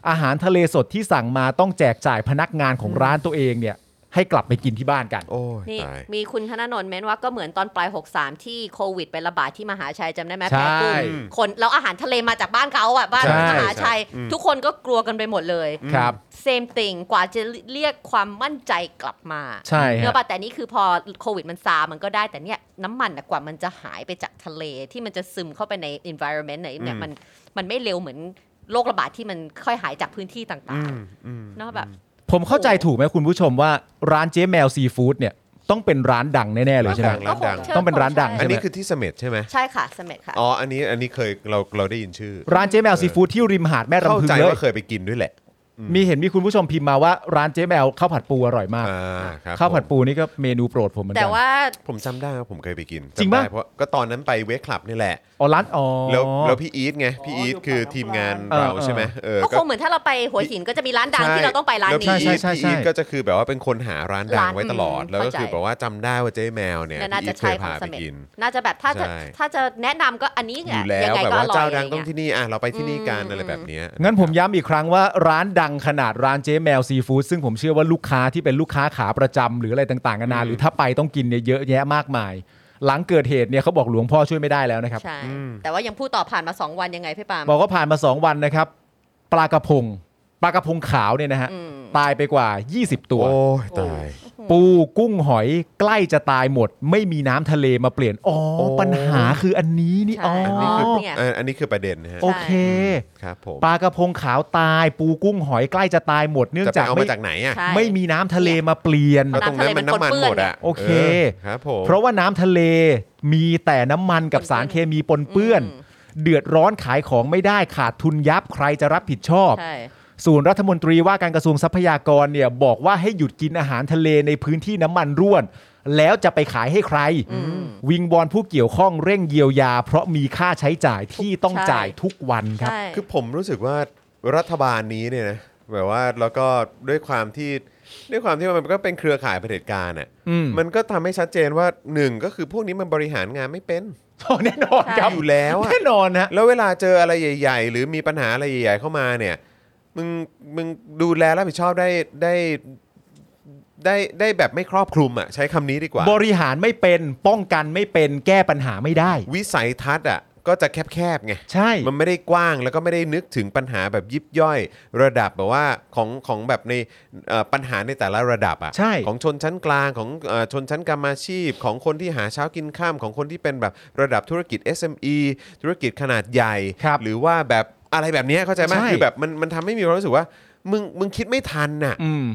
อาหารทะเลสดที่สั่งมาต้องแจกจ่ายพนักงานของร้านตัวเองเนี่ยให้กลับไปกินที่บ้านกัน
โอ้ย
นี่
ตาย
มีคุณธนนท์เม้นว่าก็เหมือนตอนปลาย 63 ที่โควิดไประบาดที่มหาชัยจำได้ไหม
ใช่
แพ้กุ้งคนแล้วอาหารทะเลมาจากบ้านเขาอ่ะบ้าน
ใช่
มหาชัย
ใช่อืม
ทุกคนก็กลัวกันไปหมดเลย
ครับ
same thing กว่าจะเรียกความมั่นใจกลับมา
ใช่
เนื้
ฮะ
อปลาแต่นี่คือพอโควิดมันซา มันก็ได้แต่เนี่ยน้ำมันน่ะกว่ามันจะหายไปจากทะเลที่มันจะซึมเข้าไปใน environment ไหนเนี่ย
อืม
มันมันไม่เร็วเหมือนโรคระบาดที่มันค่อยหายจากพื้นที่
อื
ต่าง
มอืม
ๆเนาะแบบ
ผมเข้าใจถูกไหมคุณผู้ชมว่าร้านเจ๊แมวซีฟู้ดเนี่ยต้องเป็นร้านดังแน่ ๆ เลยใช่ไหม
ร้านดัง
ก็ค
ต้องเป็นร้านดัง
อัน
ใช่
นี้คือที่เสม็ดใช่ไหม
ใช่ค่ะเสม็ดค่ะ
อ๋ออันนี้อันนี้เคยเราเราได้ยินชื่อ
ร้านเจ๊แมวซีฟู้ดที่ริมหาดแม่
เข้าร
ำพึง
ใจ
เลย
ว่าเคยไปกินด้วยแหละ
มีเห็นมีคุณผู้ชมพิมพ์มาว่าร้านเจ๊แมวข้าวผัดปูอร่อยมาก
อ่าครับ
ข้าวผัด
ผม
ปูนี่ก็เมนูโปรดผมเหมือน
แต่
กัน
ว่า
ผมจำได้ว่าผมเคยไปกิน
จริงปะ
จำได้เพราะก็ตอนนั้นไปเวกคลับนี่แหละ
อ๋อร้านอ๋อ
แล้วแล้วพี่อีทไง พี่
อ๋อ
อี
อ
ท
ยู่
คือ
ปากน้ำปลา
ทีมงาน
เออ
เรา
เออ
ใช่ไหมเออ
ก็
ก็
คงเหมือนถ้าเราไปหัวหินก็จะมีร้านดังที่เราต้องไปร้าน
แล้ว
นี้
พี่อีท
ใช่ใช่ใช่
พี่อีทก็จะคือแบบว่าเป็นคนหาร้านดัง
ร้าน
ไว้ตลอด
อืม
แล้วก็
เข้าใจ
คือแบบว่าจำได้ว่าเจ๊แมวเนี่ยพี่
เนี่ยน่า
อี
จะ
ทเค
ใช่
ย
ขอ
พา
งเส
ไป
ม็ด
กิน
น่าจะแบบถ้าจะ
ใช่
ถ้าจะแนะนำก็อันนี้
อ
ไง
ยู่แล้
ยัง
ว
ไง
แบบ
ก็อ
ว่า
ร่อย
เจ้า
อะไร
ดังต้อง
เงี้ย
ที่นี่อ่ะเราไปที่นี่กัน
อืม
อะไรแบบเนี้ย
งั้นผมย้ำอีกครั้งว่าร้านดังขนาดร้านเจ๊แมวซีฟู้ดซึ่งผมเชื่อว่าลูกค้าที่เป็นลูกค้าขาประจำหรืออะไรต่างๆกันานาหรือถ้าไปต้องกินเนี่ยเยอะแยะมากมาย หลังเกิดเหตุเนี่ยเขาบอกหลวงพ่อช่วยไม่ได้แล้วนะครับ
ใช่ แต่ว่ายังพูดต่อผ่านมา 2 วันยังไงพี่ปาล์ม
บอกว่าผ่านมา 2 วันนะครับ ปลากระพง ปลากระพงขาวเนี่ยนะฮะ
อืม
ตายไปกว่า 20 ตัว
โอ้ยตาย
ปูกุ้งหอยใกล้จะตายหมด ไม่มีน้ำทะเลมาเปลี่ยน อ๋อ
โอ้
ปัญหาคืออันนี้นี่
ใช่
อ๋อ
อันนี้คือ เนี่ย
เอออันนี้คือประเด็นนะฮะ
โอเค
ครับผม
ปลากระพงขาวตาย ปูกุ้งหอยใกล้จะตายหมด เนื่อง
จะไป
จาก
เอา
ไม่
มาจากไหนอ่ะ
ใช่
ไม่มีน้ำทะเลมาเปลี่ยน
ก็ตรงนั้นมันน้ำมันหมดอ่ะ
โอเค
อครับผม
เพราะว่าน้ำทะเลมีแต่น้ำมันกับสารเคมีปนเปื้อน
อืม
เดือดร้อนขายของไม่ได้ขาดทุนยับใครจะรับผิดชอบ
ใช่
ส่วนรัฐมนตรีว่าการกระทรวงทรัพยากรเนี่ยบอกว่าให้หยุดกินอาหารทะเลในพื้นที่น้ำมันร่วน แล้วจะไปขายให้ใคร
อืม
วิงวอนผู้เกี่ยวข้องเร่งเยียวยา เพราะมีค่าใช้จ่ายที่ต้อง
ใช่
จ่ายทุกวันครับ
ใช่
คือผมรู้สึกว่ารัฐบาลนี้เนี่ยนะแบบว่าแล้วก็ด้วยความที่ด้วยความที่ว่ามันก็เป็นเครือข่ายเผด็จการอ่ะ
อืม
มันก็ทำให้ชัดเจนว่าหนึ่งก็คือพวกนี้มันบริหารงานไม่เป็น
แน่นอนครับ
อยู่แล้ว อะ
แน่นอนนะ
แล้วเวลาเจออะไรใหญ่ ๆ หรือมีปัญหาอะไรใหญ่ ๆ เข้ามาเนี่ย มึงมึงดูแลรับผิดชอบได้ได้ ได้ได้แบบไม่ครอบคลุมอ่ะใช้คำนี้ดีกว่า
บริหารไม่เป็นป้องกันไม่เป็นแก้ปัญหาไม่ได้
วิสัยทัศน์อ่ะก็จะแคบๆไง
ใช่
มันไม่ได้กว้างแล้วก็ไม่ได้นึกถึงปัญหาแบบยิบย่อย ระดับแบบว่าของของแบบในเอ่อปัญหาในแต่ละระดับอ่ะ
ใช่
ของชนชั้นกลางของเอ่อชนชั้นกรรมาชีพ ของคนที่หาเช้ากินข้ามของคนที่เป็นแบบระดับธุรกิจ SME ธุรกิจขนาดใหญ่
ครับ
หรือว่าแบบอะไรแบบเนี้ยเข้าใจไหม
ใช่
คือแบบมันมันทำให้มีความรู้สึกว่ามึงมึงคิดไม่ทันน่ะ
อืม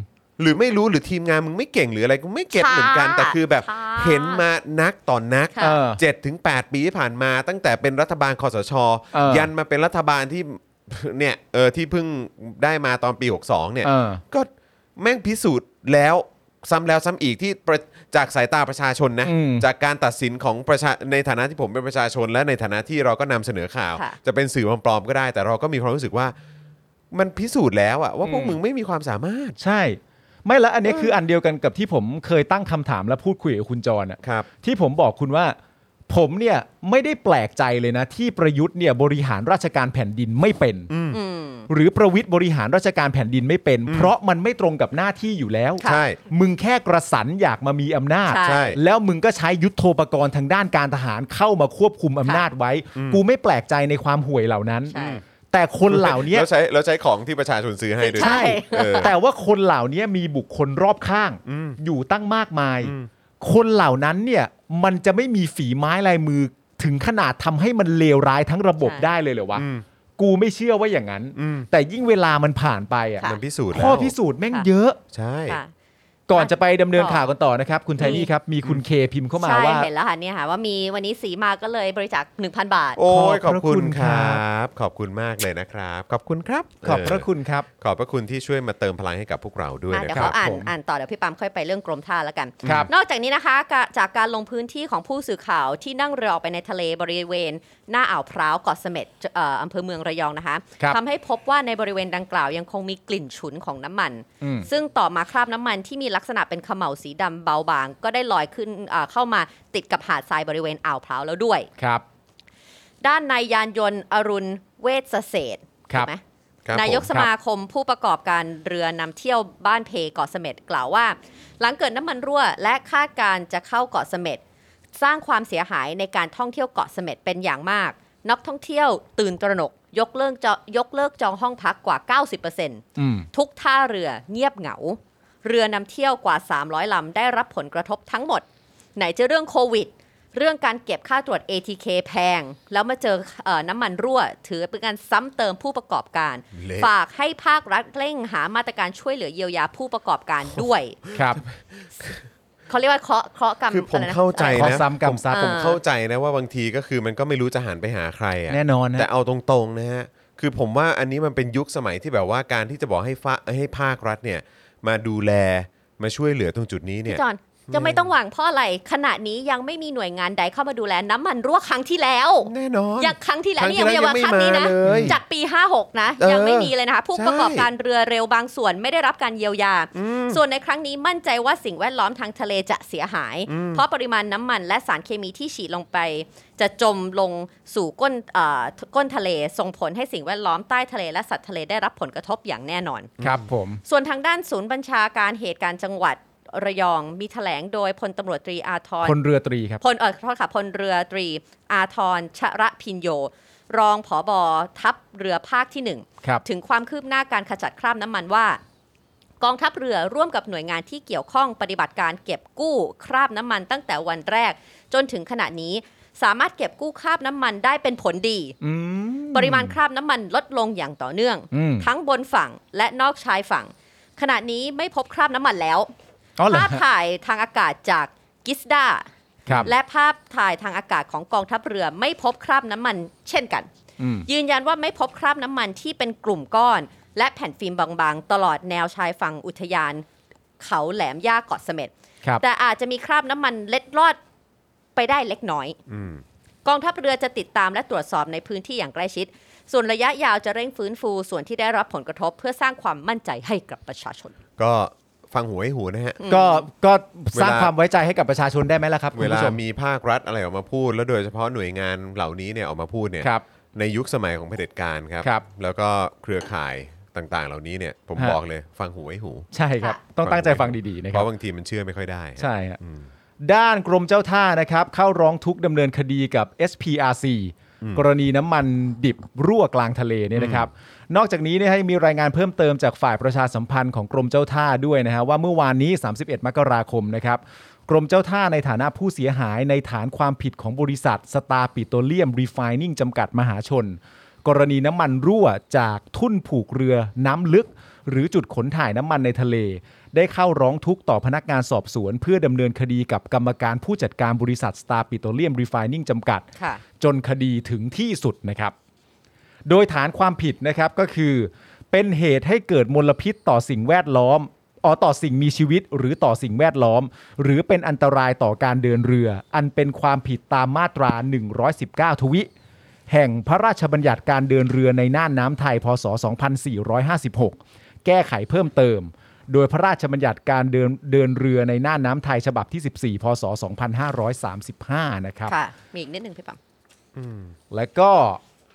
หรือไม่รู้หรือทีมงานมึงไม่เก่งหรืออะไรกูไม่เก็ตเหมือนกันแต่คือแบบ
ค่ะ
เห็นมานักต่อนนัก
ค่ะ
เออ
เจ็ดถึงแปดปีที่ผ่านมา ตั้งแต่เป็นรัฐบาลคอสช
เออ
ยันมาเป็นรัฐบาลที่ เนี่ยเออที่เพิ่งได้มาตอนปี 62 เนี่ย
เออ
ก็แม่งพิสูจน์แล้วซ้ำแล้วซ้ำอีกที่ประจากสายตาประชาชนนะ
อืม
จากการตัดสินของประชาในฐานะที่ผมเป็นประชาชน และในฐานะที่เราก็นำเสนอข่าว
ค่ะ
จะเป็นสื่อปลอมๆก็ได้ แต่เราก็มีความรู้สึกว่า มันพิสูจน์แล้วอะว่าพวก
อืม
มึงไม่มีความสามารถ
ใช่ ไม่และอันเนี้ยคืออันเดียวกันกับที่ผมเคยตั้งคำถามและพูดคุยกับคุณจรอะ
ครับ
ที่ผมบอกคุณว่า ผมเนี่ยไม่ได้แปลกใจเลยนะ ที่ประยุทธ์เนี่ยบริหารราชการแผ่นดินไม่เป็น
อืม
หรือประวิทย์บริหารราชการแผ่นดินไม่เป็น เพราะมันไม่ตรงกับหน้าที่อยู่แล้ว
ใช่
มึงแค่กระสันอยากมามีอำนาจ
ใช่
ใช่
แล้วมึงก็ใช้ยุทโธปกรณ์ทางด้านการทหารเข้ามาควบคุมอำนาจไว้ กูไม่แปลกใจในความห่วยเหล่านั้น
ใช่
แต่คนเหล่าเนี้ย
แล้วใช้แล้วใช้ของที่ประชาชนซื้อให้ด้วย
ใช่
เออ
แต่ว่าคนเหล่านี้มีบุคคลรอบข้าง
อืม
อยู่ตั้งมากมาย
อืม
คนเหล่านั้นเนี่ยมันจะไม่มีฝีไม้ลายมือถึงขนาดทำให้มันเลวร้ายทั้งระบบ
ใช่
ได้เลยเหรอวะ
อืม
กูไม่เชื่อว่าอย่างนั้น
อืม
แต่ยิ่งเวลามันผ่านไปอ่ะ
ค่ะ
มันพิสูจน์แล้ว
ข้อพิสูจน์แม่งเยอะ
ใช่
ค่ะ
ก่อนจะไปดำเนิน
ต่อ
ข่าวกันต่อนะครับ คุณไทนี่ครับ มีคุณเคพิมพ์เข้ามา
ใช่
ว่า
เห็นแล้วค่ะเนี่ยค่ะว่ามีวันนี้สีมาก็เลยบริจาค1,000 บาท
โอ้ยข
ข
อบบ คุ
อพระคุณ ณ
ค
ค
ร
รั
ับ ขอบคุณมากเลยนะครับ ขอบคุณครับ
ขอบพ
เ
ระคุณครับ
ขอบพระคุณที่ช่วยมาเติมพลังให้กับพวกเราด้วย
อ่ะ
นะ
เดี๋ยว
ครั
เขา
บ
อ่าน
ผม
อ่านต่อเดี๋ยวพี่ปามค่อยไปเรื่องกรมท่าแล้วกัน
ครับ
นอกจากนี้นะคะกะจากการลงพื้นที่ของผู้สื่อข่าวที่นั่งเรือออกไปในทะเลบริเวณ หน้าอ่าวพร้าวเกาะเสม็ดเอ่ออำเภอเมืองระยองนะคะ
ครับ
ทำให้พบว่าในบริเวณดังกล่าวยังคงมีกลิ่นฉุนของน้ำมัน
อืม
ซึ่งต่อมาคราบน้ำมันที่มีลักษณะเป็นเขม่าวสีดำเบาบาง ก็ได้ลอยขึ้นเอ่อเข้ามาติดกับหาดทรายบริเวณอ่าวพร้าวแล้วด้วย
ครับ
ด้านนายยานยนต์อรุณเวชเศรษฐ์
ครับ
ถูกไหม
ครับ
นายก
ผม
สมาคมผู้ประกอบการเรือนำเที่ยวบ้านเพเกาะเสม็ดกล่าวว่า หลังเกิดน้ำมันรั่ว และคาดการจะเข้าเกาะเสม็ดสร้างความเสียหายในการท่องเที่ยวเกาะเสม็ดเป็นอย่างมาก นักท่องเที่ยวตื่นตระหนก ยกเลิกจอยกเลิกจองห้องพักกว่า 90%
อืม
ทุกท่าเรือเงียบเหงา เรือนำเที่ยวกว่า 300 ลำ ได้รับผลกระทบทั้งหมด ไหนจะเรื่องโควิด เรื่องการเก็บค่าตรวจ ATK แพง แล้วมาเจอเออน้ำมันรั่ว ถือเป็นการซ้ำเติมผู้ประกอบการ
เละ
ฝากให้ภาครัฐเร่งหามาตรการช่วยเหลือเยียวยาผู้ประกอบการ ด้วย
ครับ
เขาเรียกว่าเคราะห์เคราะห์กรรม
คือผม
ะไรนะ
เข้าใจ
ขอ
นะ
ซ้ำกรรมซัด
ผม
เออ
เข้าใจนะว่าบางทีก็คือมันก็ไม่รู้จะหันไปหาใครอะ
แน่นอน
แต่
นะ
เอาตรงๆนะฮะคือผมว่าอันนี้มันเป็นยุคสมัยที่แบบว่าการที่จะบอกให้ฟ้าให้ภาครัฐเนี่ย มาดูแลมาช่วยเหลือตรงจุดนี้เนี่ย
พี่จอนจะไม่ต้องหวังเพราะอะไรขณะนี้ยังไม่มีหน่วยงานใดเข้ามาดูแลน้ำมันรั่วครั้งที่แล้ว
แน่นอน
อย่างครั้งที่แล้ว
ครั้ง
นี่
ที่
ยัง
แล้ว
ไม่ว่าครั้งนี้นะ
ยังไม่มาเลย
จากปี 56 นะ
เออ
ยังไม่มีเลยนะคะผู้
ใช่
ประกอบการเรือเร็วบางส่วนไม่ได้รับการเยียวยา ส่วนในครั้งนี้มั่นใจว่าสิ่งแวดล้อมทางทะเลจะเสียหาย เพราะปริมาณน้ำมันและสารเคมีที่ฉีดลงไป จะจมลงสู่ก้นเอ่อก้นทะเลส่งผลให้สิ่งแวดล้อมใต้ทะเลและสัตว์ทะเลได้รับผลกระทบอย่างแน่นอน
ครับผม
ส่วนทางด้านศูนย์บัญชาการเหตุการณ์จังหวัดระยองมีแถลงโดยพลตำรวจตรีอาทร
คนเรือตรีครับ
พลเออโทษค่ะพลเรือตรี อาทรชระพินโย รองผอบอทัพเรือภาคที่หนึ่ง
ครับ
ถึงความคืบหน้าการขจัดคราบน้ำมันว่า กองทัพเรือร่วมกับหน่วยงานที่เกี่ยวข้องปฏิบัติการเก็บกู้คราบน้ำมันตั้งแต่วันแรก จนถึงขณะนี้สามารถเก็บกู้คราบน้ำมันได้เป็นผลดี
อืม
ปริมาณคราบน้ำมันลดลงอย่างต่อเนื่อง
อืม
ทั้งบนฝั่งและนอกชายฝั่ง ขณะนี้ไม่พบคราบน้ำมันแล้ว
อ๋อเหรอ
ภาพ
ฮะ
ถ่ายทางอากาศจากกิสดา
ครับ
และภาพถ่ายทางอากาศของกองทัพเรือไม่พบคราบน้ำมันเช่นกัน
อืม
ยืนยันว่าไม่พบคราบน้ำมันที่เป็นกลุ่มก้อน และแผ่นฟิล์มบางๆ ตลอดแนวชายฝั่งอุทยาน เขาแหลมย่าเกาะเสม็ด
ครับ
แต่อาจจะมีคราบน้ำมันเล็ดลอดไปได้เล็กน้อย
อืม
กองทัพเรือจะติดตามและตรวจสอบในพื้นที่อย่างใกล้ชิด ส่วนระยะยาวจะเร่งฟื้นฟูส่วนที่ได้รับผลกระทบ เพื่อสร้างความมั่นใจให้กับประชาชน
ก็ฟังหูให้หูนะฮะ
ก็ก็สร้าง
เวลา
ความไว้ใจให้กับประชาชนได้ไหมล่ะครับคุ
เว
ณ
ลา
ผู้ชม
มีภาครัฐอะไรออกมาพูด แล้วโดยเฉพาะหน่วยงานเหล่านี้เนี่ยออกมาพูดเนี่ย
ครับ
ในยุคสมัยของเผด็จการครับ
ครับ
แล้วก็เครือข่าย ต่างๆ เหล่านี้เนี่ยผม
ฮะ
บอกเลยฟังหูไว้หู
ใช่ครับ
ค่ะ
ต้องตั้งใจฟังดีๆนะค
เพ
รับ
ราะบางทีมันเชื่อไม่ค่อยได้
ใช่ฮะ
อืม
ด้านกรมเจ้าท่านะครับ เข้าร้องทุกข์ดำเนินคดีกับ SPRC กรณีน้ำมันดิบรั่วกลางทะเลเนี่ยนะครับ นอกจากนี้เนี่ยให้มีรายงานเพิ่มเติมจากฝ่ายประชาสัมพันธ์ของกรมเจ้าท่าด้วยนะฮะว่าเมื่อวานนี้ 31 มกราคมนะครับ กรมเจ้าท่าในฐานะผู้เสียหายในฐานความผิดของบริษัทสตาร์ปิโตรเลียมรีไฟนิ่งจำกัดมหาชน กรณีน้ำมันรั่วจากทุ่นผูกเรือน้ำลึก หรือจุดขนถ่ายน้ำมันในทะเล ได้เข้าร้องทุกข์ต่อพนักงานสอบสวน เพื่อดำเนินคดีกับกรรมการผู้จัดการบริษัทสตาร์ปิโตรเลียมรีไฟนิ่งจำกัด
ค่ะ
จนคดีถึงที่สุดนะครับ โดยฐานความผิดนะครับก็คือ เป็นเหตุให้เกิดมลพิษต่อสิ่งแวดล้อมอ๋อต่อสิ่งมีชีวิตหรือต่อสิ่งแวดล้อม หรือเป็นอันตรายต่อการเดินเรือ อันเป็นความผิดตามมาตรา 119 ทวิ แห่งพระราชบัญญัติการเดินเรือในน่านน้ำไทย พศ 2456 แก้ไขเพิ่มเติม โดยพระราชบัญญัติการเดินเดินเรือในน่านน้ำไทยฉบับที่ 14 พศ 2535 นะครับ
ค่ะ มีอีกนิดนึงพี่ปั๊ม
และก็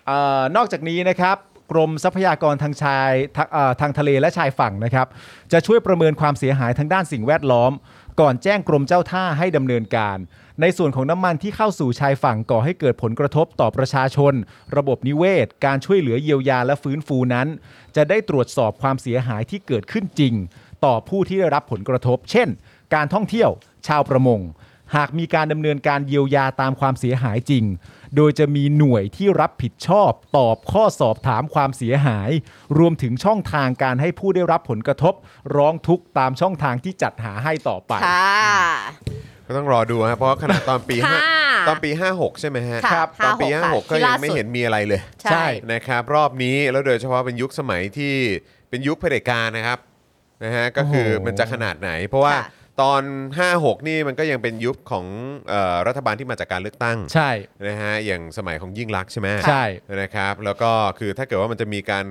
เอ่อนอกจากนี้นะครับกรมทรัพยากรทางชายทางเอ่อทางทะเลและชายฝั่งนะครับ จะช่วยประเมินความเสียหายทางด้านสิ่งแวดล้อม ก่อนแจ้งกรมเจ้าท่าให้ดำเนินการ ในส่วนของน้ำมันที่เข้าสู่ชายฝั่งก่อให้เกิดผลกระทบต่อประชาชน ระบบนิเวศ การช่วยเหลือเยียวยาและฟื้นฟูนั้น จะได้ตรวจสอบความเสียหายที่เกิดขึ้นจริง ต่อผู้ที่ได้รับผลกระทบ เช่น การท่องเที่ยว ชาวประมง หากมีการดำเนินการเยียวยาตามความเสียหายจริง โดยจะมีหน่วยที่รับผิดชอบ ตอบข้อสอบถามความเสียหาย รวมถึงช่องทางการให้ผู้ได้รับผลกระทบ ร้องทุกข์ตามช่องทางที่จัดหาให้ต่อไป
ค่ะ
ก็ต้องรอดูฮะเพราะขนาดตอนปี
ค่ะ
ห้าตอนปี 56 ใช่ไหมฮะ
ค่ะครับ
ตอนปี
56
56 ก็ยังไม่เห็นมีอะไรเลย
ใช่
นะครับ รอบนี้แล้วโดยเฉพาะเป็นยุคสมัยที่เป็นยุคเผด็จการนะครับนะฮะก็คือ
โอ้โห
มันจะขนาดไหน เพราะว่า
ค่ะ
ตอน 56 นี่มันก็ยังเป็นยุคของเอ่อรัฐบาลที่มาจากการเลือกตั้ง
ใช่
นะฮะอย่างสมัยของยิ่งลักษณ์ใช่ไหม
ใช่
นะครับ แล้วก็คือถ้าเกิดว่ามันจะมีการ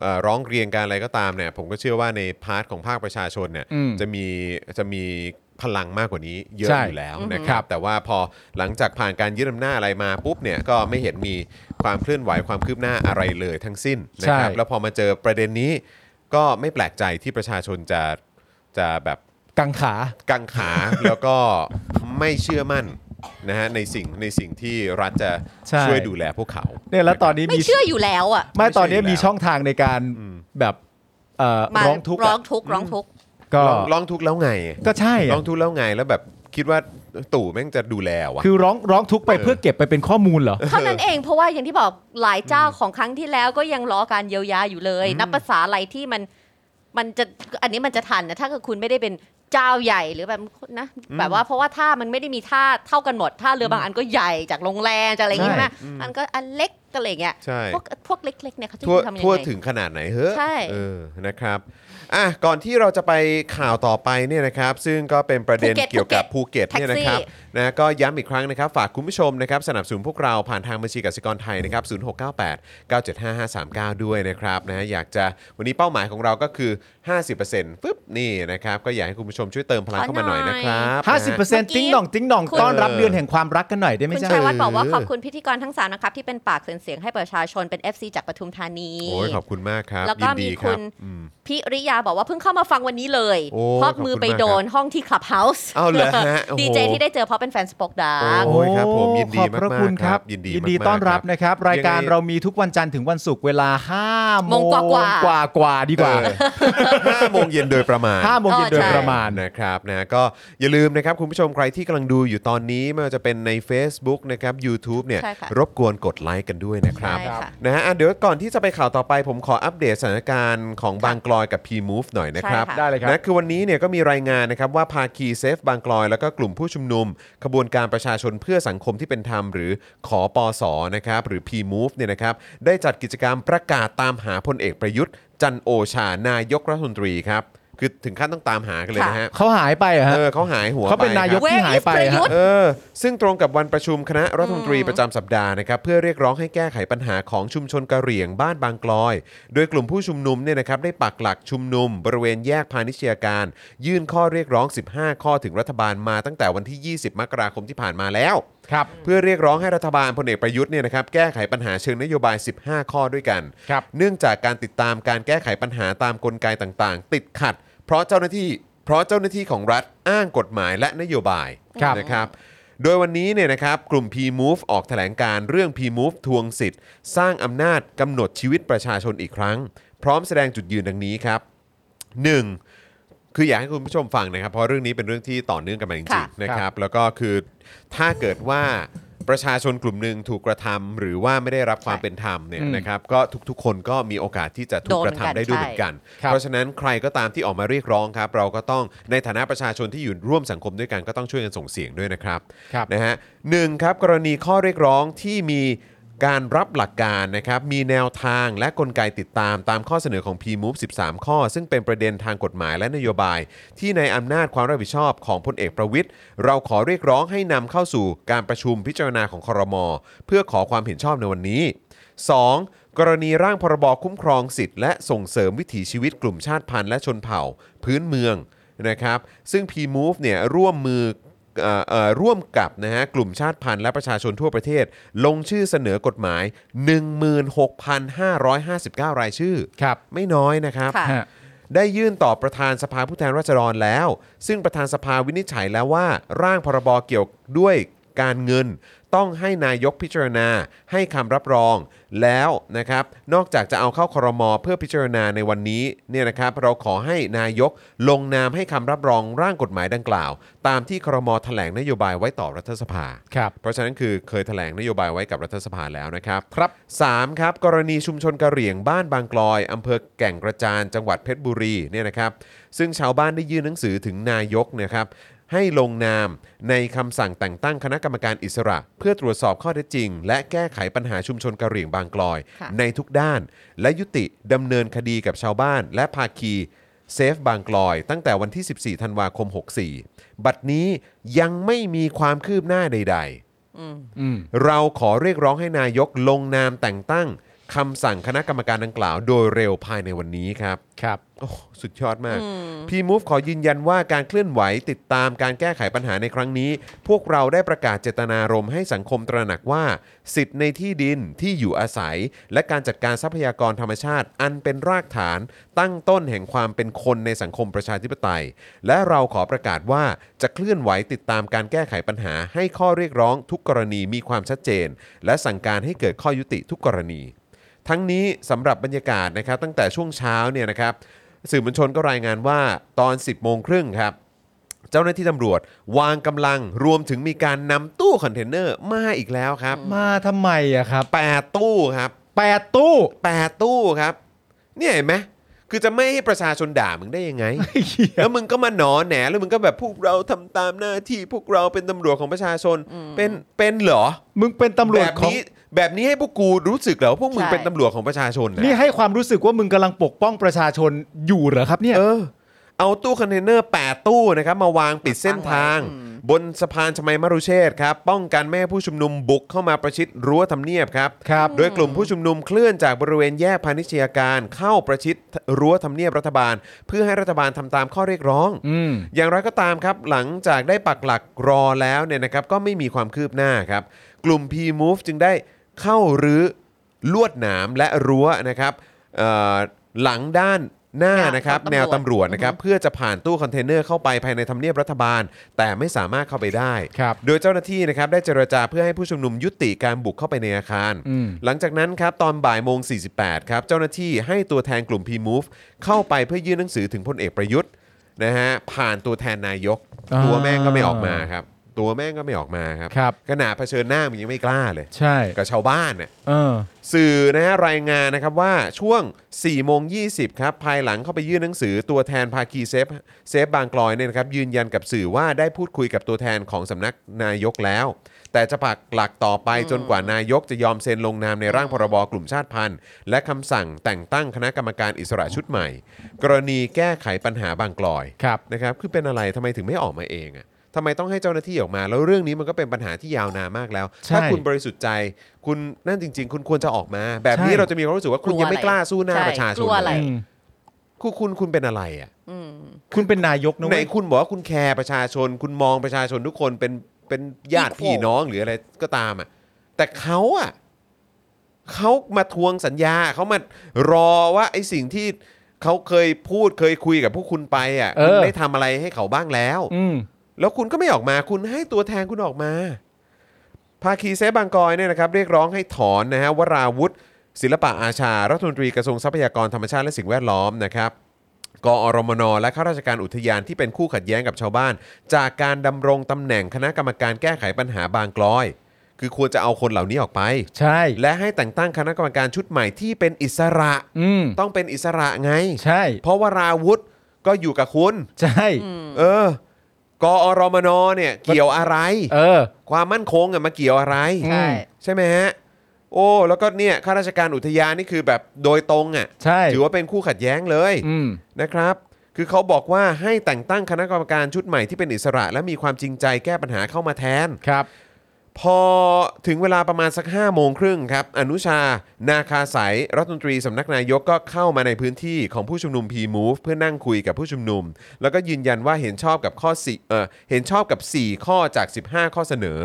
เอ่อร้องเรียนการอะไรก็ตามเนี่ยผมก็เชื่อว่าในพาร์ทของภาคประชาชนเนี่ย
อืม
จะมีจะมีพลังมากกว่านี้เยอะ
ใช่
อยู่แล้วนะครับ
อือฮึ
แต่ว่าพอหลังจากผ่านการยึดอำนาจอะไรมาปุ๊บเนี่ยก็ไม่เห็นมีความเคลื่อนไหวความคืบหน้าอะไรเลยทั้งสิ้นนะครับ
ใช่
แล้วพอมาเจอประเด็นนี้ ก็ไม่แปลกใจที่ประชาชนจะจะแบบ
กังขา
กังขา แล้วก็ไม่เชื่อมั่นนะฮะในสิ่งในสิ่งที่รัฐจะ
ใช่
ช่วยดูแลพวกเขา
เนี่ยแล้วตอนนี้
ไม่
มี
เชื่ออยู่แล้วอ่ะ
ไม่ตอนนี้มีช่องทางในการแบบเอ่อ
มา
ร้องทุกข์
ร้อ
อะ
งทุกข์ร้องทุกข์
ก็
ร้องร้องทุกข์แล้วไง
ก็ใช่อะ
ร้องทุกข์แล้วไงแล้วแบบคิดว่าตู่แม่งจะดูแลวะ
คือร้องร้องทุกข์ไป
เออ
เพื่อเก็บไปเป็นข้อมูลเหรอ
เท่านั้นเองเพราะว่าอย่างที่บอกหลายเจ้าของครั้งที่แล้วก็ยังรอการเยียวยาอยู่เลย นับภาษาอะไรที่มันมันจะอันนี้มันจะทันนะถ้าเกิดคุณไม่ได้เป็นเจ้าใหญ่หรือแบบนะแบบว่าเพราะว่าท่ามันไม่ได้มีท่าเท่ากันหมดท่าเรือบางอันก็ใหญ่จากโรงแรมจากอะไรอย่างงี้
ใช่
ใช่ไหมมันก็อันเล็กก็อะไรอย่างเงี้ย
ใช่
พวกพวกเล็กๆเนี่ยเขาจะ
ทั่ว
ทำยัง
ทั่ว
ไง
ถึงขนาดไหนเฮ้อ
ใช่
เออนะครับอ่ะก่อนที่เราจะไปข่าวต่อไปเนี่ยนะครับ ซึ่งก็เป็นประเด็นเกี่ยวกับภูเก็ตเนี่ยนะครับ นะก็ย้ำอีกครั้งนะครับ ฝากคุณผู้ชมนะครับสนับสนุนพวกเราผ่านทางบัญชีกสิกรไทยนะครับ0698 975 539 ด้วยนะครับนะอยากจะวันนี้เป้าหมายของเราก็คือ 50%ปึ๊บนี่นะครับ ก็อยากให้คุณผู้ชมช่วยเติมพลังเข้ามาหน่อยนะครับ
ห้าสิบเปอร์เซ็นต์
เมื่อกี้
ติ้งหน่องติ้งหน่อง
คุณ
ต้อนรับเดือนแห่งความรักกันหน่อยได้ไหม
คุณ
จ๊ะ
ชัยวัฒน์บอกว่าขอบคุณพิธีกรทั้งสามนะครับที่เป็นปากเสียงเสียงให้ประชาชนเป็น FC จากปทุมธานี
โอ้ยขอบคุณมากครับ
แล้ว
ยิ
ก็
น
มี
ดีค
คุ
รับ
ณ
อืม
พิริยาบอกว่าเพิ่งเข้ามาฟังวันนี้เลย
โอ้
เพราะมือไปโดนห้องที่คลับเฮาส์
เอาเหร อฮะโอ้โห
ดีเจที่ได้เจอเพราะเป็นแฟนสป็อกดา
โอ้ยครับผมยินดี
ขอบพระ
มากๆ
คุณครับ
ยินดีมากๆ
ต้อนรับ
ครับ
นะครับ รายการ
ยังไง
เรามีทุกวันจันทร์ถึงวันศุกร์เวลา5
โมงกว่ากว่า
กว่ากว่าดีกว่า
เออ ห้าโมงเย็นโดยประมาณ
5โมงเย็นโดยประมาณ
นะครับนะก็อย่าลืมนะครับ คุณผู้ชมใครที่กำลังดูอยู่ตอนนี้ ไม่ว่าจะเป็นใน Facebook นะครับ YouTube เนี่ย
ใช่ค่ะ
รบกวนกดไลค์กันด้วยนะครับ
ใช่ค่ะ
นะฮะอ่ะเดี๋ยวก่อนที่จะไปข่าวต่อไป ผมขออัปเดตสถานการณ์ของบางกลอยกับ P-Move หน่อยนะครับ
ใช่ค่ะ
ได้เลยครับ
นะคือวันนี้เนี่ยก็มีรายงานนะครับว่าภาคีเซฟบางกลอย แล้วก็กลุ่มผู้ชุมนุม ขบวนการประชาชนเพื่อสังคมที่เป็นธรรม หรือขอปอสอนะครับหรือ P-Move เนี่ยนะครับได้จัดกิจกรรมประกาศตามหาพลเอกประยุทธ์ จันทร์โอชานายกรัฐมนตรีครับคือถึงขั้นต้องตามหากันเลยนะฮะ
เขาหายไปเหรอฮะ
เออเขาหายหัว
เขาเป็น
ไครับ
นายก ที่
Where
หาย
is
ไป
ประยุทธ์
เออซึ่งตรงกับวันประชุมคณะรัฐมนตรีประจำสัปดาห์นะครับเพื่อเรียกร้องให้แก้ไขปัญหาของชุมชนกะเหรี่ยงบ้านบางกลอย โดยกลุ่มผู้ชุมนุมเนี่ยนะครับได้ปักหลักชุมนุม บริเวณแยกพาณิชยาการ ยื่นข้อเรียกร้อง 15 ข้อถึงรัฐบาลมาตั้งแต่วันที่ 20 มกราคมที่ผ่านมาแล้ว
ครับ
เพื่อเรียกร้องให้รัฐบาลพลเอกประยุทธ์เนี่ยนะครับแก้ไขปัญหาเชิงนโยบาย 15 ข้อด้วยกัน
ครับ
เนื่องจากการติดตามการแก้ไขปัญหาตามกลไกต่างๆ ติดขัด เพราะเจ้าหน้าที่เพราะเจ้าหน้าที่ของรัฐอ้างกฎหมายและนโยบาย
ครับ
นะครับ โดยวันนี้เนี่ยนะครับกลุ่ม P-Move ออกแถลงการเรื่อง P-Move ทวงสิทธิ์ สร้างอำนาจกำหนดชีวิตประชาชนอีกครั้ง พร้อมแสดงจุดยืนดังนี้ครับ 1. คืออยากให้คุณผู้ชมฟังนะครับ เพราะเรื่องนี้เป็นเรื่องที่ต่อเนื่องกันมาจริง
ค่ะ
ๆนะครับ แล้วก็คือถ้าเกิดว่าประชาชนกลุ่มหนึ่งถูกกระทำหรือว่าไม่ได้รับความเป็นธรรมเนี่ย
อืม
นะครับก็ทุกๆ คนก็มีโอกาสที่จะถูกกระทำได้ด้วยเหมือนกัน
ครับ
เพราะฉะนั้นใครก็ตามที่ออกมาเรียกร้องครับ เราก็ต้องในฐานะประชาชนที่อยู่ร่วมสังคมด้วยกันก็ต้องช่วยกันส่งเสียงด้วยนะครับ
ครับ
นะฮะหนึ่งครับกรณีข้อเรียกร้องที่มีการรับหลักการนะครับ มีแนวทางและกลไกติดตามตามข้อเสนอของ P-MOVE 13 ข้อ ซึ่งเป็นประเด็นทางกฎหมายและนโยบาย ที่ในอำนาจความรับผิดชอบของพลเอกประวิทย์เราขอเรียกร้องให้นำเข้าสู่การประชุมพิจารณาของครม เพื่อขอความเห็นชอบในวันนี้ 2. กรณีร่างพรบคุ้มครองสิทธิ์และส่งเสริมวิถีชีวิตกลุ่มชาติพันธุ์และชนเผ่า พื้นเมืองนะครับ ซึ่ง P-MOVE เนี่ยร่วมมือเอ่อเอ่อร่วมกับนะฮะกลุ่มชาติพันธุ์และประชาชนทั่วประเทศ ลงชื่อเสนอกฎหมาย 16,559 รายชื่อ
ครับ
ไม่น้อยนะครับ
ค่ะ
ฮะ
ได้ยื่นต่อประธานสภาผู้แทนราษฎรแล้ว ซึ่งประธานสภาวินิจฉัยแล้วว่า ร่างพรบเกี่ยวด้วยการเงิน ต้องให้นายกพิจารณา ให้คำรับรองแล้วนะครับ นอกจากจะเอาเข้าครมเพื่อพิจารณาในวันนี้เนี่ยนะครับ เราขอให้นายกลงนามให้คำรับรองร่างกฎหมายดังกล่าว ตามที่ครมแถลงนโยบายไว้ต่อรัฐสภา
ครับ
เพราะฉะนั้นคือเคยแถลงนโยบายไว้กับรัฐสภาแล้วนะครับ
ครับ
3ครับกรณีชุมชนกะเหรี่ยงบ้านบางกลอยอำเภอแก่งกระจานจังหวัดเพชรบุรีเนี่ยนะครับซึ่งชาวบ้านได้ยื่นหนังสือถึงนายกนะครับให้ลงนามในคำสั่งแต่งตั้งคณะกรรมการอิสระ เพื่อตรวจสอบข้อเท็จจริง และแก้ไขปัญหาชุมชนกะเหรี่ยงบางกลอย
ค่ะ
ในทุกด้าน และยุติดำเนินคดีกับชาวบ้าน และภาคีเซฟบางกลอย ตั้งแต่วันที่ 14 ธันวาคม 64 บัดนี้ยังไม่มีความคืบหน้าใด ๆ
อืม
เราขอเรียกร้องให้นายกลงนามแต่งตั้งคำสั่งคณะกรรมการดังกล่าวโดยเร็วภายในวันนี้ครับ
ครับ
โอ้โหสุดยอดมาก พี่มูฟขอยืนยันว่าการเคลื่อนไหวติดตามการแก้ไขปัญหาในครั้งนี้ พวกเราได้ประกาศเจตนารมณ์ให้สังคมตระหนักว่า สิทธิ์ในที่ดินที่อยู่อาศัย และการจัดการทรัพยากรธรรมชาติ อันเป็นรากฐาน ตั้งต้นแห่งความเป็นคนในสังคมประชาธิปไตย และเราขอประกาศว่าจะเคลื่อนไหวติดตามการแก้ไขปัญหา ให้ข้อเรียกร้องทุกกรณีมีความชัดเจน และสั่งการให้เกิดข้อยุติทุกกรณี ทั้งนี้สำหรับบรรยากาศนะครับตั้งแต่ช่วงเช้าเนี่ยนะครับสื่อมวลชนก็รายงานว่าตอน 10 โมงครึ่งครับ เจ้าหน้าที่ตำรวจวางกำลังรวมถึงมีการนำตู้คอนเทนเนอร์มาอีกแล้วครับ
มาทำไมอะครับ
8 ตู้ครับ
แปดตู้
8 ตู้ครับ เนี่ยเห็นไหมคือจะไม่ให้ประชาชนด่ามึงได้ยังไง แล้วมึงก็มาหนอแหนแล้วมึงก็แบบพวกเราทำตามหน้าที่พวกเราเป็นตำรวจของประชาชนเป็นเป็นเหรอ
มึงเป็นตำรว
แบ
จ
บ
ของ
นี้แบบนี้ให้พวกกูรู้สึกเหรอว่าพวกมึง
ใช่
เป็นตำรวจของประชาชนนะ
นี่ให้ความรู้สึกว่ามึงกำลังปกป้องประชาชนอยู่เหรอครับเนี่ย
เออ เอาตู้คอนเทนเนอร์ 8 ตู้นะครับ มาวางปิดเส้นทาง
อืม
บนสะพานชมัยมรุเชษฐ์ครับ ป้องกันไม่ให้ผู้ชุมนุมบุกเข้ามาประชิดรั้วทำเนียบครับ
ครับ
โดยกลุ่มผู้ชุมนุมเคลื่อนจากบริเวณแยกพาณิชยาการเข้าประชิดรั้วทำเนียบรัฐบาล เพื่อให้รัฐบาลทำตามข้อเรียกร้อง
อืม
อย่างไรก็ตามครับ หลังจากได้ปักหลักรอแล้วเนี่ยนะครับ ก็ไม่มีความคืบหน้าครับ กลุ่ม P-Move จึงได้เข้ารื้อลวดหนามและรั้วนะครับเอ่อหลังด้านหน้า
หน้า
นะครับ
ของตำรวจ
แนวตำรวจนะครับ เพื่อจะผ่านตู้คอนเทนเนอร์เข้าไปภายในทำเนียบรัฐบาล แต่ไม่สามารถเข้าไปได้
ครับ
โดยเจ้าหน้าที่นะครับได้เจรจาเพื่อให้ผู้ชุมนุมยุติการบุกเข้าไปในอาคาร
อืม
หลังจากนั้นครับตอนบ่ายโมง 48 ครับ เจ้าหน้าที่ให้ตัวแทนกลุ่ม P-Move เข้าไปเพื่อยื่นหนังสือถึงพลเอกประยุทธ์นะฮะผ่านตัวแทนนายก
อ่า
ตัวแม่งก็ไม่ออกมาครับ ตัวแม่งก็ไม่ออกมาครับ
ครับ
ขนาดเผชิญหน้ามันยังไม่กล้าเลย
ใช่
กับชาวบ้านเนี่ย
เออ
สื่อนะฮะรายงานนะครับว่าช่วง 4 โมง 20 ครับ ภายหลังเข้าไปยื่นหนังสือตัวแทนภาคีเซฟเซฟบางกลอยเนี่ยนะครับยืนยันกับสื่อว่าได้พูดคุยกับตัวแทนของสำนักนายกแล้ว แต่จะปักหลักต่อไปจนกว่านายกจะยอมเซ็นลงนามในร่างพรบกลุ่มชาติพันธุ์ และคำสั่งแต่งตั้งคณะกรรมการอิสระชุดใหม่ กรณีแก้ไขปัญหาบางกลอย
ครับ
นะครับคือเป็นอะไรทำไมถึงไม่ออกมาเองอะทำไมต้องให้เจ้าหน้าที่ออกมาแล้วเรื่องนี้มันก็เป็นปัญหาที่ยาวนานมากแล้ว
ใช่
ถ้าคุณบริสุทธิ์ใจ คุณนั่นจริง ๆ คุณควรจะออกมา แบบนี้
ใช่
เราจะมีความรู้สึกว่าคุณยังไม่กล้าสู้หน้า
ใช่
ประชาชน
กลัวอะไร
เลย
อืม
คุณคุณคุณเป็นอะไรอ่ะ
อืม
คุณเป็นนายกนะ
ไหน
เว้ย
คุณบอกว่าคุณแคร์ประชาชน คุณมองประชาชนทุกคนเป็น เป็นญาติพี่น้องหรืออะไรก็ตามอ่ะแต่เขาอ่ะเขามาทวงสัญญาเขามารอว่าไอ้สิ่งที่เขาเคยพูดเคยคุยกับพวกคุณไปอ่ะ
เออ
คุณได้ทำอะไรให้เขาบ้างแล้ว
อืม
แล้วคุณก็ไม่ออกมาคุณให้ตัวแทนคุณออกมา ภาคีเซฟบางกอยเนี่ยนะครับ เรียกร้องให้ถอนนะฮะวราวุธ ศิลปะอาชา รัฐมนตรีกระทรวงทรัพยากรธรรมชาติและสิ่งแวดล้อมนะครับกอรมน และข้าราชการอุทยานที่เป็นคู่ขัดแย้งกับชาวบ้าน จากการดำรงตำแหน่งคณะกรรมการแก้ไขปัญหาบางกลอย คือควรจะเอาคนเหล่านี้ออกไป
ใช่
และให้แต่งตั้งคณะกรรมการชุดใหม่ที่เป็นอิสระ
อืม
ต้องเป็นอิสระไง
ใช่
เพราะวราวุธก็อยู่กับคุณ
ใช่
เออกอรมนเนี่ยเกี่ยวอะไร
เออ
ความมั่นคงอะมาเกี่ยวอะไร
ใช่
ใช่ไหมฮะ โอ้แล้วก็เนี่ยข้าราชการอุทยานนี่คือแบบโดยตรงอะ
ใช่
ถือว่าเป็นคู่ขัดแย้งเลย
อืม
นะครับ คือเขาบอกว่าให้แต่งตั้งคณะกรรมการชุดใหม่ที่เป็นอิสระ และมีความจริงใจแก้ปัญหาเข้ามาแทน
ครับ
พอถึงเวลาประมาณสัก5้าโมงครึ่งครับ อนุชา นาคาสายรัฐมนตรีสำนักนายกก็เข้ามาในพื้นที่ของผู้ชุมนุม P-Move เพื่อนั่งคุยกับผู้ชุมนุม แล้วก็ยืนยันว่าเห็นชอบกับข้อสี่เออเห็นชอบกับ 4 ข้อจาก 15 ข้อเสนอ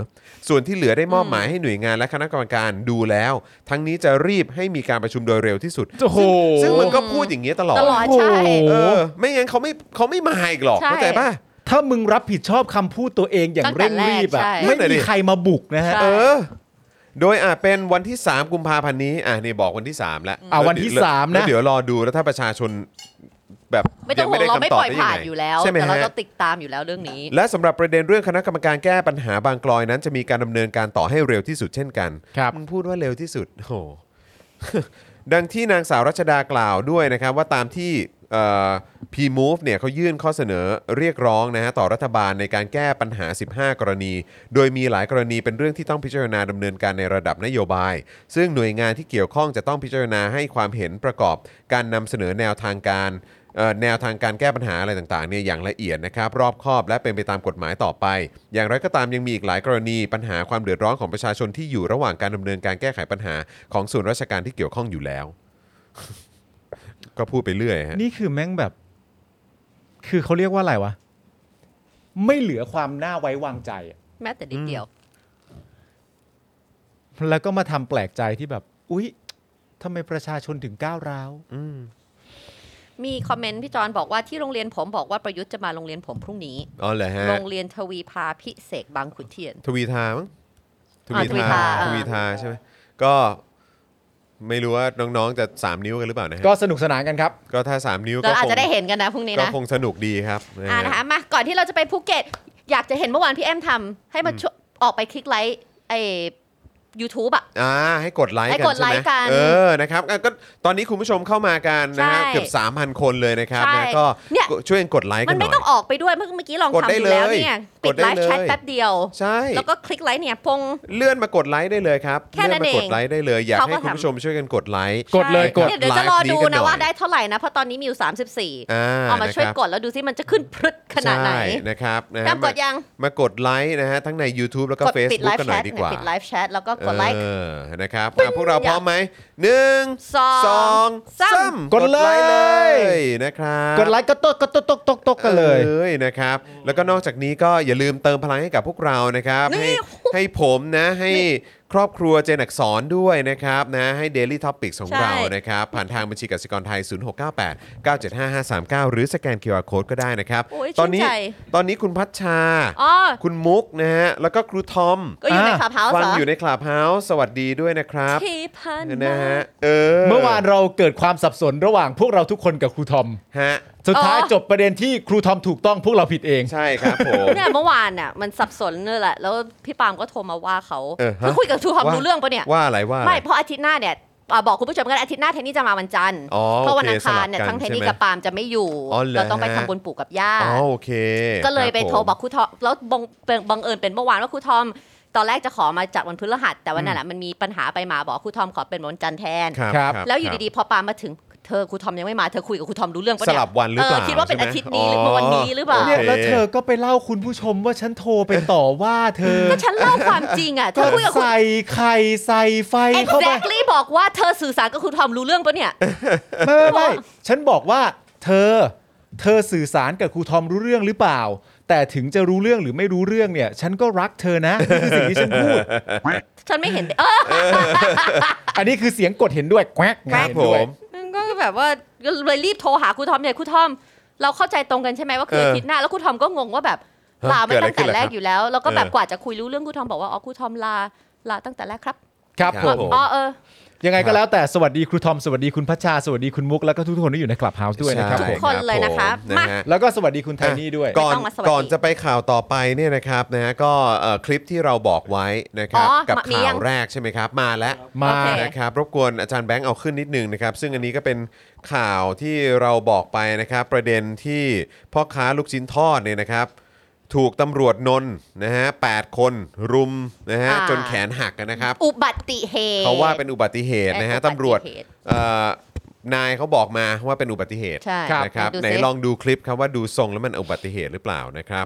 ส่วนที่เหลือได้มอบหมายให้หน่วยงานและคณะกรรมการดูแล้ว ทั้งนี้จะรีบให้มีการประชุมโดยเร็วที่สุด
โอ้โห
ซึ่งมันก็พูดอย่างเงี้ยตลอด
ตลอดใช่
เออไม่งั้นเขาไม่เขาไม่มาอีกหรอก
ใช่
เข้าใจป่ะ
ถ้ามึงรับผิดชอบคำพูดตัวเองอย่างเร่งรีบอ่ะ
ตั้งแต่แรกใช่
ไม่มีใครมาบุกนะฮะ
ใช่
เออ โดยอาจเป็นวันที่ 3 กุมภาพันธ์นี้ อ่ะนี่บอกวันที่ 3 แล้ว
อ่ะวันที่
แล้ว
สามนะ
แล้วเดี๋ยวรอดูแล้วถ้าประชาชนแบบ
ไม่ต้อง
ยั
ห่วง
ด้
เราไม่
คำตบ
ปล่อย
ด้
ผ่าน
งไง
อยู่แล้ว
ใช่ไหม
แต่เรา
ฮะ
ก็ติดตามอยู่แล้วเรื่องนี้
และสำหรับประเด็นเรื่องคณะกรรมการแก้ปัญหาบางกลอยนั้น จะมีการดำเนินการต่อให้เร็วที่สุดเช่นกัน
ครับ
มึงพูดว่าเร็วที่สุดโอ้โห ดังที่นางสาวรัชดากล่าวด้วยนะครับ ว่าตามที่พีมูฟเนี่ยเขายื่นข้อเสนอเรียกร้องนะฮะต่อรัฐบาลในการแก้ปัญหา 15 กรณี โดยมีหลายกรณีเป็นเรื่องที่ต้องพิจารณาดำเนินการในระดับนโยบาย ซึ่งหน่วยงานที่เกี่ยวข้องจะต้องพิจารณาให้ความเห็นประกอบการนำเสนอแนวทางการเอ่อแนวทางการแก้ปัญหาอะไรต่างๆเนี่ยอย่างละเอียดนะครับ รอบคอบและเป็นไปตามกฎหมายต่อไป อย่างไรก็ตามยังมีอีกหลายกรณีปัญหาความเดือดร้อนของประชาชนที่อยู่ระหว่างการดำเนินการแก้ไขปัญหาของส่วนราชการที่เกี่ยวข้องอยู่แล้ว ก็พูดไปเรื่อยฮะ
นี่คือแม่งแบบ คือเขาเรียกว่าอะไรวะ ไม่เหลือความน่าไว้วางใจอะ
แม้แต่นิดเดียว
แล้วก็มาทำแปลกใจที่แบบ อุ๊ยทำไมประชาชนถึงก้าวร้าว
มีคอมเมนต์พี่จอนบอกว่าที่โรงเรียนผมบอกว่าประยุทธ์จะมาโรงเรียนผมพรุ่งนี้
อ๋อเหรอฮะ
โรงเรียนทวีพาพิเศษบางขุนเทียน
ทวีทามั้งท
อ๋อ
วีทา
ทวีทา
ทวีทาใช่ไหมก็ไม่รู้ว่าน้องๆจะ 3 นิ้วกันหรือเปล่านะฮะ
ก็สนุกสนานกันครับ
ก็ถ้า 3 นิ้ว
เรา
ก็
อาจ
คง
จะได้เห็นกันนะพรุ่งนี้
ก็
นะ
คงสนุกดีครับนะ
อ่า
ฮะ
นะคะมาก่อนที่เราจะไปภูเก็ต อยากจะเห็นเมื่อวานพี่แอมทำให้มาช่วยออกไปคลิกไลค์ไอ้ยูทูบอ่ะ
อ่าให้กดไลค์
ให้
กัน
กด
ใช่ไหม
ไลค์กัน
เออนะครับอ่ะก็ตอนนี้คุณผู้ชมเข้ามากันนะฮะ
ใช่
เกือบ 3,000 คนเลยนะครับ
ใช่
นะก็
เนี่ย
กดช่วยกดไลค์
มั
กัน นห
ไม่
น่
ต้
อ
อย งออกไปด้วยเมื่อกี้ลอง
กดได้
ทำอยู่แล้ว
เลย
เนี่ย
ก
ติ
ด
ด
ได้
ไลฟ์แชท
เลย
แป๊บเดียว
ใช่
แล้วก็คลิกไลค์เนี่ยพง
เลื่อนมากดไลค์ได้เลยครับ
แค่นั้น
เลื่อนมากด
เอง
ไลค์ได้เลยอยาก
เขาก็
ให้คุณผู้ชมช่วยกันกดไลค์
ำ
กดเลย
ใช่
กด
นี่เดี๋ยวจะรอดู
ไลฟ์นี้กันหน่
นะ
อย
ว่าได้เท่าไหร่นะ เพราะตอนนี้มีอยู่ 34
อ่า
เอามาช่
นะ
วย
ครับ
กดแล้วดูซิมันจะขึ้นพรึดขนาดไหน
ใช่นะครับนะฮะ
ตามกด
มา
ยัง
มากดไลค์นะฮะทั้งใน YouTube แล้วก็
กดปิดไล
Facebook
ฟ์
กันหน่
แช
อ
ท
ยดีกว่า
ปิดไลฟ์แชทแล้วก็กดไลค์
เออนะครับอ่ะพวกเราพร้อมไหมหนึ่ง
สอง
สอง
สาม
าม
กดเลย
ยนะครับ
กดไลค์ก็ตกก็ตกตกตกตกกันเลย
เอ้ยนะครับ แล้วก็นอกจากนี้ก็อย่าลืมเติมพลังให้กับพวกเรานะครับ
นี่
ให้
โอ้โห
ให้ผมนะให้ครอบครัวเจนอักสอนด้วยนะครับนะให้ Daily Topics ของ
ใช่
เรานะครับ ผ่านทางบัญชีกสิกรไทย 0698 975539 หรือสแกน QR Code ก็ได้นะครับ
โอ้ย
ตอ
ชื่
น
น
นี้
ใจ
ตอนนี้คุณพัชชา
อ๋อ
คุณมุกนะฮะ แล้วก็ครูทอม
ก็อยู่ใน
อ่ะ
คาเพาส์
ฟั
เหรอ
อยู่ในคลับเฮาส์สวัสดีด้วยนะครับ
ที่พัน
นะ
มา
ฮะเออ
เมื่อวานเราเกิดความสับสนระหว่างพวกเราทุกคนกับครูทอม
ฮะ
สุดท้าย
อ๋อ
จบประเด็นที่ครูทอมถูกต้องพวกเราผิดเอง
ใช่ครับผม
เนี่ยเมื่อวานน่ะมันสับสนเนี่ยแหละ แล้วพี่ปาล์มก็โทรมาว่าเขา
เออฮะ
แล้วคุยกับทูทอมรู้เรื่องปะเนี่ย
ว่าอะไรว่าอะไร
ไม่เพราะอาทิตย์หน้าเนี่ยอ่าบอกคุณผู้ชมกันอาทิตย์หน้าเทนนี่จะมาวันจันทร์
อ๋อ
เพราะวัน
โอเค
อังคารเนี่ย
สลับกัน
ทั้งเทนนี่
ใช่ไหม
กับปาล์มจะไม่อยู่
อ๋อเหรอ
เราต้องไป
ฮะ
ทำบุญปู่กับย่า
อ๋อโอเค
ก็เลยไป
ค
โทร
ผม
บอกครูทอมแล้วบังบังเอิญเป็นเมื่อวานว่าครูทอม ตอนแรกจะขอมาจากวันพฤหัส แต่วันนั้นนะมันมีปัญหาไปมาบอกครูทอมขอเป็นวันจันทร์แทน
ครับ
ครับ
แล้วอยู่ดีๆพอปามาถึงเธอครูทอมยังไม่มาเธอคุยกับครูทอมรู้เรื่อง
ครั
ปะ
บส
เนี่ย
ลับวันหรือ
เอ
เป
อ
ล่า
คิดว่าเป็น
ใช่
อา
ไหม
ทิตย์นี้หรือเมื่อวันนี้หรือเปล่า
โค
เนี่ยแล้วเธอก็ไปเล่าคุณผู้ชมว่าฉันโทรไปต่อว่าเธอ
ก็ฉันเล่าความจริงอ่ะเธ
ก็
อคุยกับครู
ใส่ไข่ใส่ไฟเข้าไป
exactly บอกว่าเธอสื่อสารกับครูทอมรู้เรื่องปะเนี่ย
ไม่ไม่ไม่ฉันบอกว่า เธอ เธอสื่อสารกับครูทอมรู้เรื่องหรือเปล่า แต่ถึงจะรู้เรื่องหรือไม่รู้เรื่องเนี่ย ฉันก็รักเธอนะนี่คือสิ่งที่ฉันพูด
ฉันไม่เห็น เออ
อันนี้คือเสียงกดเห็นด้วยแกวก
ค
ไง
รับ
เห็
ผ
นด้วย
ม
มันก็แบบว่าเลยรีบโทรหาครูทอมเนี่ยครูทอม เราเข้าใจตรงกันใช่ไหมว่าคือ
เออ
อาทิตย์หน้าแล้วครูทอมก็งงว่าแบบลาไม่ตั้งแต่แรกอยู่แล้ว แล้วก็แบบ
เออ
กว่าจะคุยรู้เรื่องครูทอมบอกว่าอ๋อครูทอมลาลาตั้งแต่แรกครับ
ครับ
ครั
ผ
บ
ม
ผม
อ๋อเออ
ยังไงก็แล้วแต่สวัสดีครูทอม สวัสดีคุณพัชชา สวัสดีคุณมุก แล้วก็ทุกคนที่อยู่ในคลับเฮาส์ด้วยนะครับ
ใช่
ผม
คนเลยนะคะ
ผมนะฮะ
แล้วก็สวัสดีคุณไทนี่ด้วย
ก่อน
ไม่ต้องมาสวัสดี
ก่อนจะไปข่าวต่อไปเนี่ยนะครับนะฮะก็เอ่อคลิปที่เราบอกไว้นะครับ
อ๋อ
กับ
มามี
ข่าว
ยัง
แรกใช่ไหมครับ มาแล้ว
มา
โอเค
นะครับรบกวนอาจารย์แบงค์เอาขึ้นนิดนึงนะครับ ซึ่งอันนี้ก็เป็นข่าวที่เราบอกไปนะครับ ประเด็นที่พ่อค้าลูกชิ้นทอดเนี่ยนะครับ ถูกตำรวจนนท์นะฮะแปดคนรุมนะฮะ
อ่า
จนแขนหักนะครับ
อุบัติเหตุ
เขาว่าเป็นอุบัติเหตุนะฮะ
อุบั
ตำรวจ
เหตุ
เอ่อนายเขาบอกมาว่าเป็นอุบัติเหตุ
ใช่
นะครับ
ดูสิ
ไหนลองดูคลิปครับว่าดูทรงแล้วมันอุบัติเหตุหรือเปล่านะครับ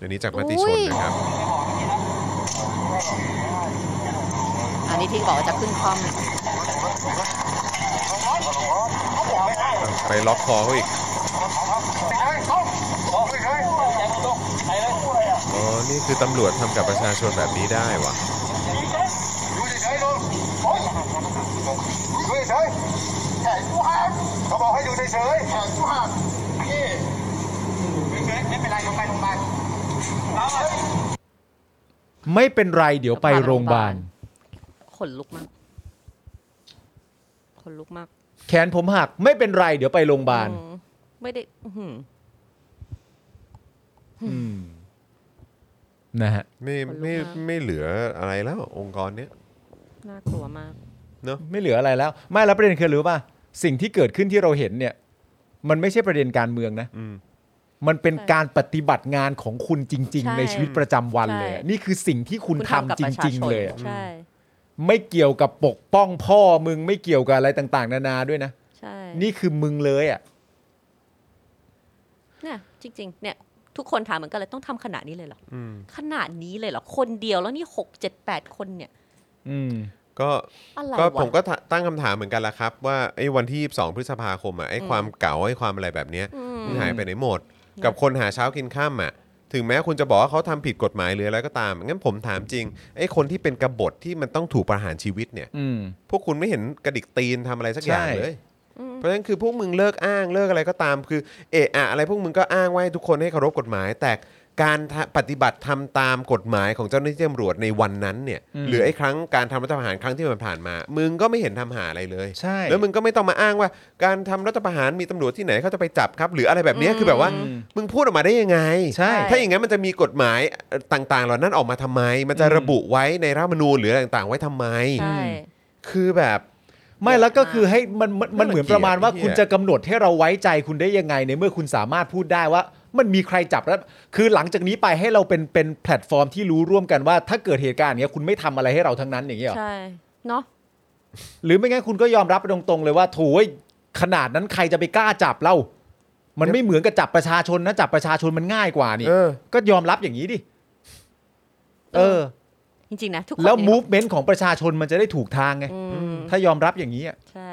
อันนี้จากมติชนนะครับ
อันนี้ที่บอกว่าจะขึ้นคล่อม
ไปล็อกคอเขาอีกอ๋อนี่คือตำรวจทำกับประชาชนแบบนี้ได้วะ
ไม่เป็นไรเดี๋ยวไปโรงพยาบาล
ขนลุกมาก ขนลุกมาก
แขนผมหักไม่เป็นไรเดี๋ยวไปโรงพยาบาล
อืมไม่ได้อื้อหือ
อืมนะฮะ
ไม่
ขนลุก
ไม่
นะ
ไม่เหลืออะไรแล้วองค์กรเนี้ย
น่ากลัวมาก
ไม่เหลืออะไรแล้ว ไม่แล้วประเด็นคือหรือป่ะสิ่งที่เกิดขึ้นที่เราเห็นเนี่ย มันไม่ใช่ประเด็นการเมืองนะ
อืม
มันเป็น
ใช่
การปฏิบัติงานของคุณจริง
ใช่
ๆ ในชีวิตประจำวันเลย
ใช่
นี่คือสิ่งที่คุณทำ
กับ
จ
ประชา
ริง
ช
ๆ
น
เลยอะ
ใช่
ไม่เกี่ยวกับปกป้องพ่อมึงไม่เกี่ยวกับอะไรต่าง ๆ นานาด้วยนะ
ใช่
นี่คือมึงเลยอ่ะ
เนี่ยจริง ๆ เนี่ย ทุกคนถามเหมือนกันเลยต้องทำขนาดนี้เลยเหรอ
อืม
ขนาดนี้เลยเหรอคนเดียวแล้วนี่หกเจ็ดแปดคนเนี่ย
อืม
ก็
อะไร
ก็
วะ
ผมก็ตตั้งคำถามเหมือนกันละครับ ว่าไอ้วันที่ 22 พฤษภาคมอ่ะไอ้ความเก่าไอ้ความอะไรแบบเนี้ย
อืม
มันหายไปไหนหมด กับคนหาเช้ากินข้ามอ่ะ ถึงแม้คุณจะบอกว่าเขาทำผิดกฎหมายหรืออะไรก็ตาม งั้นผมถามจริง ไอ้คนที่เป็นกบฏที่มันต้องถูกประหารชีวิตเนี่ย
อืม
พวกคุณไม่เห็นกระดิกตีนทำอะไรสักอย่าง
ใช่
เลย
อืม
เพราะฉะนั้นคือพวกมึงเลิกอ้างเลิกอะไรก็ตาม คือเอะอะอะไรพวกมึงก็อ้างว่าให้ทุกคนให้เคารพกฎหมาย แต่การทะปฏิบัติทำตามกฎหมายของเจ้าหน้าที่ตำรวจในวันนั้นเนี่ย หรือไอ้ครั้งการทำรัฐประหารครั้งที่มันผ่านมา มึงก็ไม่เห็นทำหาอะไรเลย
ใช่
แล้วมึงก็ไม่ต้องมาอ้างว่า การทำรัฐประหารมีตำรวจที่ไหนเขาจะไปจับครับ หรืออะไรแบบเนี้ยคือแบบว่า มึงพูดออกมาได้ยังไง
ใช่
ถ้าอย่างนั้นมันจะมีกฎหมายต่างๆ เหล่านั้นออกมาทำไม มันจะ
อืม
ระบุไว้ในรัฐธรรมนูญหรืออะไรต่างๆ ไว้ทำไม
ใช่
คือแบบ
ไม่แล้วก็คือให้มันมันมัน
น่า
เหมือนประมาณว่า
เกลียด
คุณ
ไอ้เหี้ย
จะกำหนดให้เราไว้ใจคุณได้ยังไงในเมื่อคุณสามารถพูดได้ว่า มันมีใครจับแล้ว คือหลังจากนี้ไปให้เราเป็นเป็นแพลตฟอร์มที่รู้ร่วมกันว่า ถ้าเกิดเหตุการณ์อย่างเงี้ยคุณไม่ทำอะไรให้เราทั้งนั้นอย่างเงี้ยหรอ
ใช่เนาะ
หรือไม่งั้นคุณก็ยอมรับไปตรงๆเลยว่าโถยขนาดนั้นใครจะไปกล้าจับเรา มันไม่เหมือนกับจับประชาชนนะจับประชาชนมันง่ายกว่านี่
เออ
ก็ยอมรับอย่างนี้ดิเออ
จริงๆนะทุกคน
แล้ว
เนี่ย
มูฟเมนต์ของประชาชนมันจะได้ถูกทางไง
อืม
ถ้ายอมรับอย่างนี้อ่ะ
ใช่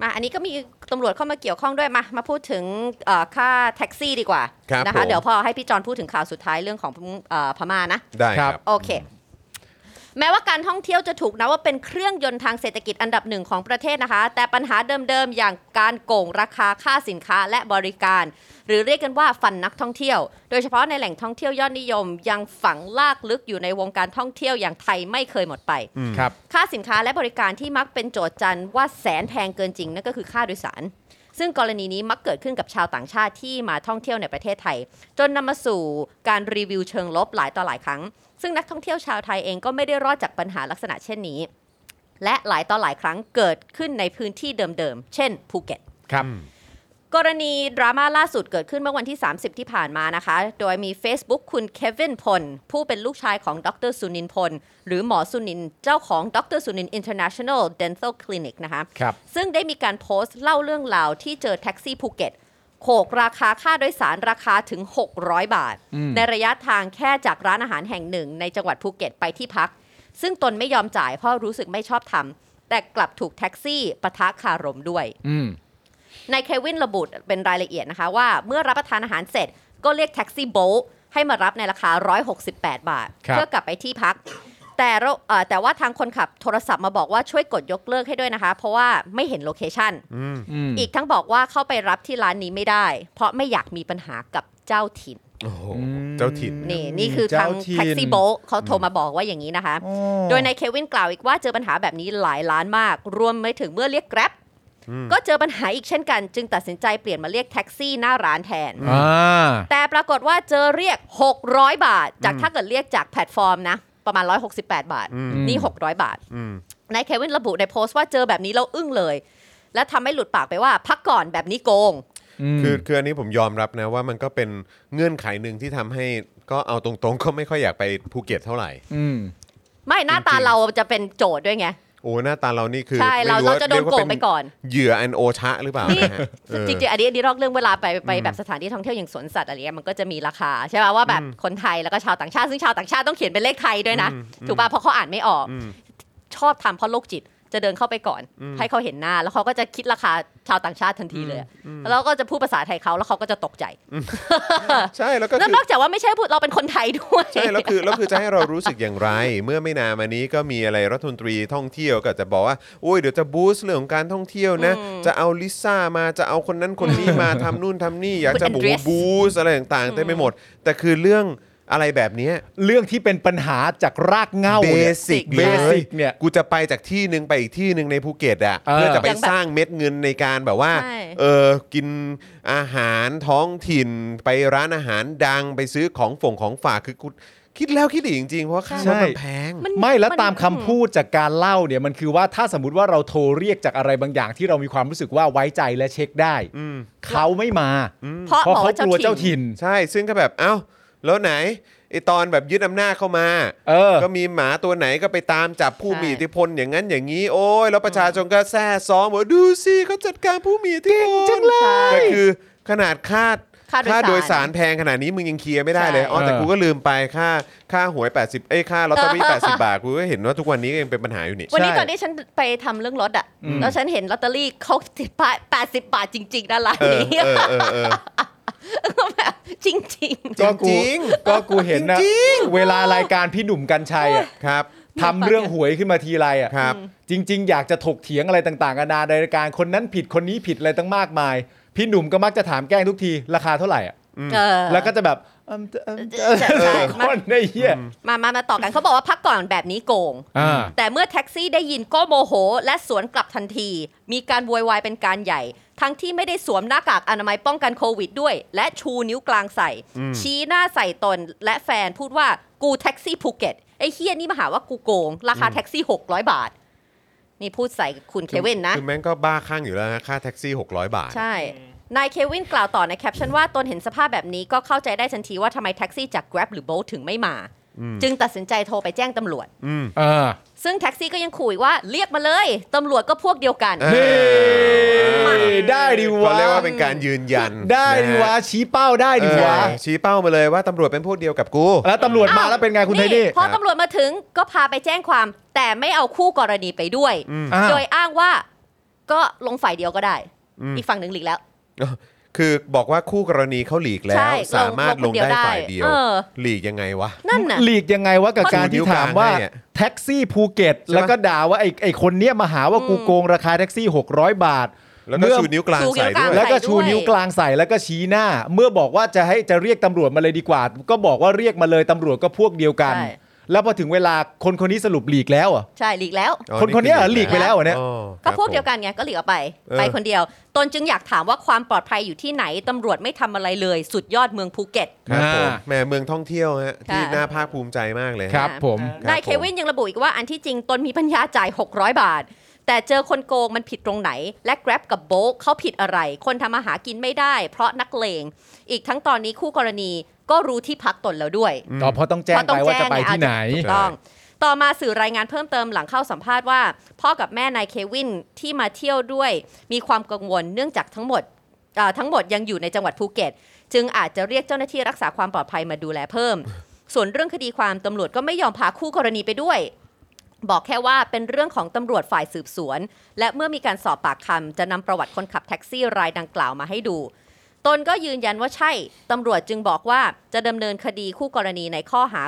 มาอันนี้ก็มีตำรวจเข้ามาเกี่ยวข้องด้วยมา มาพูดถึงเอ่อค่าแท็กซี่ดีกว่า
ครับ
นะ
ผ
คะ
ม
เดี๋ยวพอให้พี่จอนพูดถึงข่าวสุดท้ายเรื่องของเอ่อพม่านะ
ได้ค
ครั
รับ
บ
โอเค แม้ว่าการท่องเที่ยวจะถูกนะว่าเป็นเครื่องยนต์ทางเศรษฐกิจอันดับหนึ่งของประเทศนะคะ แต่ปัญหาเดิมๆ อย่างการโกงราคาค่าสินค้าและบริการ หรือเรียกกันว่าฟันนักท่องเที่ยว โดยเฉพาะในแหล่งท่องเที่ยวยอดนิยม ยังฝังลากลึกอยู่ในวงการท่องเที่ยวอย่างไทยไม่เคยหมดไป
ครับ
ค่าสินค้าและบริการที่มักเป็นโจทย์จันทร์ว่าแสนแพงเกินจริงนั่นก็คือค่าโดยสาร ซึ่งกรณีนี้มักเกิดขึ้นกับชาวต่างชาติที่มาท่องเที่ยวในประเทศไทย จนนำมาสู่การรีวิวเชิงลบหลายต่อหลายครั้ง ซึ่งนักท่องเที่ยวชาวไทยเองก็ไม่ได้รอดจากปัญหาลักษณะเช่นนี้ และหลายต่อหลายครั้งเกิดขึ้นในพื้นที่เดิมๆ เช่นภูเก็ต
ครับ
กรณีดราม่าล่าสุดเกิดขึ้นเมื่อวันที่ 30 ที่ผ่านมานะคะ โดยมี Facebook คุณเควินพล ผู้เป็นลูกชายของดรสุนินพล หรือหมอสุนินเจ้าของดรสุนิน International Dental Clinic นะคะ
ครับ
ซึ่งได้มีการโพสต์เล่าเรื่องราวที่เจอแท็กซี่ภูเก็ตโขกราคาค่าโดยสารราคาถึง 600 บาท
อืม
ในระยะทางแค่จากร้านอาหารแห่งหนึ่ง ในจังหวัดภูเก็ตไปที่พัก ซึ่งตนไม่ยอมจ่ายเพราะรู้สึกไม่ชอบทำแต่กลับถูกแท็กซี่ปะทะคารมด้วย
อืม
นายเควินระบุเป็นรายละเอียดนะคะว่าเมื่อรับประทานอาหารเสร็จก็เรียกแท็กซี่โบลให้มารับในราคา 168 บาท
ครับ
เพื่อกลับไปที่พัก แต่เราเอ่อแต่ว่าทางคนขับโทรศัพท์มาบอกว่าช่วยกดยกเลิกให้ด้วยนะคะ เพราะว่าไม่เห็นโลเคชัน
ม
อีกทั้งบอกว่าเข้าไปรับที่ร้านนี้ไม่ได้ เพราะไม่อยากมีปัญหากับเจ้าถิ่น
โอ้โหเจ้าถิ่น
นี่นี่คือทาง
เจ้ถิ่น
แท็กซี่โบลเขาโทรมาบอกว่าอย่างนี้นะคะ
อ๋อ
โดยนายเควินกล่าวอีกว่าเจอปัญหาแบบนี้หลายล้านมาก รวมไปถึงเมื่อเรียกแกร็บ
อืม
ก็เจอปัญหาอีกเช่นกัน จึงตัดสินใจเปลี่ยนมาเรียกแท็กซี่หน้าร้านแทน
อ่า
แต่ปรากฏว่าเจอเรียก 600 บาท จากถ้าเกิดเรียกจากแพลตฟอร์มนะ ประมาณ 168 บาท นี่ 600 บาท
อืม
นายเควินระบุในโพสต์ว่าเจอแบบนี้แล้วอึ้งเลย และทำให้หลุดปากไปว่าพักก่อนแบบนี้โกง
ม
คือคืออันนี้ผมยอมรับนะว่ามันก็เป็นเงื่อนไขหนึ่งที่ทำให้ก็เอาตรงๆ ก็ไม่ค่อยอยากไปภูเก็ตเท่าไหร่
อืม
ไม่หน้าตา
จริงๆ
เราจะเป็นโจทย์ด้วยไง
โอ้หน้าตาเรานี่คือ
ใช่เรา
ไม่
เรา
ว่
จะโดนโกงไปก่อน
เหยื่ออันโอชะหรือเปล่านะฮะเออ
จริงๆอันนี้อันนี้นอกเรื่องเวลาไปไปแบบสถานที่ท่องเที่ยวอย่างสวนสัตว์อะไรเงี้ยมันก็จะมีราคาใช่ป่ะว่าแบบคนไทยแล้วก็ชาวต่างชาติซึ่งชาวต่างชาติต้องเขียนเป็นเลขไทยด้วยนะ
อืมอืม
ถูกป่ะเพราะเขาอ่านไม่ออก
อืม
ชอบทำเพราะโรคจิตจะเดินเข้าไปก่อน
อืม
ให้เขาเห็นหน้า แล้วเขาก็จะคิดราคาชาวต่างชาติทันทีเลยอะแล้วก็จะพูดภาษาไทยเขาแล้วเขาก็จะตกใจ
ใช่แล้วก็คื
นั่น
อ
นอกจากว่าไม่ใช่พูดเราเป็นคนไทยด้วย
ใช่แล้วคือแล้วคือจะให้เรารู้สึกอย่างไร เมื่อไม่นานมานี้ก็มีอะไรรัฐมนตรีท่องเที่ยวก็จะบอกว่าโอ้ยเดี๋ยวจะบูสต์เรื่องของการท่องเที่ยวนะ
อืม
จะเอาลิซ่ามาจะเอาคนนั้นคนนี้ มาทำนู่นทำนี่อยาก
คุณ
จะบู
Andreas
บูสต์อะไรต่างๆเต็มไปหมด แต่คือเรื่องอะไรแบบเนี้
เรื่องที่เป็นปัญหาจากรากเหง้า
เบ
เนี่ย
สิก
เบสิกเนี่ย
กูจะไปจากที่หนึ่งไปอีกที่หนึ่งในภูเก็ตอ่ะ
เออ
เพื่อจะไปสร้างเม็ดเงินในการแบบว่า
ใช่
เออกินอาหารท้องถิ่นไปร้านอาหารดังไปซื้อของฝงของฝากคือกูคิดแล้วคิดอีกจริงๆเพราะว่าค่ารถมันแพง
มัน
ไม่แล้ว
น
ตามคำพูดจากการเล่าเนี่ยมันคือว่าถ้าสมมติว่าเราโทรเรียกจากอะไรบางอย่างที่เรามีความรู้สึกว่าไว้ใจและเช็คได้
อืม
เขาไม่มา
เพราะ
เพราะ
บอก
เขา
ว่
กลัวเจ้าถิ่น
ใช่ซึ่งก็แบบเอ้า แล้วไหนไอตอนแบบยึดอำนาจเข้ามา
เออ
ก็มีหมาตัวไหนก็ไปตามจับผู้มีอิทธิพลอย่างนั้นอย่างนี้ โอ้ยแล้วประชาชนก็แซ่ซ้อมว่าดูสิเขาจัดการผู้มีอิทธิพลจังเลยแต่คือขนาดคาด
ค่า
ค่า
โด
โด
ย
ย
สา
สาร รแพงขนาดนี้มึงยังเคลียร์ไม่ได้เลย
ใช่
อ๋อแต่กูก็ลืมไปค่าค่าหวย 80 เอ้ยค่าลอตเตอรี่
เออ
80 บาทกูก็เห็นว่าทุกวันนี้ก็ยังเป็นปัญหาอยู่นี่
วันนี้
ใช่
ตอนที่ฉันไปทำเรื่องรถอ่ะ
อืม
แล้วฉันเห็นลอตเตอรี่เขาติดป้าย80 บาทจริงๆนะร้าน
เออ
นี้
เออเออเออ
ก็แบบจริง ๆ
ก็กู
จริง
ก็กูเห็นนะ
จริง
เวลารายการพี่หนุ่มกัญชัยอะ
ครับ
ทำเรื่องหวยขึ้นมาทีไรอ่ะ
ครับ
จริง ๆ อยากจะถกเถียงอะไรต่างๆนานาในรายการคนนั้นผิดคนนี้ผิดอะไรตั้งมากมาย พี่หนุ่มก็มักจะถามแกล้งทุกทีราคาเท่าไหร่อ่ะ
เออ
แล้วก็จะแบบเอิ่มเอิ่มเอิ่ม
ใช่ใช่
คนในเฮีย
มามามาต่อกันเขาบอกว่าพักก่อนแบบนี้โกง
อ่า
แต่เมื่อแท็กซี่ได้ยินก็โมโห และสวนกลับทันที มีการโวยวายเป็นการใหญ่ ทั้งที่ไม่ได้สวมหน้ากากอนามัยป้องกันโควิดด้วย และชูนิ้วกลางใส่ ชี้หน้าใส่ตนและแฟนพูดว่ากูแท็กซี่ภูเก็ตไอ้เฮียนี่มาหาว่ากูโกง ราคาแท็กซี่ 600 บาท นี่พูดใส่คุณเควินนะ
คือแม่งก็บ้าข้างอยู่แล้วนะค่าแท็กซี่ 600 บาท
ใช่ นายเควินกล่าวต่อในแคปชั่นว่าตนเห็นสภาพแบบนี้ก็เข้าใจได้ทันทีว่าทำไมแท็กซี่จาก Grab หรือ Bolt ถึงไม่มา จึงตัดสินใจโทรไปแจ้งตำรวจ
อืม
อ่า
ซึ่งแท็กซี่ก็ยังขู่อีกว่าเรียกมาเลยตำรวจก็พวกเดียวกัน
เออ
นี่ ได้ดิ
เขา
วะ
เรียกว่าเป็นการยืนยัน
ได้ดิวะ
นะฮ
ชี้เป้าได้ดิ
เอ
วะ
อชี้เป้ามาเลยว่าตำรวจเป็นพวกเดียวกับกู
แล้วตำรวจมาแล้วเป็นไงคุณไทนี่
พอตำรวจมาถึงก็พาไปแจ้งความ แต่ไม่เอาคู่กรณีไปด้วย
อ้าว
โดยอ้างว่าก็ลงฝ่ายเดียวก็ได้
อืม
อีกฝั่งหนึ่งหลีกแล้ว
คือบอกว่าคู่กรณีเขาหลีกแล้
ใช่
ว
ลง
สามารถลงได้ฝ่ายเดียว
เออ
หลีกยังไงวะ
นั่นน่ะ
หลีกยังไงวะกับ
เขา
การที่ถามว่า
ชูนิ้วกลางให้อะ
แท็กซี่ภูเก็ต แล้วก็ด่าว่าไอ้ไอ้คนเนี้ยมาหาว่ากูโกงราคาแท็กซี่ 600 บาท
แล้วก็
เมื่อ
ชูนิ้วกลาง
ชูนิ้
ใส่
วกลาง
ด้วย
แล้วก็
ใส่ด้วย
ชูนิ้วกลางใส่แล้วก็ชี้หน้า เมื่อบอกว่าจะให้จะเรียกตำรวจมาเลยดีกว่า ก็บอกว่าเรียกมาเลยตำรวจก็พวกเดียวกัน
ใช่
แล้วพอถึงเวลาคนคนนี้สรุปหลีกแล้วอ่ะ
ใช่หลีกแล้ว
อ๋อ
คนคนเนี้ยเหรอห
นี่
ลีก
คือหลีก
ไปแล้วเหรอเนี่ย
อ๋อค
ก็
รับ
พวกเดียว
ผม
กันไงก็หลีกออกไป
เออ
ไปคนเดียว ตนจึงอยากถามว่าความปลอดภัยอยู่ที่ไหนตำรวจไม่ทำอะไรเลย สุดยอดเมืองภูเก็ต
ครับผม
อ่า
แหม่เมืองท่องเที่ยวฮะที่น่าภาคภูมิใจมากเลยฮะ
ครับผม
ครับ
นายเควินยังระบุอีกว่าอันที่จริงตนมีปัญญาจ่าย 600 บาท แต่เจอคนโกงมันผิดตรงไหน และ Grab กับ b o ลเขาผิดอะไร คนทำมาหากินไม่ได้ เพราะนักเลง อีกทั้งตอนนี้คู่กรณีก็รู้ที่พักตนแล้วด้วย
ต่อเพราะต้องแจ้ง
เพราะต้
ไป
อง
ว่าจะ
แจ้ง
ไปที่ไหน
ถูกต้อง ต่อมาสื่อรายงานเพิ่มเติมหลังเข้าสัมภาษณ์ว่า พ่อกับแม่นายเควินที่มาเที่ยวด้วย มีความกังวลเนื่องจากทั้งหมดเอ่อทั้งหมดยังอยู่ในจังหวัดภูเก็ต จึงอาจจะเรียกเจ้าหน้าที่รักษาความปลอดภัยมาดูแลเพิ่ม ส่วนเรื่องคดีความตำรวจก็ไม่ยอมพาคู่กรณีไปด้วย บอกแค่ว่าเป็นเรื่องของตำรวจฝ่ายสืบสวน และเมื่อมีการสอบปากคำจะนำประวัติคนขับแท็กซี่รายดังกล่าวมาให้ดู ตนก็ยืนยันว่าใช่ ตำรวจจึงบอกว่าจะดำเนินคดีคู่กรณีในข้อหา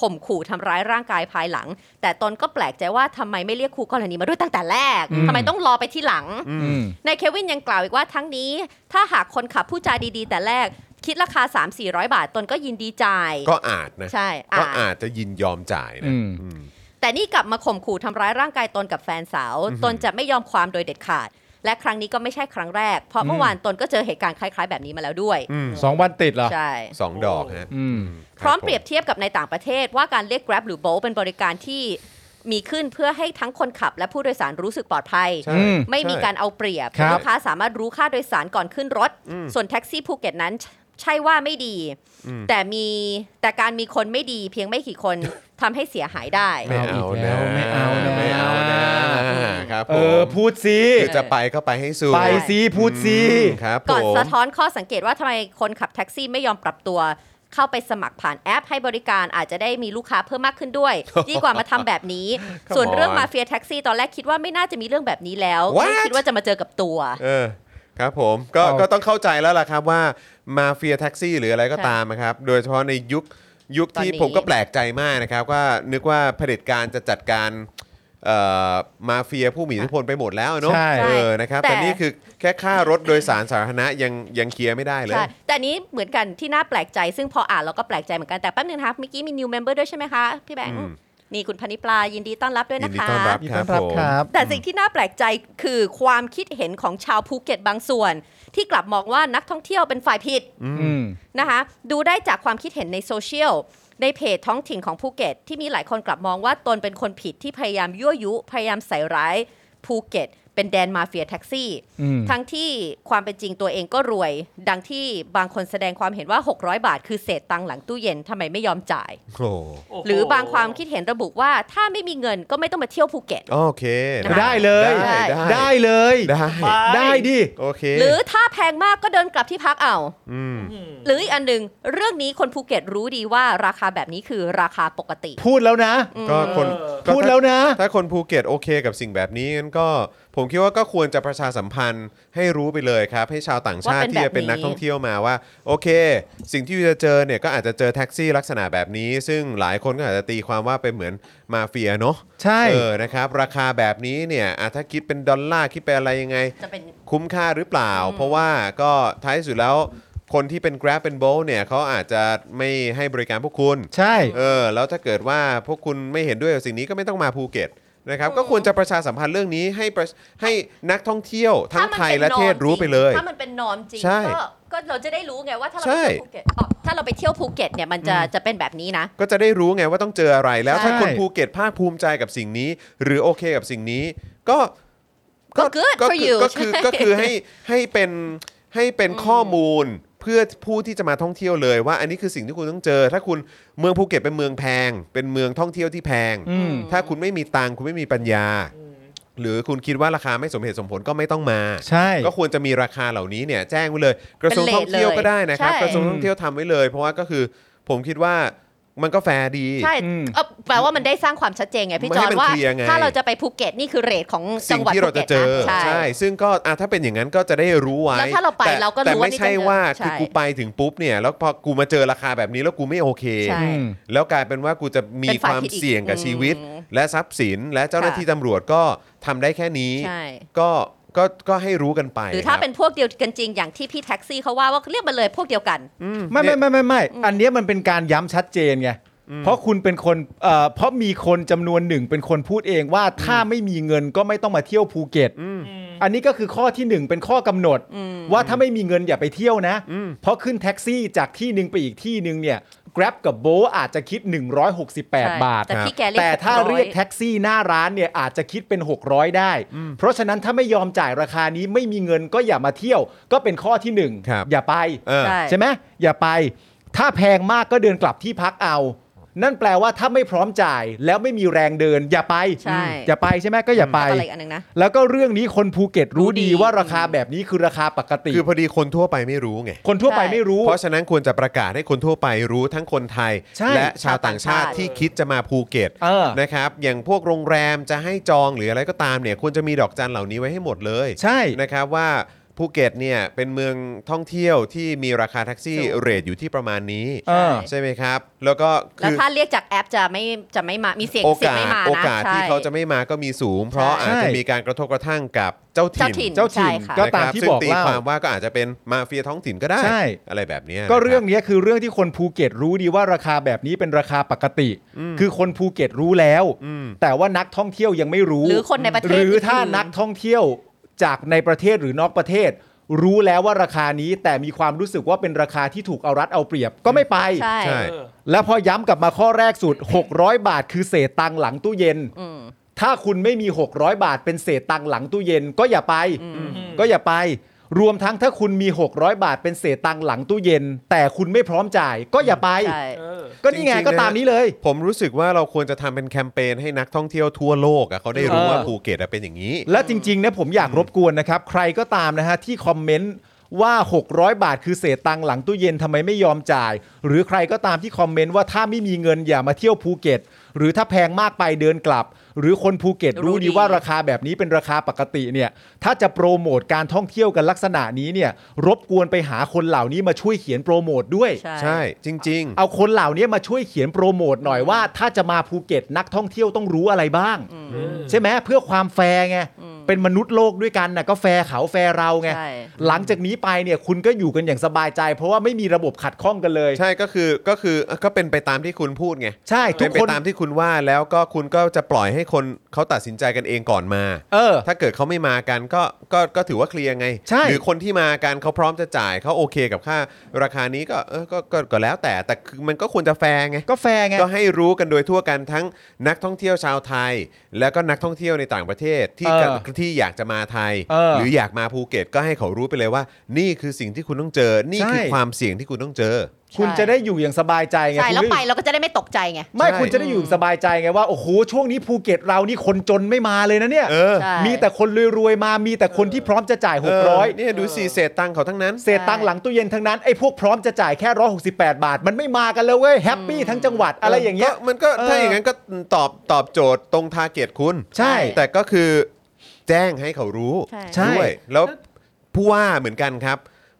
ข่มขู่ทำร้ายร่างกายภายหลัง แต่ตนก็แปลกใจว่าทำไมไม่เรียกคู่กรณีมาด้วยตั้งแต่แรก
อืม
ทำไมต้องรอไปที่หลัง
อืม
นายเควินยังกล่าวอีกว่าทั้งนี้ ถ้าหากคนขับผู้จาดีๆ แต่แรก คิดราคา 3-400 บาท ตนก็ยินดีจ่าย
ก็อาจนะ
ใช่
ก็
อ่า
อาจจะยินยอมจ่ายนะ
อืม
อืม
แต่นี่กลับมาข่มขู่ทำร้ายร่างกายตนกับแฟนสาว
อือหือ
ตนจะไม่ยอมความโดยเด็ดขาด และครั้งนี้ก็ไม่ใช่ครั้งแรก เพราะเมื่อวานตนก็เจอเหตุการณ์คล้าย ๆ แบบนี้มาแล้วด้วย
อืม
สองวันติดเหรอ
ใช่
สองดอกฮะ
อืม
ค
พร้อม
ผ
เปรียบเทียบกับในต่างประเทศว่าการเรียก Grab หรือ Bolt เป็นบริการที่มีขึ้นเพื่อให้ทั้งคนขับและผู้โดยสารรู้สึกปลอดภัย
ใช่
อืม
ไม่มีการเอาเปรียบ
ครับ
ลูกค้าสามารถรู้ค่าโดยสารก่อนขึ้นรถ
อืม
ส่วนแท็กซี่ภูเก็ตนั้นใช่ว่าไม่ดี
อืม
แต่มีแต่การมีคนไม่ดีเพียงไม่กี่คนทำให้เสียหายได้
ไม่เอานะ
ไม่เอานะ
ไม่เอานะครับผม
เออ พูดสิ
คือจะไปก็ไปให้สุด
ไปสิพูดสิ
อืมครับผม
ก่อนสะท้อนข้อสังเกตว่าทำไมคนขับแท็กซี่ไม่ยอมปรับตัว เข้าไปสมัครผ่านแอปให้บริการอาจจะได้มีลูกค้าเพิ่มมากขึ้นด้วย ดีกว่ามาทำแบบนี้
Come
ส่วนเรื่อง
on
มาเฟียแท็กซี่ตอนแรกคิดว่าไม่น่าจะมีเรื่องแบบนี้แล้ว
What?
ไม่คิดว่าจะมาเจอกับตัว
เออครับผมก็ก็ต้องเข้าใจแล้วล่ะครับว่ามาเฟียแท็กซี่หรืออะไรก็ตามนะครับ โดยเฉพาะในยุคยุคที่
ตอนนี้
ผมก็แปลกใจมากนะครับว่านึกว่าเผด็จการจะจัดการเอ่อมาเฟียผู้มีอิทธิพลไปหมดแล้วเนาะ
ใช่
เออนะครับแต่
แต่
นี่คือแค่ค่ารถโดยสารสาธารณะยังยังเคลียร์ไม่ได้เลย
ใช่แต่อันนี้เหมือนกันที่น่าแปลกใจ ซึ่งพออ่านเราก็แปลกใจเหมือนกันแต่แป๊บนึงนะคะเมื่อกี้มี new member ด้วยใช่ไหมคะพี่แบงค์
อืม
นี่คุณพนิปลายินดีต้อนรับด้วย
ยิ
นะ
นดี
คะ
ต้อนรับ
มี
ค
ต้
รั
อน
บ
รับ
ผม
ครับ
แต่สิ่งที่น่าแปลกใจคือความคิดเห็นของชาวภูเก็ตบางส่วน ที่กลับมองว่านักท่องเที่ยวเป็นฝ่ายผิด
อืม
นะคะดูได้จากความคิดเห็นในโซเชียลในเพจท้องถิ่นของภูเก็ต ที่มีหลายคนกลับมองว่าตนเป็นคนผิดที่พยายามยั่วยุ พยายามใส่ร้ายภูเก็ต เป็นแดนมาเฟียแท็กซี่
อืม
ทั้งที่ความเป็นจริงตัวเองก็รวย ดังที่บางคนแสดงความเห็นว่า 600 บาทคือเศษตังค์หลังตู้เย็นทำไมไม่ยอมจ่าย
โอ้โห
โโ
หรือบางความคิดเห็นระบุว่าถ้าไม่มีเงินก็ไม่ต้องมาเที่ยวภูเก็ต
โอเค
ได้เลย
ได้ได้
ได้เลย
ได้
ไป
ได้ดิ
โอเค
หรือถ้าแพงมากก็เดินกลับที่พักเอา
อืม
อืม
หรืออีกอันหนึ่งเรื่องนี้คนภูเก็ตรู้ดีว่าราคาแบบนี้คือราคาปกติ
พูดแล้วนะ
ก็คน
เออ
ก็ถ้า
พูดแล้วนะ
ถ้าคนภูเก็ตโอเคกับสิ่งแบบนี้งั้นก็ผมคิดว่าก็ควรจะประชาสัมพันธ์ให้รู้ไปเลยครับ ให้ชาวต่างชาติ
ว่าเป็น
ที่จะเป็น
แบบนี้
นักท่องเที่ยวมาว่า โอเค สิ่งที่จะเจอเนี่ยก็อาจจะเจอแท็กซี่ลักษณะแบบนี้ ซึ่งหลายคนก็อาจจะตีความว่าเป็นเหมือนมาเฟียเนาะ
ใช่
เออนะครับราคาแบบนี้เนี่ยอ่ะถ้าคิดเป็นดอลลาร์คิดเป็นอะไรยังไง
จะเป็น
คุ้มค่าหรือเปล่า เพราะว่าก็ท้ายสุดแล้วคนที่เป็น Grab เป็น Bolt เนี่ยเขาอาจจะไม่ให้บริการพวกคุณ
ใช่
เออแล้วถ้าเกิดว่าพวกคุณไม่เห็นด้วยกับสิ่งนี้ก็ไม่ต้องมาภูเก็ตนะครับ ก็ควรจะประชาสัมพันธ์เรื่องนี้ให้ประให้นักท่องเที่ยวทั้ง
ถ้ามัน
ไทย
ป็น
และเทศรู้ไปเลย
นอมจริงถ้ามันเป็นนอมจริง
ใช่
ก็ก็เราจะได้รู้ไงว่าถ้าเรา
ใช่
ไปเที่ยวภูเก็ตอ๋อถ้าเราไปเที่ยวภูเก็ตเนี่ยมันจะจะเป็นแบบนี้นะ
ก็จะได้รู้ไงว่าต้องเจออะไรแล้ว
ใช่
ถ้าคนภูเก็ตภาคภูมิใจกับสิ่งนี้ หรือโอเคกับสิ่งนี้ ก็
ก็ good
ก็
for
คื
you
ก็คือ
ใช่
ก็คือให้ให้เป็นให้เป็นข้อมูลเพื่อผู้ที่จะมาท่องเที่ยวเลยว่า อันนี้คือสิ่งที่คุณต้องเจอ ถ้าคุณเมืองภูเก็ตเป็นเมืองแพง เป็นเมืองท่องเที่ยวที่แพง
อืม
ถ้าคุณไม่มีตังค์คุณไม่มีปัญญา หรือคุณคิดว่าราคาไม่สมเหตุสมผลก็ไม่ต้องมา
ใช่
ก็ควรจะมีราคาเหล่านี้เนี่ยแจ้งไว้เลย กระทรวงท่องเที่ยวก็ได้นะครับ
ใช่
กระทรวงท่องเที่ยวทำไว้เลย เพราะว่าก็คือผมคิดว่ามันก็แฟร์ดี
ใช่
อืม
เอ่อแปลว่ามันได้สร้างความชัดเจนไงพี่
มัน
จ
ให้
อน
มัน
ว่า
เคลียร์ไง
ถ้าเราจะไปภูเก็ตนี่คือเรทของจั
สิ่
ง
ง
หวัด
ที่เรา
ภู
จะ
เก็ต
เจอ
นะ
ใช่ ซึ่งก็อ่ะถ้าเป็นอย่างนั้นก็จะได้รู้ไว้
แล้วถ้าเราไป
แต่
เราก็รู้
แต่
ว่า
ไม่
นี่
ใช่
จะเจอ
ว่า
ใช่
คือกูไปถึงปุ๊บเนี่ยแล้วพอกูมาเจอราคาแบบนี้แล้วกูไม่โอเค
ใช่
อืม
แล้วกลายเป็นว่ากูจะมี
เป็นฝ่ายว
คาม
ผิดอีก
เสี่ยงกับชีวิต
อืม
และทรัพย์สิน และเจ้าหน้า
ค่ะ
ที่ตำรวจก็ทำได้แค่นี้
ใช่
ก็ก็ก็ให้รู้กันไป
หรือถ้า
คบ
เป็นพวกเดียวกันจริงอย่างที่พี่แท็กซี่เขาว่าว่าเรียกมาเลยพวกเดียวกัน
อื
ไม่
เนี่ย
ไม่ไม่ไม่ไม่อันเนี้ยมันเป็นการย้ำชัดเจนไง เพราะคุณเป็นคนเอ่อเพราะมีคนจำนวนหนึ่งเป็นคนพูดเองว่าถ้าไม่มีเงินก็ไม่ต้องมาเที่ยวภูเก็ต อันนี้ก็คือข้อที่หนึ่งเป็นข้อกำหนด ว่าถ้าไม่มีเงินอย่าไปเที่ยวนะ เพราะขึ้นแท็กซี่จากที่หนึ่งไปอีกที่หนึ่งเนี่ย Grab กับ b o อาจจะคิด 168 บาท
แต่ที่แกเรียก
แต่ถ้า
600
เรียกแท็กซี่หน้าร้านเนี่ยอาจจะคิดเป็น 600 ได้ เพราะฉะนั้นถ้าไม่ยอมจ่ายราคานี้ไม่มีเงินก็อย่ามาเที่ยว ก็เป็นข้อที่หนึ่ง
ครับ
อย่าไป
เออ
ใช่
ใช่ไหมอย่าไปถ้าแพงมากก็เดินกลับที่พักเอา นั่นแปลว่าถ้าไม่พร้อมจ่ายแล้วไม่มีแรงเดิน อย่าไป
ใช่
อย่าไปใช่ไหมก็อย่าไป
แล้วก็อะไรอีกอันหนึงนะ
แล้วก็เรื่องนี้คนภูเก็ตรู้ดี
รู้ดี
ว่าราคาแบบนี้คือราคาปกติ
คือพอดีคนทั่วไปไม่รู้ไง
คนทั่วไปไม่รู้
เพราะฉะนั้นควรจะประกาศให้คนทั่วไปรู้ทั้งคนไทย
ใช่
และชาวต่างชาติ
ชาวต่างชาติ
ที่คิดจะมาภูเก็ต
เออ
นะครับ อย่างพวกโรงแรมจะให้จองหรืออะไรก็ตามเนี่ยควรจะมีดอกจันเหล่านี้ไว้ให้หมดเลย
ใช่
นะครับว่าภูเก็ตเนี่ยเป็นเมืองท่องเที่ยวที่มีราคาแท็กซี่เรทอยู่ที่ประมาณนี้
เออ
ใช่ไหมครับ แล้วก็
แล้
คื
ว
อ
ถ้าเรียกจากแอปจะไม่จะไม่มา มีเสียง
โอ
เสียง
กาส
ไม่มา
โอ
นะ
กาส
ใช่
ที่เขาจะไม่มาก็มีสูง เพราะ
ใช่
อาจจะมีการกระทบกระทั่งกับเจ้าถิ่
เจ้าถิ่น
เจ้าถิ่น
ใช่ค่ะ
ก็
นะ
ตาม
ครับ
ที่
ซึ่ง
บอก
ตี
เล่า
ความว่าก็อาจจะเป็นมาเฟียท้องถิ่นก็ได้
ใช่
อะไรแบบนี้ย
ก็
นะคบ
เรื่องเนี้ยคือเรื่องที่คนภูเก็ตรู้ดีว่าราคาแบบนี้เป็นราคาปกติ คือคนภูเก็ตรู้แล้ว
อืม
แต่ว่านักท่องเที่ยวยังไม่รู้
หรือคนในประ
ห
เทศ
รือถ้า
อื่นๆ
นักท่องเที่ยวจากในประเทศหรือนอกประเทศ รู้แล้วว่าราคานี้แต่มีความรู้สึกว่าเป็นราคาที่ถูกเอารัดเอาเปรียบก็ไม่ไป
ใช่
ใช่
เออ
แล้วพอย้ำกลับมาข้อแรกสุด 600 บาทคือเศษตังค์หลังตู้เย็น
อืม
ถ้าคุณไม่มี 600 บาทเป็นเศษตังค์หลังตู้เย็น ก็อย่าไป
อืม
ก็อย่าไป รวมทั้งถ้าคุณมี 600 บาทเป็นเศษตังค์หลังตู้เย็น แต่คุณไม่พร้อมจ่าย ก็อย่าไป
ใช่
เออ
ก็นี่ไง
จริงๆนะ
ก็ตามนี้เลย
ผมรู้สึกว่าเราควรจะทำเป็นแคมเปญให้นักท่องเที่ยวทั่วโลกอะเขาได้รู้
เออ
ว่าภูเก็ตอะเป็นอย่างนี้
และจริงๆนะผมอยากรบกวนนะครับ ใครก็ตามนะฮะที่คอมเมนต์ว่า 600 บาทคือเศษตังค์หลังตู้เย็นทำไมไม่ยอมจ่าย หรือใครก็ตามที่คอมเมนต์ว่าถ้าไม่มีเงินอย่ามาเที่ยวภูเก็ต หรือถ้าแพงมากไปเดินกลับ หรือคนภูเก็ต
รู้
รู้
ดี
ดีว่าราคาแบบนี้เป็นราคาปกติเนี่ยถ้าจะโปรโมทการท่องเที่ยวกันลักษณะนี้เนี่ยรบกวนไปหาคนเหล่านี้มาช่วยเขียนโปรโมทด้วย
ใช่
ใช่ จริง
เอาคนเหล่านี้มาช่วยเขียนโปรโมทหน่อยว่า ถ้าจะมาภูเก็ตนักท่องเที่ยวต้องรู้อะไรบ้าง ใช่ไหมเพื่อความแฟร์ไงเป็นมนุษย์โลกด้วยกันนะก็แฟร์เขาแฟร์เราไง
ใช่
หลังจากนี้ไปเนี่ยคุณก็อยู่กันอย่างสบายใจ เพราะว่าไม่มีระบบขัดข้องกันเลย
ๆ ใช่ก็คือก็คือก็เป็นไปตามที่คุณพูดไง
ใช่ทุ
เป็
ก
นไป
คน
ตามที่คุณว่าแล้วก็คุณก็จะปล่อยให้คนเขาตัดสินใจกันเองก่อนมา
เออ
ถ้าเกิดเขาไม่มากันก็ก็ก็ถือว่าเคลียร์ไง
ใช่
หรือคนที่มากันเขาพร้อมจะจ่ายเขาโอเคกับค่าราคานี้ก็เออก็ก็ก็แล้วแต่แต่คือมันก็ควรจะแฟร์ไง
ก็แฟร์ไง
ก็ให้รู้กันโดยทั่วกันทั้งนักท่องเที่ยวชาวไทย แล้วก็นักท่องเที่ยวในต่างประเทศที่
เออก
ำที่อยากจะมาไทย
เออ
หรืออยากมาภูเก็ตก็ให้เขารู้ไปเลยว่า นี่คือสิ่งที่คุณต้องเจอ นี่คือ
ใช่
ความเสี่ยงที่คุณต้องเจอ
คุณจะได้อยู่อย่างสบายใจไง
ใช่
คุณ
แล้ว
จะ
ไปเราก็จะได้ไม่ตกใจไง
ไม่
ใช่
คุณจะได้อยู่สบายใจไงว่าโอ้โหช่วงนี้ภูเก็ตเรานี่คนจนไม่มาเลยนะเนี่ย
เออ
ใช่
มีแต่คนรวยๆมามีแต่คนที่พร้อมจะจ่าย
เ
หกร้อย
เนี่ยดูสีเศษตังค์เขาทั้งนั้น
เศษตังค์หลังตู้เย็นทั้งนั้น ไอ้พวกพร้อมจะจ่ายแค่ 168 บาท มันไม่มากันแล้วเว้ยแฮปปี้ทั้งจังหวัดอะไรอย่างเงี้ย
ก็มันก็
เออ
ถ้าอย่างนั้นก็ตอบตอบโจทย์ตรงทาร์เก็ตคุณ
ใช่
แต่ก็คือแจ้งให้เขารู้
ใช่
ด้วยแล้วผู้ว่าเหมือนกันครับ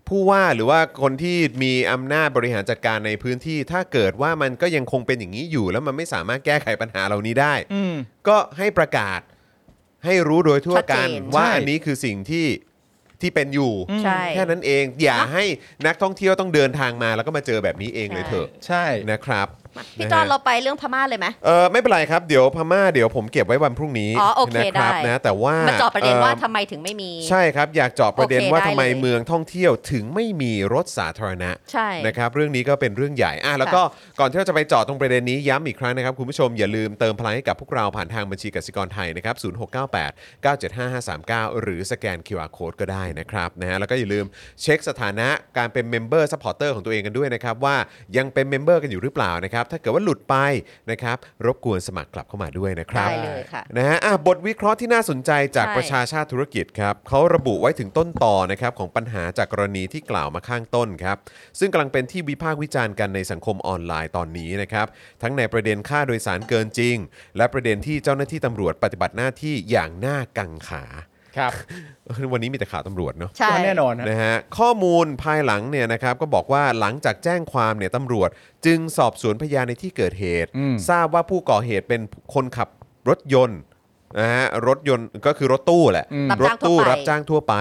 ผู้ว่าหรือว่าคนที่มีอำนาจบริหารจัดการในพื้นที่ ถ้าเกิดว่ามันก็ยังคงเป็นอย่างนี้อยู่ แล้วมันไม่สามารถแก้ไขปัญหาเหล่านี้ได้
อืม
ก็ให้ประกาศให้รู้โดยทั่วกัน
ชัดเจน
ว่า
ใช่
อันนี้คือสิ่งที่ที่เป็นอยู่
ใช่
แค่นั้นเองอย่าให้นักท่องเที่ยวต้องเดินทางมา แล้วก็มาเจอแบบนี้เองเลยเถอะ
ใช่
นะครับ
พี่
นะ
จอน
ฮะ
เราไปเรื่องพม่าเลยไหม
เออไม่เป็นไรครับ เดี๋ยวพม่าเดี๋ยวผมเก็บไว้วันพรุ่งนี้
อ๋อโอเค
นะครับ
ได้
นะแต่ว่า
มาเจอบประเด็นว่า
อ่อ
ทำไมถึงไม่มี
ใช่ครับ อยากเจาะประเด็น
โอเค
ว่าทำไม
ได้เลย
เมืองท่องเที่ยวถึงไม่มีรถสาธารณะ
ใช่
นะครับเรื่องนี้ก็เป็นเรื่องใหญ่อ่ะแล้วก็ก่อนที่เราจะไปเจาะตรงประเด็นนี้ย้ำอีกครั้งนะครับ คุณผู้ชมอย่าลืมเติมพลังให้กับพวกเราผ่านทางบัญชีกสิกรไทยนะครับ0698 975539 หรือสแกน QR Code ก็ได้นะครับนะฮะแล้วก็อย่าลืมเช็คสถานะการเป็นเมมเบอร์ซัพพอร์เตอร์ของตัวเองกันด้วยนะครับว่ายังเป็นเมมเบอร์กันอยู่หรือเปล่านะครับถ้าเกิดว่าหลุดไปนะครับรบกวนสมัครกลับเข้ามาด้วยนะครับ
ได้เลยค่ะ
นะฮะอ่ะบทวิเคราะห์ที่น่าสนใจจาก
ใช่
ประชาชาติธุรกิจครับเขาระบุไว้ถึงต้นต่อนะครับของปัญหาจากกรณีที่กล่าวมาข้างต้นครับ ซึ่งกำลังเป็นที่วิพากษ์วิจารณ์กันในสังคมออนไลน์ตอนนี้นะครับทั้งในประเด็นค่าโดยสารเกินจริง และประเด็นที่เจ้าหน้าที่ตำรวจปฏิบัติหน้าที่อย่างหน้ากังขา
ครับ
วันนี้มีแต่ข่าวตำรวจเนาะ
ใช่
ก็แน่นอนนะ
นะฮะข้อมูลภายหลังเนี่ยนะครับก็บอกว่าหลังจากแจ้งความเนี่ยตำรวจ จึงสอบสวนพยานในที่เกิดเหตุ ทราบว่าผู้ก่อเหตุเป็นคนขับรถยนต์นะฮะรถยนต์ก็คือรถตู้แหละ
รับ
รถ
จ้างทั่ว
ตู้
ไป
รับจ้างทั่วไป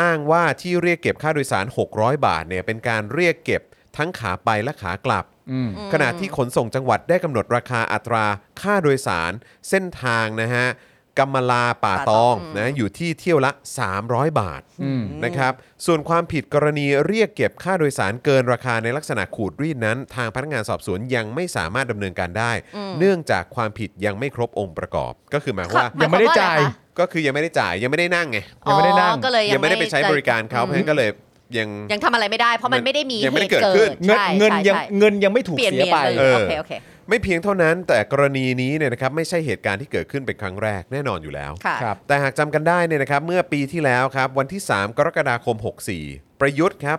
อ้างว่าที่เรียกเก็บค่าโดยสาร 600 บาทเนี่ยเป็นการเรียกเก็บทั้งขาไปและขากลับ
อืม
ขณะที่ขนส่งจังหวัดได้กำหนดราคาอัตราค่าโดยสาร เส้นทางนะฮะกำมะลาป่าตอง
ป่าตอง
นะอยู่ที่เที่ยวละ 300 บาท
อืม
นะครับส่วนความผิดกรณีเรียกเก็บค่าโดยสารเกินราคาในลักษณะขูดรีดนั้น ทางพนักงานสอบสวนยังไม่สามารถดำเนินการได้ เนื่องจากความผิดยังไม่ครบองค์ประกอบ ก็คือหมายความว่า
ยังไม่ได้จ่าย
ก็คือยังไม่ได้จ่ายยังไม่ได้นั่งไง
ยังไม่ได้นั่ง
อ๋อก็เลย
ยั
ยัง
ไม่ได้ไปใช้บริการเขาเพราะฉะนั้นก็เลยยัง
ยังทำอะไรไม่ได้ เพราะมันไม่ได้มี
ยังไม่ได้
หตุ
เกิดขึ้น
เงิน
ใช่
เงิน
ใช่
ยัง
ใช่
เงินยังไม่ถูก
เปลี่ยน
เสี
เมี
ย
ยน
ไป
เลย
เออ
โอเคโอเค
ไม่เพียงเท่านั้นแต่กรณีนี้เนี่ยนะครับไม่ใช่เหตุการณ์ที่เกิดขึ้นเป็นครั้งแรกแน่นอนอยู่แล้ว
ค่ะ
ครับ
แต่หากจำกันได้เนี่ยนะครับเมื่อปีที่แล้วครับวันที่ 3 กรกฎาคม 64 ประยุทธ์ครับ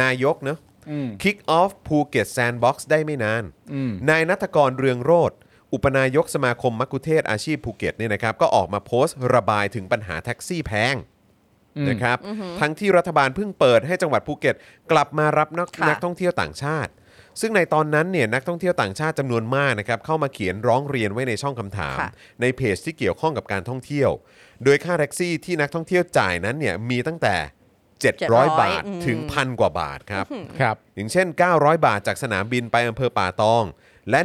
นายกเนาะ
อืม
Kick off ภูเก็ตแซนด์บ็อกซ์ได้ไม่นาน
อืม
นายนัทกรเรืองโรธอุปนายกสมาคมมักคุเทศก์อาชีพภูเก็ตเนี่ยนะครับก็ออกมาโพสต์ระบายถึงปัญหาแท็กซี่แพง
อืม
นะครับทั้งที่รัฐบาลเพิ่งเปิดให้จังหวัดภูเก็ต กลับมารับนัก
ค่ะ
นักท่องเที่ยวต่างชาติ ซึ่งในตอนนั้นเนี่ยนักท่องเที่ยวต่างชาติจำนวนมากนะครับเข้ามาเขียนร้องเรียนไว้ในช่องคำถาม
ค่ะ
ในเพจที่เกี่ยวข้องกับการท่องเที่ยว โดยค่าแท็กซี่ที่นักท่องเที่ยวจ่ายนั้นเนี่ยมีตั้งแต่ 700
700
บาท
อืม
ถึงพันกว่าบาทครับ
ครับ
อย่างเช่น 900 บาทจากสนามบินไปอำเภอป่าตอง และ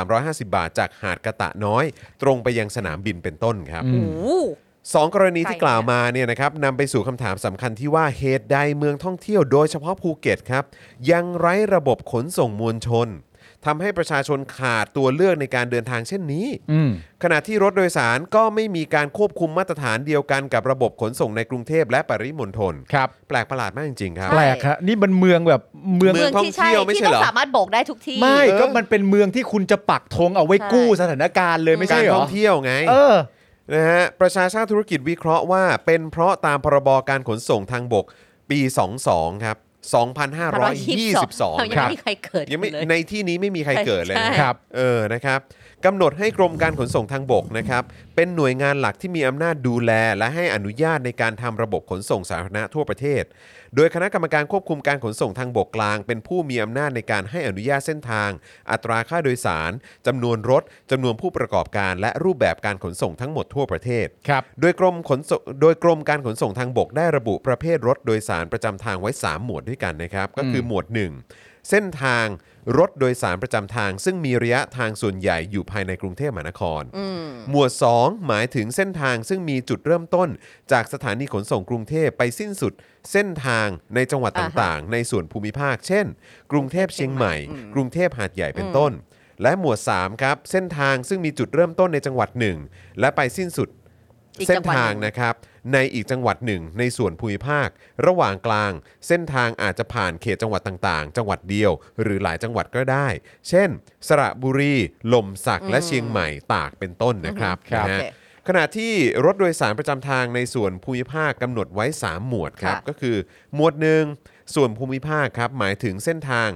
1,350 บาทจากหาดกะตะน้อย ตรงไปยังสนามบินเป็นต้นครับ
อืม
โอ้โห
สองกรณีที่
ใช่
กล่าวมาเนี่ยนะครับนำไปสู่คำถามสำคัญที่ว่าเหตุใดเมืองท่องเที่ยวโดยเฉพาะภูเก็ตครับ ยังไร้ระบบขนส่งมวลชนทำให้ประชาชนขาดตัวเลือกในการเดินทางเช่นนี้
อืม
ขณะที่รถโดยสารก็ไม่มีการควบคุมมาตรฐานเดียวกันกับระบบขนส่งในกรุงเทพและปริมณฑล
ครับ
แปลกประหลาดมากจริงๆครับ
แปลกฮะนี่มันเมืองแบบเมือง
เมื
เมืองที่ใช่
ท่องเที่ยวไม่ใช่
ที่ต้อ
เหรง อ
สามารถโบกได้ทุกที่
ไม่ก็มันเป็นเมืองที่คุณจะปักธงเอาไว้
ใช่
กู้สถานการณ์เลยไม่
กา
ใช่
ร
เหร
ท่
อ
องเที่ยวไง
เออ
นะฮะประชาชาติธุรกิจวิเคราะห์ว่า เป็นเพราะตามพรบการขนส่งทางบกปี 22 ครับ
เรา
2522
ยัง
ครับ
ไม่มีใครเกิด
ยังไม่
เลย
ในที่นี้ไม่มีใครเกิดเลย
ใช่
นะครับ เออนะครับกำหนดให้กรมการขนส่งทางบกนะครับเป็นหน่วยงานหลักที่มีอำนาจดูแล และให้อนุญาตในการทำระบบขนส่งสาธารณะทั่วประเทศ โดยคณะกรรมการควบคุมการขนส่งทางบกกลาง เป็นผู้มีอำนาจในการให้อนุญาตเส้นทาง อัตราค่าโดยสารจำนวนรถจำนวนผู้ประกอบการ และรูปแบบการขนส่งทั้งหมดทั่วประเทศ
ครับ
โดยกรมขนส่งโดยกรมการขนส่งทางบกได้ระบุประเภทรถโดยสารประจำทางไว้ 3 หมวดด้วยกันนะครับ ก็คือหมวด 1 เส้นทางรถโดยสารประจำทาง ซึ่งมีระยะทางส่วนใหญ่อยู่ภายในกรุงเทพมหานคร
อืม
หมวด 2 หมายถึงเส้นทางซึ่งมีจุดเริ่มต้น จากสถานีขนส่งกรุงเทพไปสิ้นสุด เส้นทางในจังหวัด
อ่าฮะ
ต่างๆ ในส่วนภูมิภาค เช่น กรุงเทพเชียงใหม่
อืม
กรุงเทพหาดใหญ่เป็นต้น และหมวด 3 ครับ เส้นทางซึ่งมีจุดเริ่มต้นในจังหวัดหนึ่งและไปสิ้นสุด
อีก
เส้
จั
น
งหวัด
ทาง
หนึ่ง
นะครับในอีกจังหวัดหนึ่งในส่วนภูมิภาค ระหว่างกลาง เส้นทางอาจจะผ่านเขตจังหวัดต่างๆ จังหวัดเดียว หรือหลายจังหวัดก็ได้ เช่น สระบุรีลมศักและเชียงใหม่ตากเป็นต้นนะครับ
ครับ
นะฮะ
โอเค
ขณะที่รถโดยสารประจำทางในส่วนภูมิภาคกำหนดไว้ 3 หมวดครับ
ค่ะ
ก็คือ หมวดหนึ่งส่วนภูมิภาคครับหมายถึงเส้นทาง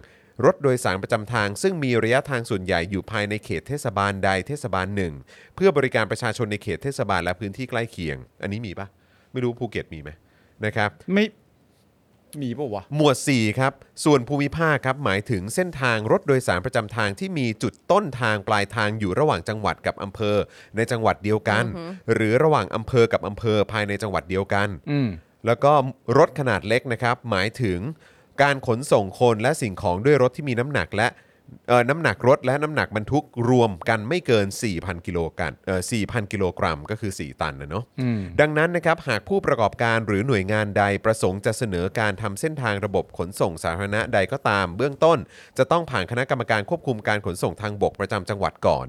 รถโดยสารประจำทาง ซึ่งมีระยะทางส่วนใหญ่อยู่ภายในเขตเทศบาลใดเทศบาลหนึ่ง เพื่อบริการประชาชนในเขตเทศบาลและพื้นที่ใกล้เคียง อันนี้มีปะไม่รู้ภูเก็ตมีไหมนะครับ
ไม่ มีป่าวะ
หมวด 4 ครับ ส่วนภูมิภาคครับหมายถึงเส้นทางรถโดยสารประจำทางที่มีจุดต้นทางปลายทางอยู่ระหว่างจังหวัดกับอำเภอ ในจังหวัดเดียวกัน หรือระหว่างอำเภอกับอำเภอภายในจังหวัดเดียวกัน
อืม
แล้วก็รถขนาดเล็กนะครับ หมายถึงการขนส่งคนและสิ่งของด้วยรถที่มีน้ำหนักและเอ่อน้ำหนักรถและน้ำหนักบรรทุกรวมกันไม่เกิน 4,000 กิโลกรัมเอ่อ4,000 กิโลกรัมก็คือ 4 ตันนะเนาะ
อืม
ดังนั้นนะครับหากผู้ประกอบการหรือหน่วยงานใดประสงค์จะเสนอการทำเส้นทางระบบขนส่งสาธารณะใดก็ตาม เบื้องต้น จะต้องผ่านคณะกรรมการควบคุมการขนส่งทางบกประจำจังหวัดก่อน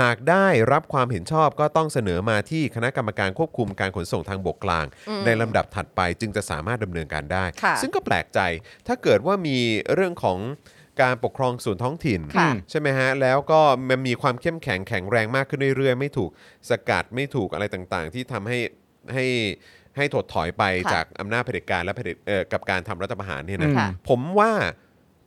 หากได้รับความเห็นชอบก็ต้องเสนอมาที่คณะกรรมการควบคุมการขนส่งทางบกกลาง ในลำดับถัดไปจึงจะสามารถดำเนินการได้
ค่ะ
ซึ่งก็แปลกใจถ้าเกิดว่ามีเรื่องของการปกครองส่วนท้องถิ่น
ค่ะ
ใช่ไหมฮะ แล้วก็มันมีความเข้มแข็งแข็งแรงมากขึ้นเรื่อยๆ ไม่ถูกสกัดไม่ถูกอะไรต่างๆ ที่ทำให้ให้ให้ถดถอยไป
ค่ะ
จากอำนาจเผด็จการและเผด็จเอ่อกับการทำรัฐประหารเนี่ยนะ
ค่ะ
ผมว่า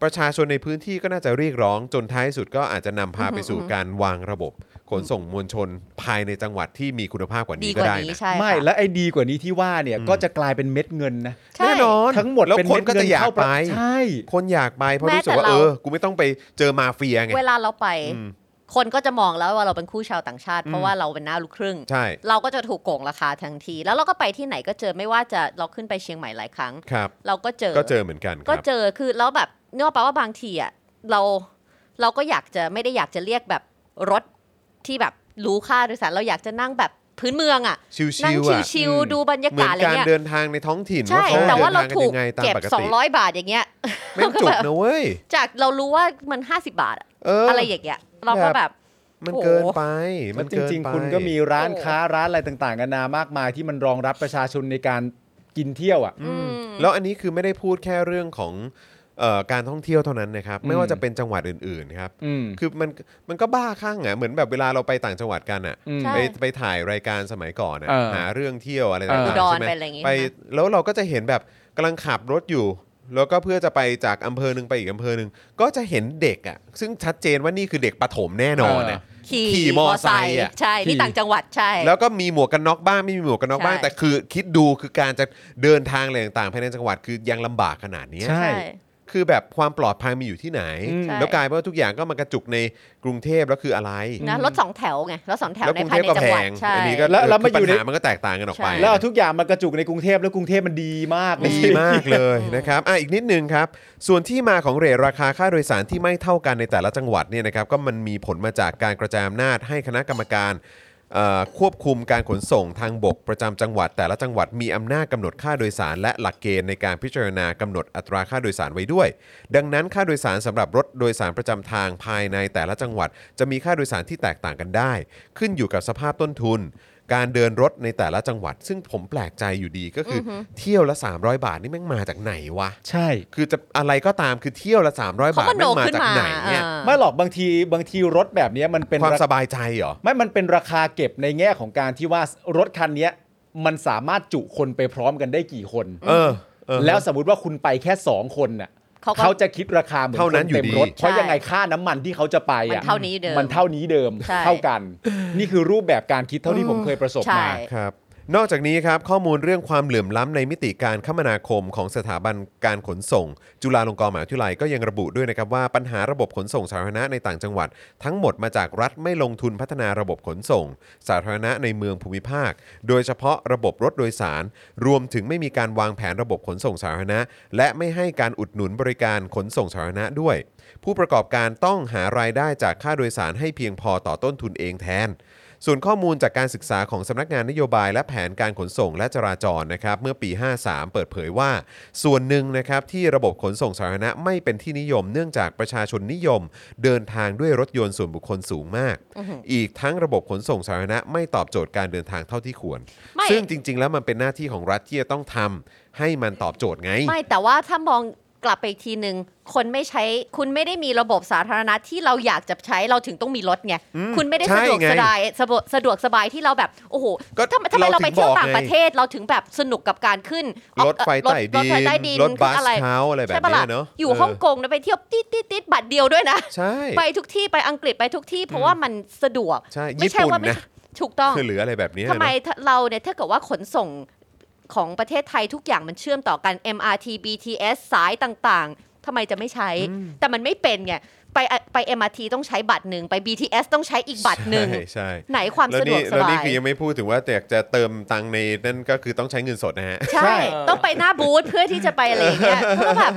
ประชาชนในพื้นที่ก็น่าจะเรียกร้องจนท้ายสุดก็อาจจะนำพาไปสู่
อือฮึ
การวางระบบขนส่งมวลชนภายในจังหวัดที่มีคุณภาพกว่า
ดี
นี้
ก
ก็
ว่า
ได้
นี้
นะ
ใช่
ไม่
ค่ะ
และไอ้ดีกว่านี้ที่ว่าเนี่ย ก็จะกลายเป็นเม็ดเงินนะ
ใช่
แน่นอน
ทั้งหมด
แล้ว
เป็น
ค
เม็
น
ด
ก็
เงิ
จะ
น
อยาก
เข้าป
ไประ
ใช่
คนอยากไปเพราะรู้สึกว่า
แม้แต่เรา
เออกูไม่ต้องไปเจอมาเฟียไง
เวลาเราไป
อืม
คนก็จะมองแล้วว่าเราเป็นคู่ชาวต่างชาติ เพ
อื
ราะ
ม
ว่าเราเป็นหน้าลูกครึ่ง
ใช่
เราก็จะถูกโกงราคาทันที แล้วเราก็ไปที่ไหนก็เจอไม่ว่าจะเราขึ้นไปเชียงใหม่หลายครั้ง
ครับ
เราก็เจอ
ก็เจอเหมือนกันค
ก็
รับ
เจอคือแล้วแบบเนื่องปะว่าบางทีอ่ะเราเราก็อยากจะไม่ได้อยากจะเรียกแบบรถที่แบบรู้ค่าโดยสารเราอยากจะนั่งแบบพื้นเมืองอ่ะ
ชิว
นั่ง
ๆอ่ะ
ชิว
อืม
ๆดูบรร
เหมือก
ยาาน ศอะไร
การ
เงี้ย
เดินทางในท้องถิ่น
ใช่
ว่า
แต่ว่า
เขา
เรา
ดินทงน
ถู
ยั
ก
งไงตาม
เก็บ
ปกติ
200 บาทอย่างเงี้ย
ไม่งจุกนะเว้ย
จากเรารู้ว่ามัน 50 บาทอะ
เอออ
อะไรอย่างเงี้ยเราก็แบบ
มัน
โอ้โห
เกินไป มั
แล้
น
วจ
เกิน
ริง
ไป
ๆ คุณก็มีร้านค้าร้านอะไรต่างๆนานามากมายที่มันรองรับประชาชนในการกินเที่ยวอ่ะ
อืม
แล้วอันนี้คือไม่ได้พูดแค่เรื่องของ เอ่อการท่องเที่ยวเท่านั้นนะครับ ไม่ว่า
อืม
จะเป็นจังหวัดอื่นๆครับ
อืม
คือมันมันก็บ้าข้างอ่ะเหมือนแบบเวลาเราไปต่างจังหวัดกันอ่ะ
อืม
ใช่
ไปไปถ่ายรายการสมัยก่อนนะ
เออ
หาเรื่องเที่ยวอะไร
เอ
ต่าง
อ
ๆใช่
อุด
ไหม
รไปอะไรอย่างงี้
ไป
ใช่ไหม
แล้วเราก็จะเห็นแบบกำลังขับรถอยู่ แล้วก็เพื่อจะไปจากอำเภอหนึ่งไปอีกอำเภอหนึ่งก็จะเห็นเด็กอ่ะซึ่งชัดเจนว่านี่คือเด็กประถมแน่นอนนะ
ขี่
ขี่มอไซค์อะ
ใช่
ขี่
นี่ต่างจังหวัดใช่
แล้วก็มีหมวกกันน็อกบ้างไม่มีหมวกกันน็อกบ้าง
ใช่
แต่คือคิดดูคือการจะเดินทางอะไรต่างๆภายในจังหวัดคือยังลำบากขนาดเนี้ย
ใช่
ใช่
คือแบบความปลอดภัยมีอยู่ที่ไหน
อืม
แล้วกลายเป็นว่าทุกอย่างก็มากระจุกในกรุงเทพแล้วคืออะไร
นะรถสองแถวไงรถสองแถว
แล้ว
ใน
กรุง
ภา
เทพ
ยใน
ก็
จัง
แพ
หวัด
ง
ใช่
อันนี้ก็
แล้วแล้วมาอยู่
ปัญ
ใน
หามันก็แตกต่างกันออกไป
ใช่
แล้วเอาทุกอย่างมากระจุกในกรุงเทพแล้วกรุงเทพมันดีมากเลย
ดีมากเลยนะครับอ่ะอีกนิดนึงครับ ส่วนที่มาของเรทราคาค่าโดยสารที่ไม่เท่ากันในแต่ละจังหวัดเนี่ยนะครับ ก็มันมีผลมาจากการกระจายอำนาจให้คณะกรรมการเอ่อควบคุมการขนส่งทางบกประจำจังหวัด แต่ละจังหวัดมีอำนาจกำหนดค่าโดยสาร และหลักเกณฑ์ในการพิจารณากำหนดอัตราค่าโดยสารไว้ด้วย ดังนั้นค่าโดยสารสำหรับรถโดยสารประจำทางภายในแต่ละจังหวัด จะมีค่าโดยสารที่แตกต่างกันได้ ขึ้นอยู่กับสภาพต้นทุน การเดินรถในแต่ละจังหวัด ซึ่งผมแปลกใจอยู่ดีก็คืออเที่ยวละ 300 บาทนี่แม่งมาจากไหนวะ
ใช่
คือจะอะไรก็ตามคือเที่ยวละ 300
เขา
บาท
ก็โน
แม่งมา
ขึ้น
จาก
มา
ไหนเนี่ย
เออ
ไม่หรอกบางทีบางทีรถแบบเนี้ยมันเป็น
ความ
ร
สบายใจเหรอ
ไม่มันเป็นราคาเก็บในแง่ของการที่ว่ารถคันเนี้ยมันสามารถจุคนไปพร้อมกันได้กี่คน
เออเออ
แล้วสมมติว่าคุณไปแค่ 2 คนน่ะ
เขาก็
เขาจะคิดราคาเหมือน
เท่านั้น
ค
อยู่
เต็ม
ดี
รถ เพราะยังไงค่าน้ำมันที่เขาจะไป
มั
อ่ะ
นเท่านี้เดิม
มันเท่านี้เดิม
ใช่
เท่ากัน นี่คือรูปแบบการคิดเท่าที่ผมเคยประสบ
ใช่
มา
ครับนอกจากนี้ครับข้อมูลเรื่องความเหลื่อมล้ำในมิติการคมนาคมของสถาบันการขนส่ง จุฬาลงกรณ์มหาวิทยาลัยก็ยังระบุด้วยนะครับว่าปัญหาระบบขนส่งสาธารณะในต่างจังหวัด ทั้งหมดมาจากรัฐไม่ลงทุนพัฒนาระบบขนส่ง สาธารณะในเมืองภูมิภาค โดยเฉพาะระบบรถโดยสาร รวมถึงไม่มีการวางแผนระบบขนส่งสาธารณะ และไม่ให้การอุดหนุนบริการขนส่งสาธารณะด้วย ผู้ประกอบการต้องหารายได้จากค่าโดยสารให้เพียงพอต่อต้นทุนเองแทน ส่วนข้อมูลจากการศึกษาของสำนักงานนโยบายและแผนการขนส่งและจราจรนะครับเมื่อปี 53 เปิดเผยว่า ส่วนหนึ่งนะครับที่ระบบขนส่งสาธารณะไม่เป็นที่นิยม เนื่องจากประชาชนนิยม เดินทางด้วยรถยนต์ส่วนบุคคลสูงมาก อีกทั้งระบบขนส่งสาธารณะไม่ตอบโจทย์การเดินทางเท่าที่ควร
ไม่
ซึ่งจริง ๆ แล้วมันเป็นหน้าที่ของรัฐที่จะต้องทำให้มันตอบโจทย์ไง
ไม่แต่ว่าถ้ามองกลับไปอีกทีหนึ่งคนไม่ใช้คุณไม่ได้มีระบบสาธารณะที่เราอยากจะใช้เราถึงต้องมีรถไง
อืม
คุณไม่ได้
ใช่
สะดวก
ไง
สบายสะดวกสะดวกสบายที่เราแบบโอ้โห
ก็
ทำไมทำไม
เรา
เรา
ถึง
ไปเที่ยวต่าง
บอกไง
ประเทศเราถึงแบบสนุกกับการขึ้น
รถไฟใต้
ร
ดิ
ถไฟใต้ดิ
น
น
รถบัส
ขึ้นอะไร
เท้าอะไรแบบ
ใช่ปะ
เนี้
ล่ะ
ยเนาะ
อยู่ฮ่องกงนะไปเที่ยวติดติดติดบัตรเดียวด้วยนะ
ใช่
ไปทุกที่ไปอังกฤษไปทุกที่ เพราะว่ามันสะดวก
ใช่
ไม่ใช่
ญี่ปุ่น
ว่าไม่
นะ
ถูกต้อง
คือเหลืออะไรแบบเนี้ย
ทำไม
เนาะ
เราเนี่ยถ้าเกิดว่าขนส่งของประเทศไทยทุกอย่างมันเชื่อมต่อกัน MRT BTS สายต่างๆ ทำไมจะไม่ใช้ แต่มันไม่เป็นไง ไปไป MRT ต้องใช้บัตรหนึ่ง ไป BTS ต้องใช้อีกบัตรหนึ่ง
ใช่ใช่
ไหนความ
แล้ว
สะดว
นี่
กส
แล้ว
บา
นี่
ย
คือยังไม่พูดถึงว่าอยากจะเติมตังค์ในนั่นก็คือต้องใช้เงินสดนะฮะ
ใช่ ต้องไปหน้าบูธเพื่อที่จะไปอะไรอย่างเงี้ยเพราะแบบ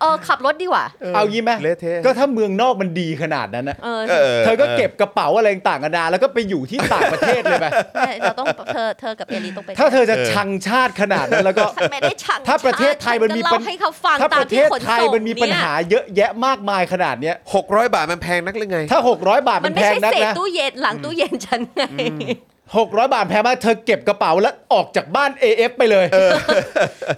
เออขับรถดีกว่า
เอางี้ไหม
เละเทะ
ก็ถ้าเมืองนอกมันดีขนาดนั้นนะ
เออ
เธอก็เก็บกระเป๋าอะไรต่างกันานาแล้วก็ไปอยู่ที่ต่างประเทศเลยไป
เราต้องเธอเธอกับเอลีต้องไป
ถ้าเธอจะชังชาติขนาดนั้นแล้วก็
ฉันไม่ได้ชัง
ถ้าประเทศไทยมันมี
ฉัก็
ปั
เล่า
ญ
ให้เขาฟัง
ถ้า
ตา
ป
ม
ระเท
ที่
ศ
ขน
ไทย
ส่ง
มันมีปัญ
เนี่ย
หาเยอะแยะมากมายขนาดเนี้ย
หกร้อยบาทมันแพงนักหรือไง
ถ้า 600 บาท
มั
มัน น
ไม่
แพง
ใช่
นัก
เศษ
นะ
ตู้เย็นหลังตู้เย็นฉันไง
600 บาทแพงมากเธอเก็บกระเป๋าแล้วออกจากบ้าน AF ไปเลย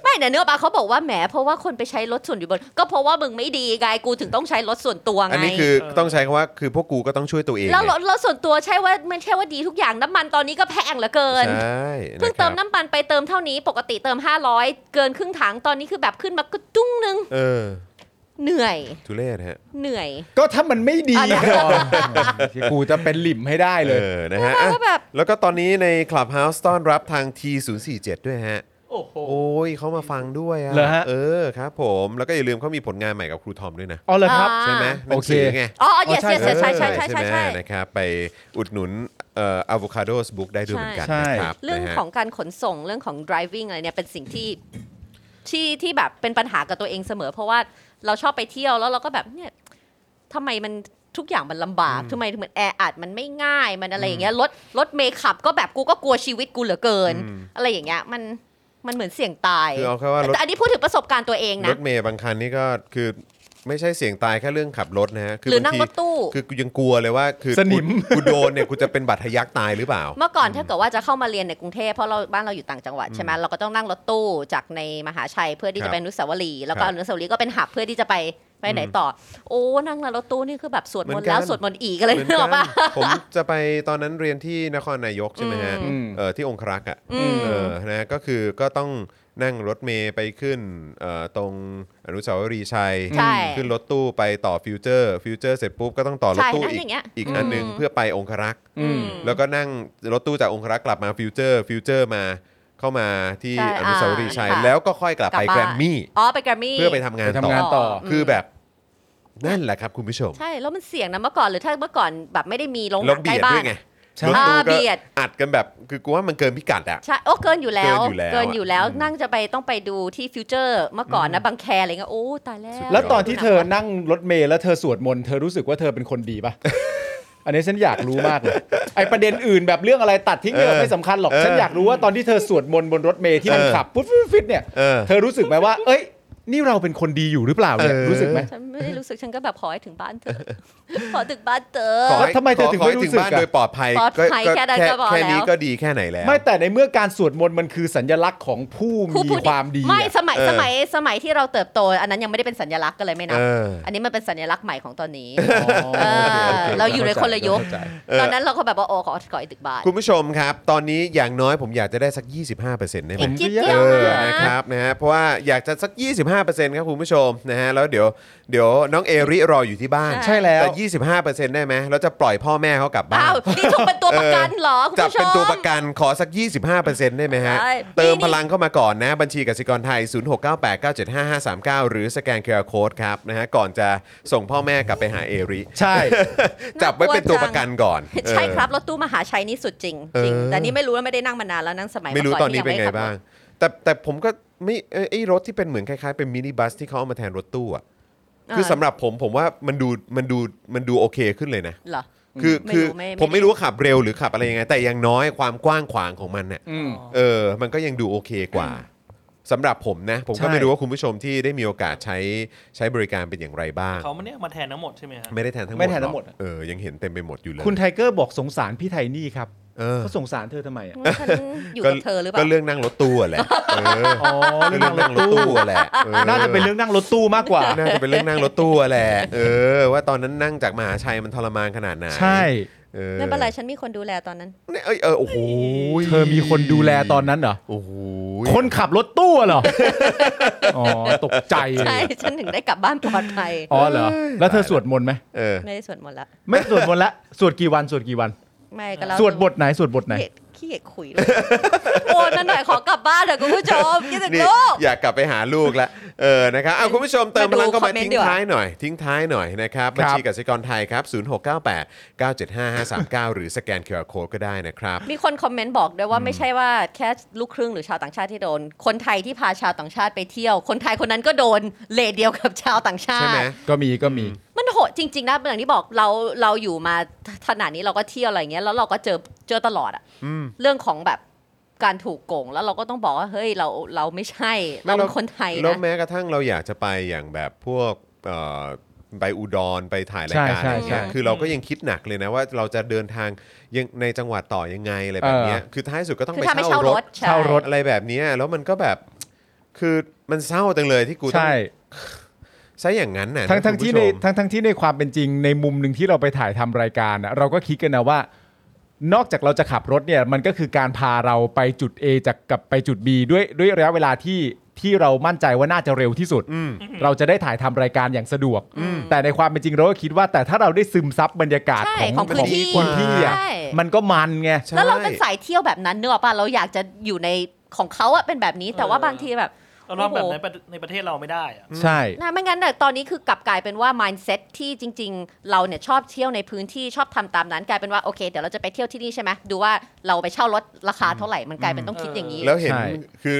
ไม่นะเนื้อปลาเขาบอกว่าแหมเพราะว่าคนไปใช้รถส่วนอยู่บน ก็เพราะว่ามึงไม่ดีไงกูถึงต้องใช้รถส่วนตัว
อัน
ไง
นี้คือต้องใช้คำว่าคือพวกกูก็ต้องช่วยตัวเอง
แล้ว
ไง
รถรถส่วนตัวใช่ว่ามันใช่ว่าดีทุกอย่างน้ำมันตอนนี้ก็แพงเหลือเกิน
ใช่
เพิ่ง
ะครับ
เติมน้ำมันไปเติมเท่านี้ปกติเติม 500 เกินครึ่งถังตอนนี้คือแบบขึ้นมาก็จุ้งนึง
เออ
เหนื่อย
ทุเรศฮะ
เหนื่อย
ก็ถ้ามันไม่ดี
อ่ะนะ
ก่อนกูจะเป็นหลิมให้ได้เลย
เออนะฮะ
แล้ว
อ่ะ
ก็แบบ
แล้วก็ตอนนี้ใน Clubhouse ต้อนรับทาง T047 ด้วยฮะ
โอ้โห
โอ้ยเขามาฟังด้วยอะ
เหรอฮะ
เออครับผมแล้วก็อย่าลืมเขามีผลงานใหม่กับครูทอมด้วยนะ
อ๋อเหรอครับ
อ่า
ใช่ไหมหนังสือไง
อ๋อ yes
อ๋อ
yes
ใช่
yes ใช่ใช่ใช่
ไหม
ใช่ใช่
นะครับไปอุดหนุนเอ่ออะโวคาโดสบุ๊กได้ด้วยเหมือนกัน
ใช่
นะครับ
เรื่อง
นะฮะ
ของการขนส่งเรื่องของ driving อะไรเนี่ยเป็นสิ่งที่ที่ที่แบบเป็นปัญหากับตัวเองเสมอ เพราะว่าเราชอบไปเที่ยวแล้วเราก็แบบเนี่ยทำไมมันทุกอย่างมันลำบากทำไมมันแออัดมันไม่ง่ายมันอะไรอย่างเงี้ยรถรถเมย์ขับก็แบบกูก็กลัวชีวิตกูเหลือเกิน
อืม
อะไรอย่างเงี้ยมันมันเหมือนเสี่ยงตาย
คือเอาแค่ว่ารถ
แต่อันนี้พูดถึงประสบการณ์ตัวเอง
ร
นะ
ถเมย์บางคันนี่ก็คือ ไม่ใช่เสี่ยงตายแค่เรื่องขับรถนะฮะคื
หรือนั่ง
บาง
ร
ที
ถตู้
คือกูยังกลัวเลยว่าคือ
สนิม
กูกูโดนเนี่ยกูจะเป็นบาดทะยักตายหรือเปล่า
เมื่อก่อนถ้าเกิดว่าจะเข้ามาเรียนในกรุงเทพเพราะเราบ้านเราอยู่ต่างจังหวัดใช่ไหมเราก็ต้องนั่งรถตู้จากในมหาชัยเพื่อที่
ครับ
จะไปอนุสาวรีย์แล้วก็
ครั
อบ นุสาวรีย์ก็เป็นหับเพื่อที่จะไปไปไหนต่อ โอ้นั่งรถตู้นี่คือแบบสวดมนต์แล้
เห
ว
มือนกัน
สวดมนต์อีกอะไร
เหมือน
นึกออก
กั
ปะ
นผมจะไปตอนนั้นเรียนที่นครนายกใช่ไหมฮะ
อืม
เออที่องครักษ์อ่ะ
อืม
เออนะก็คือก็ต้องนั่งรถเมย์ไปขึ้นเอ่อตรงอนุสาวรีย์ชัย
ใช่
ขึ้นรถตู้ไปต่อฟิวเจอร์ฟิวเจอร์เสร็จปุ๊บก็ต้องต่อรถตู้
ใช่นะ
อีก
อย่างเงี้ย
อีกอันหนึง
อืม
เพื่อไปองครักษ์
อืม
แล้วก็นั่งรถตู้จากองครักษ์กลับมาฟิวเจอร์ฟิวเจอร์มาเข้ามาที่
ใช่
อ
อ่า
นุสาวรีย์ชัย
ค่ะ
แล้วก็ค่อยกลับไปแกรมมี่
อ๋อไปแกรมมี่
เพื่อไปทำงาน
ไป
ต่
ทำงานต่อ
อืม
คือแบบนั่นแหละครับคุณผู้ชม
ใช่แล้วมันเสี่ยงนะเมื่อก่อนหรือถ้าเมื่อก่อนแบบไม่ได้มีโรงห
แล้ว
นังใก
เบียด
ล้บ้า
ด้วน ยไง
ใช่
รถตู้ก็
อ่าเบียด
อัดกันแบบคือกูว่ามันเกินพิกัดอะ
ใช่โอ้เกินอยู่แล้ว
เกินอยู่แล้ว
นอยู่แล้ว
อะอืม
นั่งจะไปต้องไปดูที่ฟิวเจอร์เมื่อก่อนนะบางแคอะไรเงี้ยโอ้ตายแล้ว
แล้วตอนที่เธอนั่งรถเมล์แล้วเธอสวดมนต์เธอรู้สึกว่าเธอเป็นคนดีป่ะ อันนี้ฉันอยากรู้มากเลยไอประเด็นอื่นแบบเรื่องอะไรตัดทิ้งเลย
เออ
ไม่สำคัญหรอก
เออ
ฉันอยากรู้ว่าตอนที่เธอสวดมนต์บนรถเมล์ที่มัน
เออ
ขับปุ๊บฟิตฟิตเนี่ย
เออ
เธอรู้สึกไหมว่า เอ้ย นี่เราเป็นคนดีอยู่หรือเปล่าเนี่ย
เออ
รู้สึกไหม
ฉันไม่ได้รู้สึกฉันก็แบบขอให้ถึงบ้าน เธอ ขอถึงบ้านเธอ
ขอให้
แล้วทำไมเธอถึง
ขให้
ไม่รู้สึก
บ้าน
อะ
โดยปลอดภัย
ปลอดภัยแค่นั้นก็พอ
แค่
แล้ว
นี้ก็ดีแค่ไหนแล้ว
ไม่แต่ในเมื่อการสวดมนต์มันคือสัญลักษณ์ของผู้
ผู้
มี
ผู้
ความดี
ไม่
อะ
สมัย
เออ
สมัยสมัยที่เราเติบโต อันนั้นยังไม่ได้เป็นสัญลักษณ์กันเลยไม่นับ
เออ
อันนี้มันเป็นสัญลักษณ์ใหม่ของตอนนี้
อ๋อ
เออ
โค
เราอยู่ในคนละยุค
เข้าใจ
เออ
ตอนนั้นเราก็แบบว่าโอ้ขอขอให้ถึงบ้าน
คุณผู้ชมครับ ตอนนี้อย่างน้อยผมอยากจะได้สัก 25%ได้ไหม
อีกจิตเดียว
เออ
นะ
นะครับนะฮะเพราะว่าอยากจะสัก 25%ครับคุณผู้ชมนะฮะแล้วเดี๋ยวเดี๋ยวน้องเอริรออยู่ที่บ้าน
ใช่แล้ว
แต่ 25%ได้ไหมเราจะปล่อยพ่อแม่เขากลับบ้า
อ้าน วนี่ถูกเป็นตัวประกันเหรอคุณ
จับ
ผู้ชม
เป็นตัวประกันขอสัก 25%ได้ไหมฮะ
ใช่
เติมพลังเข้ามาก่อนนะ บัญชีกสิกรไทย 0698975539 หรือสแกน QR Code ครับนะฮะก่อนจะส่งพ่อแม่กลับไปหาเอริ
ใช่
จับไว้เป็นตัวประกันก่อน
ใช่
เออ
ครับรถตู้มหาชัยนี่สุดจริง
เออ
จริงแต่นี่ไม่รู้ว่าไม่ได้นั่งมานานแล้วนั่งสมัย
ไม่รู้ต
ก่
อนนี้
ที่ยั
เป็นไง
ม่ด้ขั
บ้าง
รถ
แต่แต่ผมก็ไม่เอ้ยไอ้รถที่เป็นเหมือนคล้ายๆเป็นมินิบัสที่เขาเอามาแทนรถตู้อะ คือสำหรับผมผมว่ามันดูมันดูมันดูโอเคขึ้นเลยนะ
เหรอ
คือ
ไม่
คื
รู้
อ
ไม่ไม่
ผมไม่รู้ว่าขับเร็วหรือขับอะไรยังไง แต่อย่างน้อยความกว้างขวางของมันเนี่ย
อืม
เออ มันก็ยังดูโอเคกว่าสำหรับผมนะ ผมก็
ใช่
ไม่รู้ว่าคุณผู้ชมที่ได้มีโอกาสใช้ใช้บริการเป็นอย่างไรบ้าง
เขามาเนี่ยมาแทนทั้งหมดใช่ไหมฮะ
ไม่ได้แทนทั้งหมด
ไม่แทนทั้งหมด
รอก
อะ
เออยังเห็นเต็มไปหมดอยู่เลย
คุณไทเกอร์บอกสงสารพี่ไทนี่ครับ
เออ
เขาสงสารเธอทำไมอะ
ว่าฉันอยู่กับเธอหรือเป
ก็
ล่า
เรื่องนั่งรถตู้อะแหละเออ
อ๋ อ
ก็
เรื่
เรื่
อ
อง งนั่ง
นั่งร
รถ
ถตู้
ตู้อะแหละเออ
น่าจะเป็นเรื่องนั่งรถตู้มากกว่า
น่าจะเป็นเรื่องนั่งรถตู้แหละ เออ ว่าตอนนั้นนั่งจากมหาชัยมันทรมานขนาดไหน
ใช่
เออ
ไม่เป็นไรฉันมีคนดูแลตอนนั้น
เนี่ยเอ้ยเออ โอ้โห
เธอมีคนดูแลตอนนั้นเหรอ
โอ้โห
คนขับรถตู้เหรอ อ๋อ ตกใจเล
ใช่
ย
ฉันถึงได้กลับบ้านปลอดภัย
อ๋อเหรอ แล้วเธอสวดมนต์ไหม
เออ
ไม่ได้สวดมนต์ละ
ไม่สวดมนต์ละ สวดกี่วัน สวดกี่วัน
ไม่ก็แล้ว
สวดบทไหน สวดบทไหน
ขี้เกียจขี้เกียจคุยเลย โอนมาหน่อยขอกลับบ้านเถอะคุณผู้ช มคิดถึง
นี่
ลูก
อยากกลับไปหาลูกละเออนะครับเอาคุณผู้ชมเติมพลังเข้ามา
มาดูคอมเมนต์
ทิ้ง
ดีกว่า
ท้ายหน่อย ทิ้งท้ายหน่อยนะครั
ครับ
บัญชีกสิกรไทยครับ 0698 975539 หรือสแกน QR Code ก็ได้นะครับ
มีคนคอมเมนต์บอกด้วยว่าไม่ใช่ว่าแค่ลูกครึ่งหรือชาวต่างชาติที่โดน คนไทยที่พาชาวต่างชาติไปเที่ยว คนไทยคนนั้นก็โดนเลทเดียวกับชาวต่างชา
ใช่ไหม
ติ
ก็มี ก็มี
มันโหดจริงๆนะอย่างที่บอกเราเราอยู่มาขนาดนี้เราก็เที่ยวอะไรอย่างเงี้ยแล้วเราก็เจอเจอตลอดอะ
อืม
เรื่องของแบบการถูกโกงแล้วเราก็ต้องบอกว่าเฮ้ยเราเราไม่ใช่เราเป็นคนไทย
แล้ว
นะ
แม้กระทั่งเราอยากจะไปอย่างแบบพวกเอ่อไปอุดรไปถ่ายรายการ
ใช่
อะไรเงี้ย
ใช่
คือเราก็ยังคิดหนักเลยนะว่าเราจะเดินทางยังในจังหวัดต่อยังไงอะไรแบบเนี้ย
เออ
คือท้ายสุดก็ต้อง
คือ
ไป
ถ้าไม่
เช่า
เช่าร ร
ถ
ถ
เช่ารถ
อะไรแบบเนี้ยแล้วมันก็แบบคือมันเศร้าจังเลยที่กูต้อง
ใช่
ใช่อย่างนั้นน่ะ
ทั้งทั้ง
คุณ
ที่
ผู้
ใน
ชม
ทั้งทั้งที่ในความเป็นจริงในมุมหนึ่งที่เราไปถ่ายทำรายการน่ะเราก็คิดกันนะว่า นอกจากเราจะขับรถเนี่ยมันก็คือการพาเราไปจุด A จากกลับไปจุด B ด้วยด้วยระยะเวลาที่ที่เรามั่นใจว่าน่าจะเร็วที่สุด
อืม
เราจะได้ถ่ายทำรายการอย่างสะดวก แต่ในความเป็นจริงเราก็คิดว่าแต่ถ้าเราได้ซึมซับบรรยากาศข
ใช่
อง
ของพื้นที่
พื้นที่อ่ะ
ใช่
มันก็มันไง
ใช่
แล้วเราเป็นสายเที่ยวแบบนั้นเนอะป่ะเราอยากจะอยู่ในของเขาอะเป็นแบบนี้แต่ว่า
เออ
บางทีแบบ
เราทำแบบ
โอ้โห
ในประในประเทศเราไม่ได้อะ
ใช่
นะไม่งั้นน่ะตอนนี้คือกลับกลายเป็นว่า mindset ที่จริง ๆ เราเนี่ยชอบเที่ยวในพื้นที่ชอบทำตามนั้นกลายเป็นว่าโอเคเดี๋ยวเราจะไปเที่ยวที่นี่ใช่ไหมดูว่าเราไปเช่ารถราคาเท่าไหร่มันกลายเป็นต้องคิดอย่างนี้
แล้วเห็น
ใช่
คือ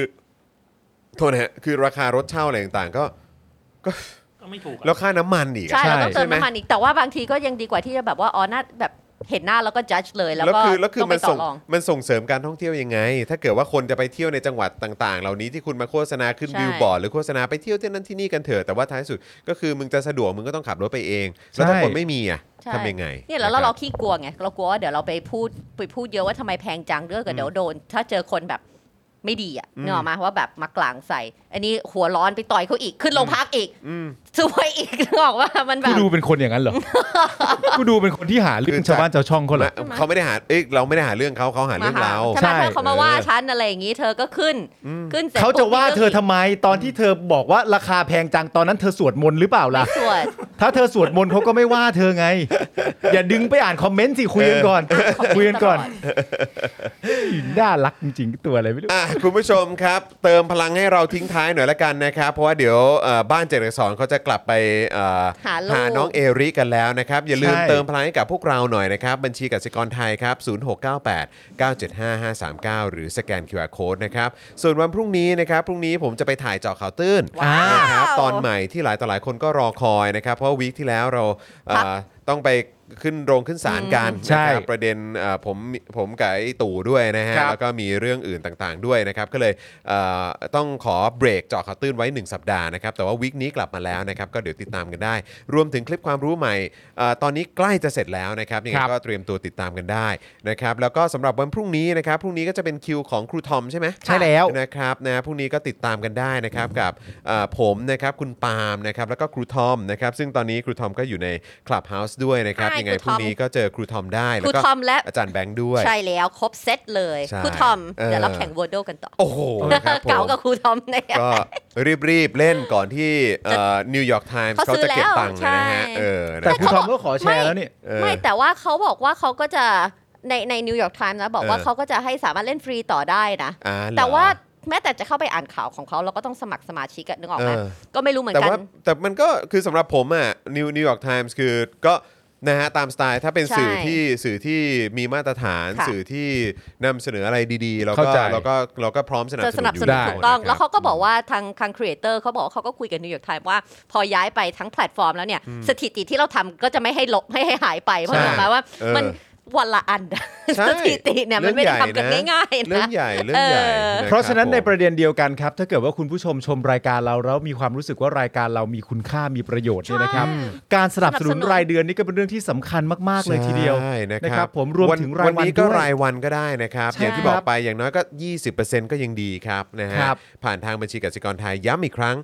โทษนะฮะคือราคารถเช่าอะไรต่างๆก็
ก็ไม่ถูกอะ
แล้วค่าน้ำมันอีกอะ
ใช่เรา
ใช่
ต้องเติม
ใช่ไหม
น้ำมันอีกแต่ว่าบางทีก็ยังดีกว่าที่จะแบบว่าอ๋อน่าแบบ เห็นหน้าแล้วก็ judge เลยแล้ว
แล้ว
ก็
คือแล้วคือ
ต้องไป
มัน
ต่
ส่
อง รอง
มันส่งเสริมการท่องเที่ยวยังไง ถ้าเกิดว่าคนจะไปเที่ยวในจังหวัดต่าง ๆ เหล่านี้ที่คุณมาโฆษณาขึ้น
ใช่
บิลบอร์ดหรือโฆษณาไปเที่ยวที่นั่นที่นี่กันเถอะแต่ว่าท้ายสุดก็คือมึงจะสะดวกมึงก็ต้องขับรถไปเองแล้วถ้า
ใช่
คนไม่มีอ่ะ
ใช่
ทำยังไง
เนี่ยแล้ว
นะค
เรา
บ
ขี้กลัวไงเรากลัวว่าเดี๋ยวเราไปพูดไปพูดเยอะว่าทำไมแพงจังเรื่องก็เดี๋ยวโดน ถ้าเจอคนแบบไม่ดีอ่ะ
อืม
เนกอะมาว่าแบบมากลางใส่ อันนี้หัวร้อนไปต่อยเขาอีกขึ้นโรงพักอีก
อืม
สวยอีกนึกออกว่ามันแบ
กู
บ
ดูเป็นคนอย่างนั้นเหรอ กูดูเป็นคนที่หาเรื่อ
คื
ง
อ
ชาวบ้านชาวช่องเขาเหรอ
มาเขาไม่ได้หาเอ้ยเราไม่ได้หาเรื่องเขาเขาหาเรื่องเรา
ทำ
ใช่
ไมเธอเขามาว่าฉันอะไรอย่างนี้ เธอก็ขึ้น
อืม
ขึ้นสร็
เขาจะ
ปุ๊บ
ว่าเธอทำไมตอนที่เธอบอกว่าราคาแพงจังตอนนั้นเธอสวดมนต์หรือเปล่าล่ะ
สวด
ถ้าเธอสวดมนต์เขาก็ไม่ว่าเธอ ไง อย่าดึงไปอ่านคอมเมนต์สิคุยกันก่อนคุยกันก่อนน่ารักจริงๆตัวอะไรไม่รู้
อ่ะคุณผู้ชมครับ เติมพลังให้เราทิ้งท้ายหน่อยละกันนะครับ เพราะว่าเดี๋ยวเอ่อบ้านเจริญสอนเขาจะกลับไปเอ่อ
หาลูก
หาน้องเอริกันแล้วนะครับ อย่าลืม
ใช่
เติมพลังให้กับพวกเราหน่อยนะครับ บัญชีกสิกรไทยครับ 0698 975 539 หรือสแกน QR Code นะครับ ส่วนวันพรุ่งนี้นะครับ พรุ่งนี้ผมจะไปถ่ายเจาะข่าวตื้น
ว้าว
นะครับตอนใหม่ที่หลายต่อหลายคนก็รอคอยนะครับ เพราะวีคที่แล้วเราเอ่อ
ครับ
ต้องไปขึ้นโรงขึ้นศาลกัน
ใช่
นะครับประเด็นเอ่อผมผมกับไอ้ตู่ด้วยนะฮะ
ครับ
แล้วก็มีเรื่องอื่นต่างๆด้วยนะครับก็เลยเอ่อต้องขอเบรกเจาะข่าวตื้นไว้หนึ่งสัปดาห์นะครับแต่ว่าวีคนี้กลับมาแล้วนะครับก็เดี๋ยวติดตามกันได้ รวมถึงคลิปความรู้ใหม่เอ่อตอนนี้ใกล้จะเสร็จแล้วนะครับยังไง
ครับ
ก็เตรียมตัวติดตามกันได้นะครับแล้วก็สำหรับวันพรุ่งนี้นะครับพรุ่งนี้ก็จะเป็นคิวของครูทอมใช่ไหม
ใช่แล้ว
นะครับนะพรุ่งนี้ก็ติดตามกันได้นะครับกับเอ่อผมนะครับคุณปาล์มนะครับแล้วก็ครูทอมนะครับซึ่งตอนนี้ครูทอมก็อยู่ในคลับเฮาส์ด้วยนะครับ
ใช่
ยังไง
ครู
พ
ทอม
รุ่งนี้ก็เจอครูทอมได้
ครู
แล้วก็
ทอมและ
อาจารย์แบงค์ด้วย
ใช่แล้วครบเซตเลย
ใช่
ครูทอม
เออ
เดี๋ยวเราแข่งวอร์ดกันต่อ
โอ้โหนะครับผม
เก่ากับครูทอมเนี่ย
ก็รีบๆเล่นก่อนที่นิวยอร์กไทมส์
เขา
เขา
ซื้อ
จะเก็บ
แล้ว
ตังค์เลยนะฮะ
ใช่
เออนะค
แต่
รับ
คุณทอมก็ขอแชร์แล้วนี่
เออ
ไม่แต่ว่าเขาบอกว่าเขาก็จะในในนิวยอร์กไทม์นะบอกว่า
เออ
เขาก็จะให้สามารถเล่นฟรีต่อได้นะ
อ่เหรอ
แต่ว่าแม้แต่จะเข้าไปอ่านข่าวของเขาเราก็ต้องสมัครสมาชิกอะนึกออกไหม
เออ
ก็ไม่รู้เหมือน
แต่
กัน
ว่าแต่มันก็คือสำหรับผมอ่ะนิวนิวยอร์กไทมส์คือก็นะฮะตามสไตล์ถ้าเป็น
ใช่
สื่อที่สื่อที่มีมาตรฐาน
ค่ะ
สื่อที่นำเสนออะไรดีๆเราก็
เข้าใจ
เราก็เราก็พร้อมสนับ
จะ
ส
ส
นุ
นั
น
บ
อ
ส
ยู่
นุน
ได้
ถูกต้อง
นะครับ
แล้วเขาก็บอกว่าทางทางครีเอเตอร์เขาบอกว่าเขาก็คุยกับนิวยอร์กไทม์ว่า พอย้ายไปทั้งแพลตฟอร์มแล้วเนี่ย สถิติที่เราทำก็จะไม่ให้ลบไม่ให้หายไป เพราะ
ใช่
หมายว่า
เออ
มันวันละอัน
ใช่
สถิติเนี่ยมันไม่ได้ทำกัน
เรื่องใหญ่นะ
ง่ายๆ
เรื่องใหญ่เรื่อง
นะ
ใหญ่
เออ
คบ
เพราะฉะนั้นใน
ผม
ประเด็นเดียวกันครับ ถ้าเกิดว่าคุณผู้ชมชมรายการเราแล้วมีความรู้สึกว่ารายการเรามีคุณค่ามีประโยชน์เนี่ยนะครับ การสนับสนุน
สนับสนุน
รายเดือนนี่ก็เป็นเรื่องที่สำคัญมากๆเลยทีเดียว
ใช่นะค
นะครั
รับบ
ผมรวมถึงรายวัน
นี้ก็
ด้วย
รายวันก็ได้นะครับ
ใช่
อย่างที่บอกไปอย่างน้อยก็ 20%ก็ยังดีครับนะฮะ
ครับ
ผ่านทางบัญชีกสิกรไทยย้ำอีกครั้ง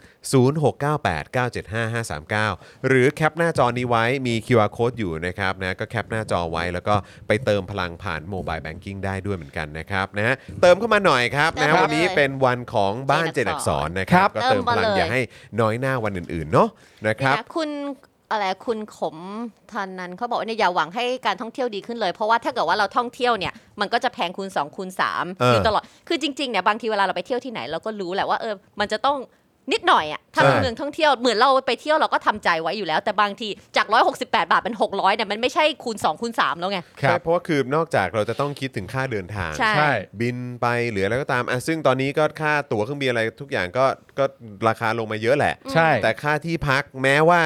0698975539 หรือแคปหน้าจอนี้ไว้มี QR code อยู่นะครับนะก็แคปหน้าจอไว้แล้วก็ไปเติมพลังผ่านโมบายแบงกิ้งได้ด้วยเหมือนกันนะครับนะฮะเติมเข้ามาหน่อยครับ
ค
นะ
รับ
วันนี้เป็นวันของบ้านเจดอักษรนะครั
ครับ บ
ก็เติมพลัง
เติมมาเลย
อย่าให้น้อยหน้าวันอื่นๆเนาะนะครับ
เนี่ยคุณอะไรคุณขมทันนั้นเขาบอกว่าเนี่ยอย่าหวังให้การท่องเที่ยวดีขึ้นเลย เพราะว่าถ้าเกิดว่าเราท่องเที่ยวเนี่ยมันก็จะแพงคูณ2คูณ
เอ
3
อ
อยู่ตลอดคือจริงๆเนี่ยบางทีเวลาเราไปเที่ยวที่ไหนเราก็รู้แหละว่าเออมันจะต้องนิดหน่อยอะถ้า
ใช่
เป็นเมืองท่องเที่ยวเหมือนเราไปเที่ยวเราก็ทำใจไว้อยู่แล้ว แต่บางทีจาก 168 บาทเป็น 600เนี่ยมันไม่ใช่คูณ2คูณ3แล้วไง
ใช่เพราะว่าคือนอกจากเราจะต้องคิดถึงค่าเดินทาง
ใช่
ใช่
บินไปหรืออะไรก็ตามอ่ะซึ่งตอนนี้ก็ค่าตั๋วเครื่องบินอะไรทุกอย่างก็ก็ราคาลงมาเยอะแหละ
ใช่
แต่ค่าที่พักแม้ว่า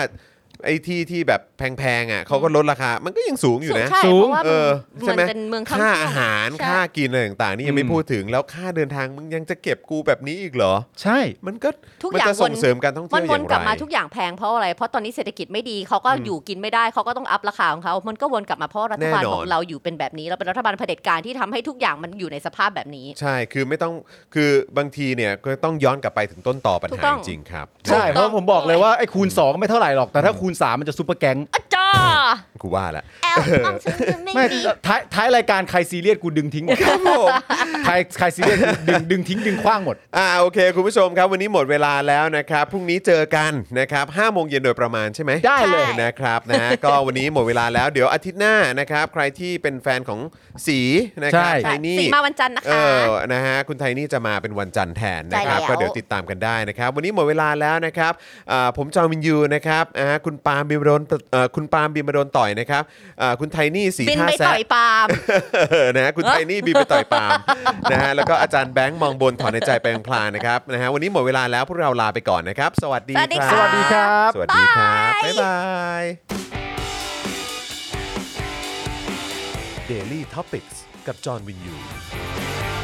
ไอ้ที่ที่แบบแพงๆอ่ะเขาก็ลดราคา มันก็ยังสูงอยู่นะ
ใช่
สูง
เพราะว่า
เออ
มัน
ใช่ไหม
เป็นเมืองท่อง
ค่า
เที่ยว
อาหาร
ใช่
ค่ากินอะไรต่างๆ นี่ยังไม่
อืม
พูดถึงแล้วค่าเดินทางมึงยังจะเก็บกูแบบนี้อีกเหรอ
ใช่
มันก็
ทุก
มัน
อย่าง
จะส่ง
วน
เสริมการท่อง
มั
เที่ย
น
วอ
วน
ย่าง
กลับ
ไร
มาทุกอย่างแพงเพราะอะไร เพราะตอนนี้เศรษฐกิจไม่ดีเขาก็อยู่กินไม่ได้เขาก็ต้องอัพราคาของเขา มันก็วนกลับมาเพราะรัฐบาล
แน่นอน
ของเราอยู่เป็นแบบนี้เราเป็นรัฐบาลเผด็จการที่ทำให้ทุกอย่างมันอยู่ในสภาพแบบนี้
ใช่คือไม่ต้องคือบางทีเนี่ยก็ต้องย้อนกลับไปถึงต้นต่อปัญ
ถู
หาก
ต้อง
จริงๆครับ
ใช่เพราะผมบอกเลยว่าไอ้คูณ 2 ไม่เท่าไหร่หรอก แต่ถ้าคูณ 3 มันจะซุปเปอร์แก๊ง
อะจ้า
กูว่าละ
แอลอ้อมฉันจะไม่
ไม่
ดี
ท้ายท้ายรายการใครซีเรียสกูดึงทิ้งหมดใครใครซีเรียสกูดึงดึงทิ้งดึงคว้างหมด
อ่าโอเค คุณผู้ชมครับ วันนี้หมดเวลาแล้วนะครับพรุ่งนี้เจอกันนะครับห้าโมงเย็นโดยประมาณใช่ไหม
ได้เลย
นะครับนะฮะ ก็วันนี้หมดเวลาแล้วเดี๋ยวอาทิตย์หน้านะครับใครที่เป็นแฟนของสีนะครับ
ใช่
ไทนี่
สีมาวันจันทร์นะ
เอ
คะ
อนะฮะคุณไทนี่จะมาเป็นวันจันทร์แทนนะครับ
ใช่แล้ว
ก็เดี๋ยวติดตามกันได้นะครับ วันนี้หมดเวลาแล้วนะครับอ่าผมจอมินยูนะครับอ่าคุณปาล์มบิมโดนเอ่อคุณปาล์มบิมโดนต่อยนะครับอ่าคุณไทนี่สี
บิน
ท่า
ไป
แซะ
ต่อยปาล์ม
เออนะฮะคุณไทนี่บีไปต่อยปาล์ม นะฮะแล้วก็อาจารย์แบงค์มองบนถอนในใจแปลงพลางนะครับนะฮะวันนี้หมดเวลาแล้วพวกเราลาไปก่อนนะครับ สวัสดี
สวัสดี
ครั
ส
ค่ะ
วัสดีครับ
สวัสดีครับ บ๊ายบาย Daily Topics กับจอห์นวินยู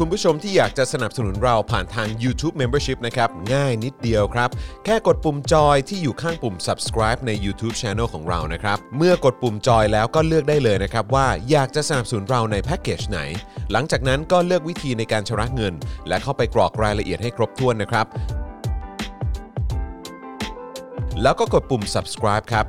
คุณผู้ชมที่อยากจะสนับสนุนเราผ่านทาง YouTube Membership นะครับ ง่ายนิดเดียวครับ แค่กดปุ่มจอยที่อยู่ข้างปุ่ม subscribe ใน YouTube Channel ของเรานะครับ เมื่อกดปุ่มจอยแล้วก็เลือกได้เลยนะครับว่าอยากจะสนับสนุนเราในแพ็กเกจไหน หลังจากนั้นก็เลือกวิธีในการชำระเงิน และเข้าไปกรอกรายละเอียดให้ครบถ้วนนะครับ แล้วก็กดปุ่ม subscribe ครับ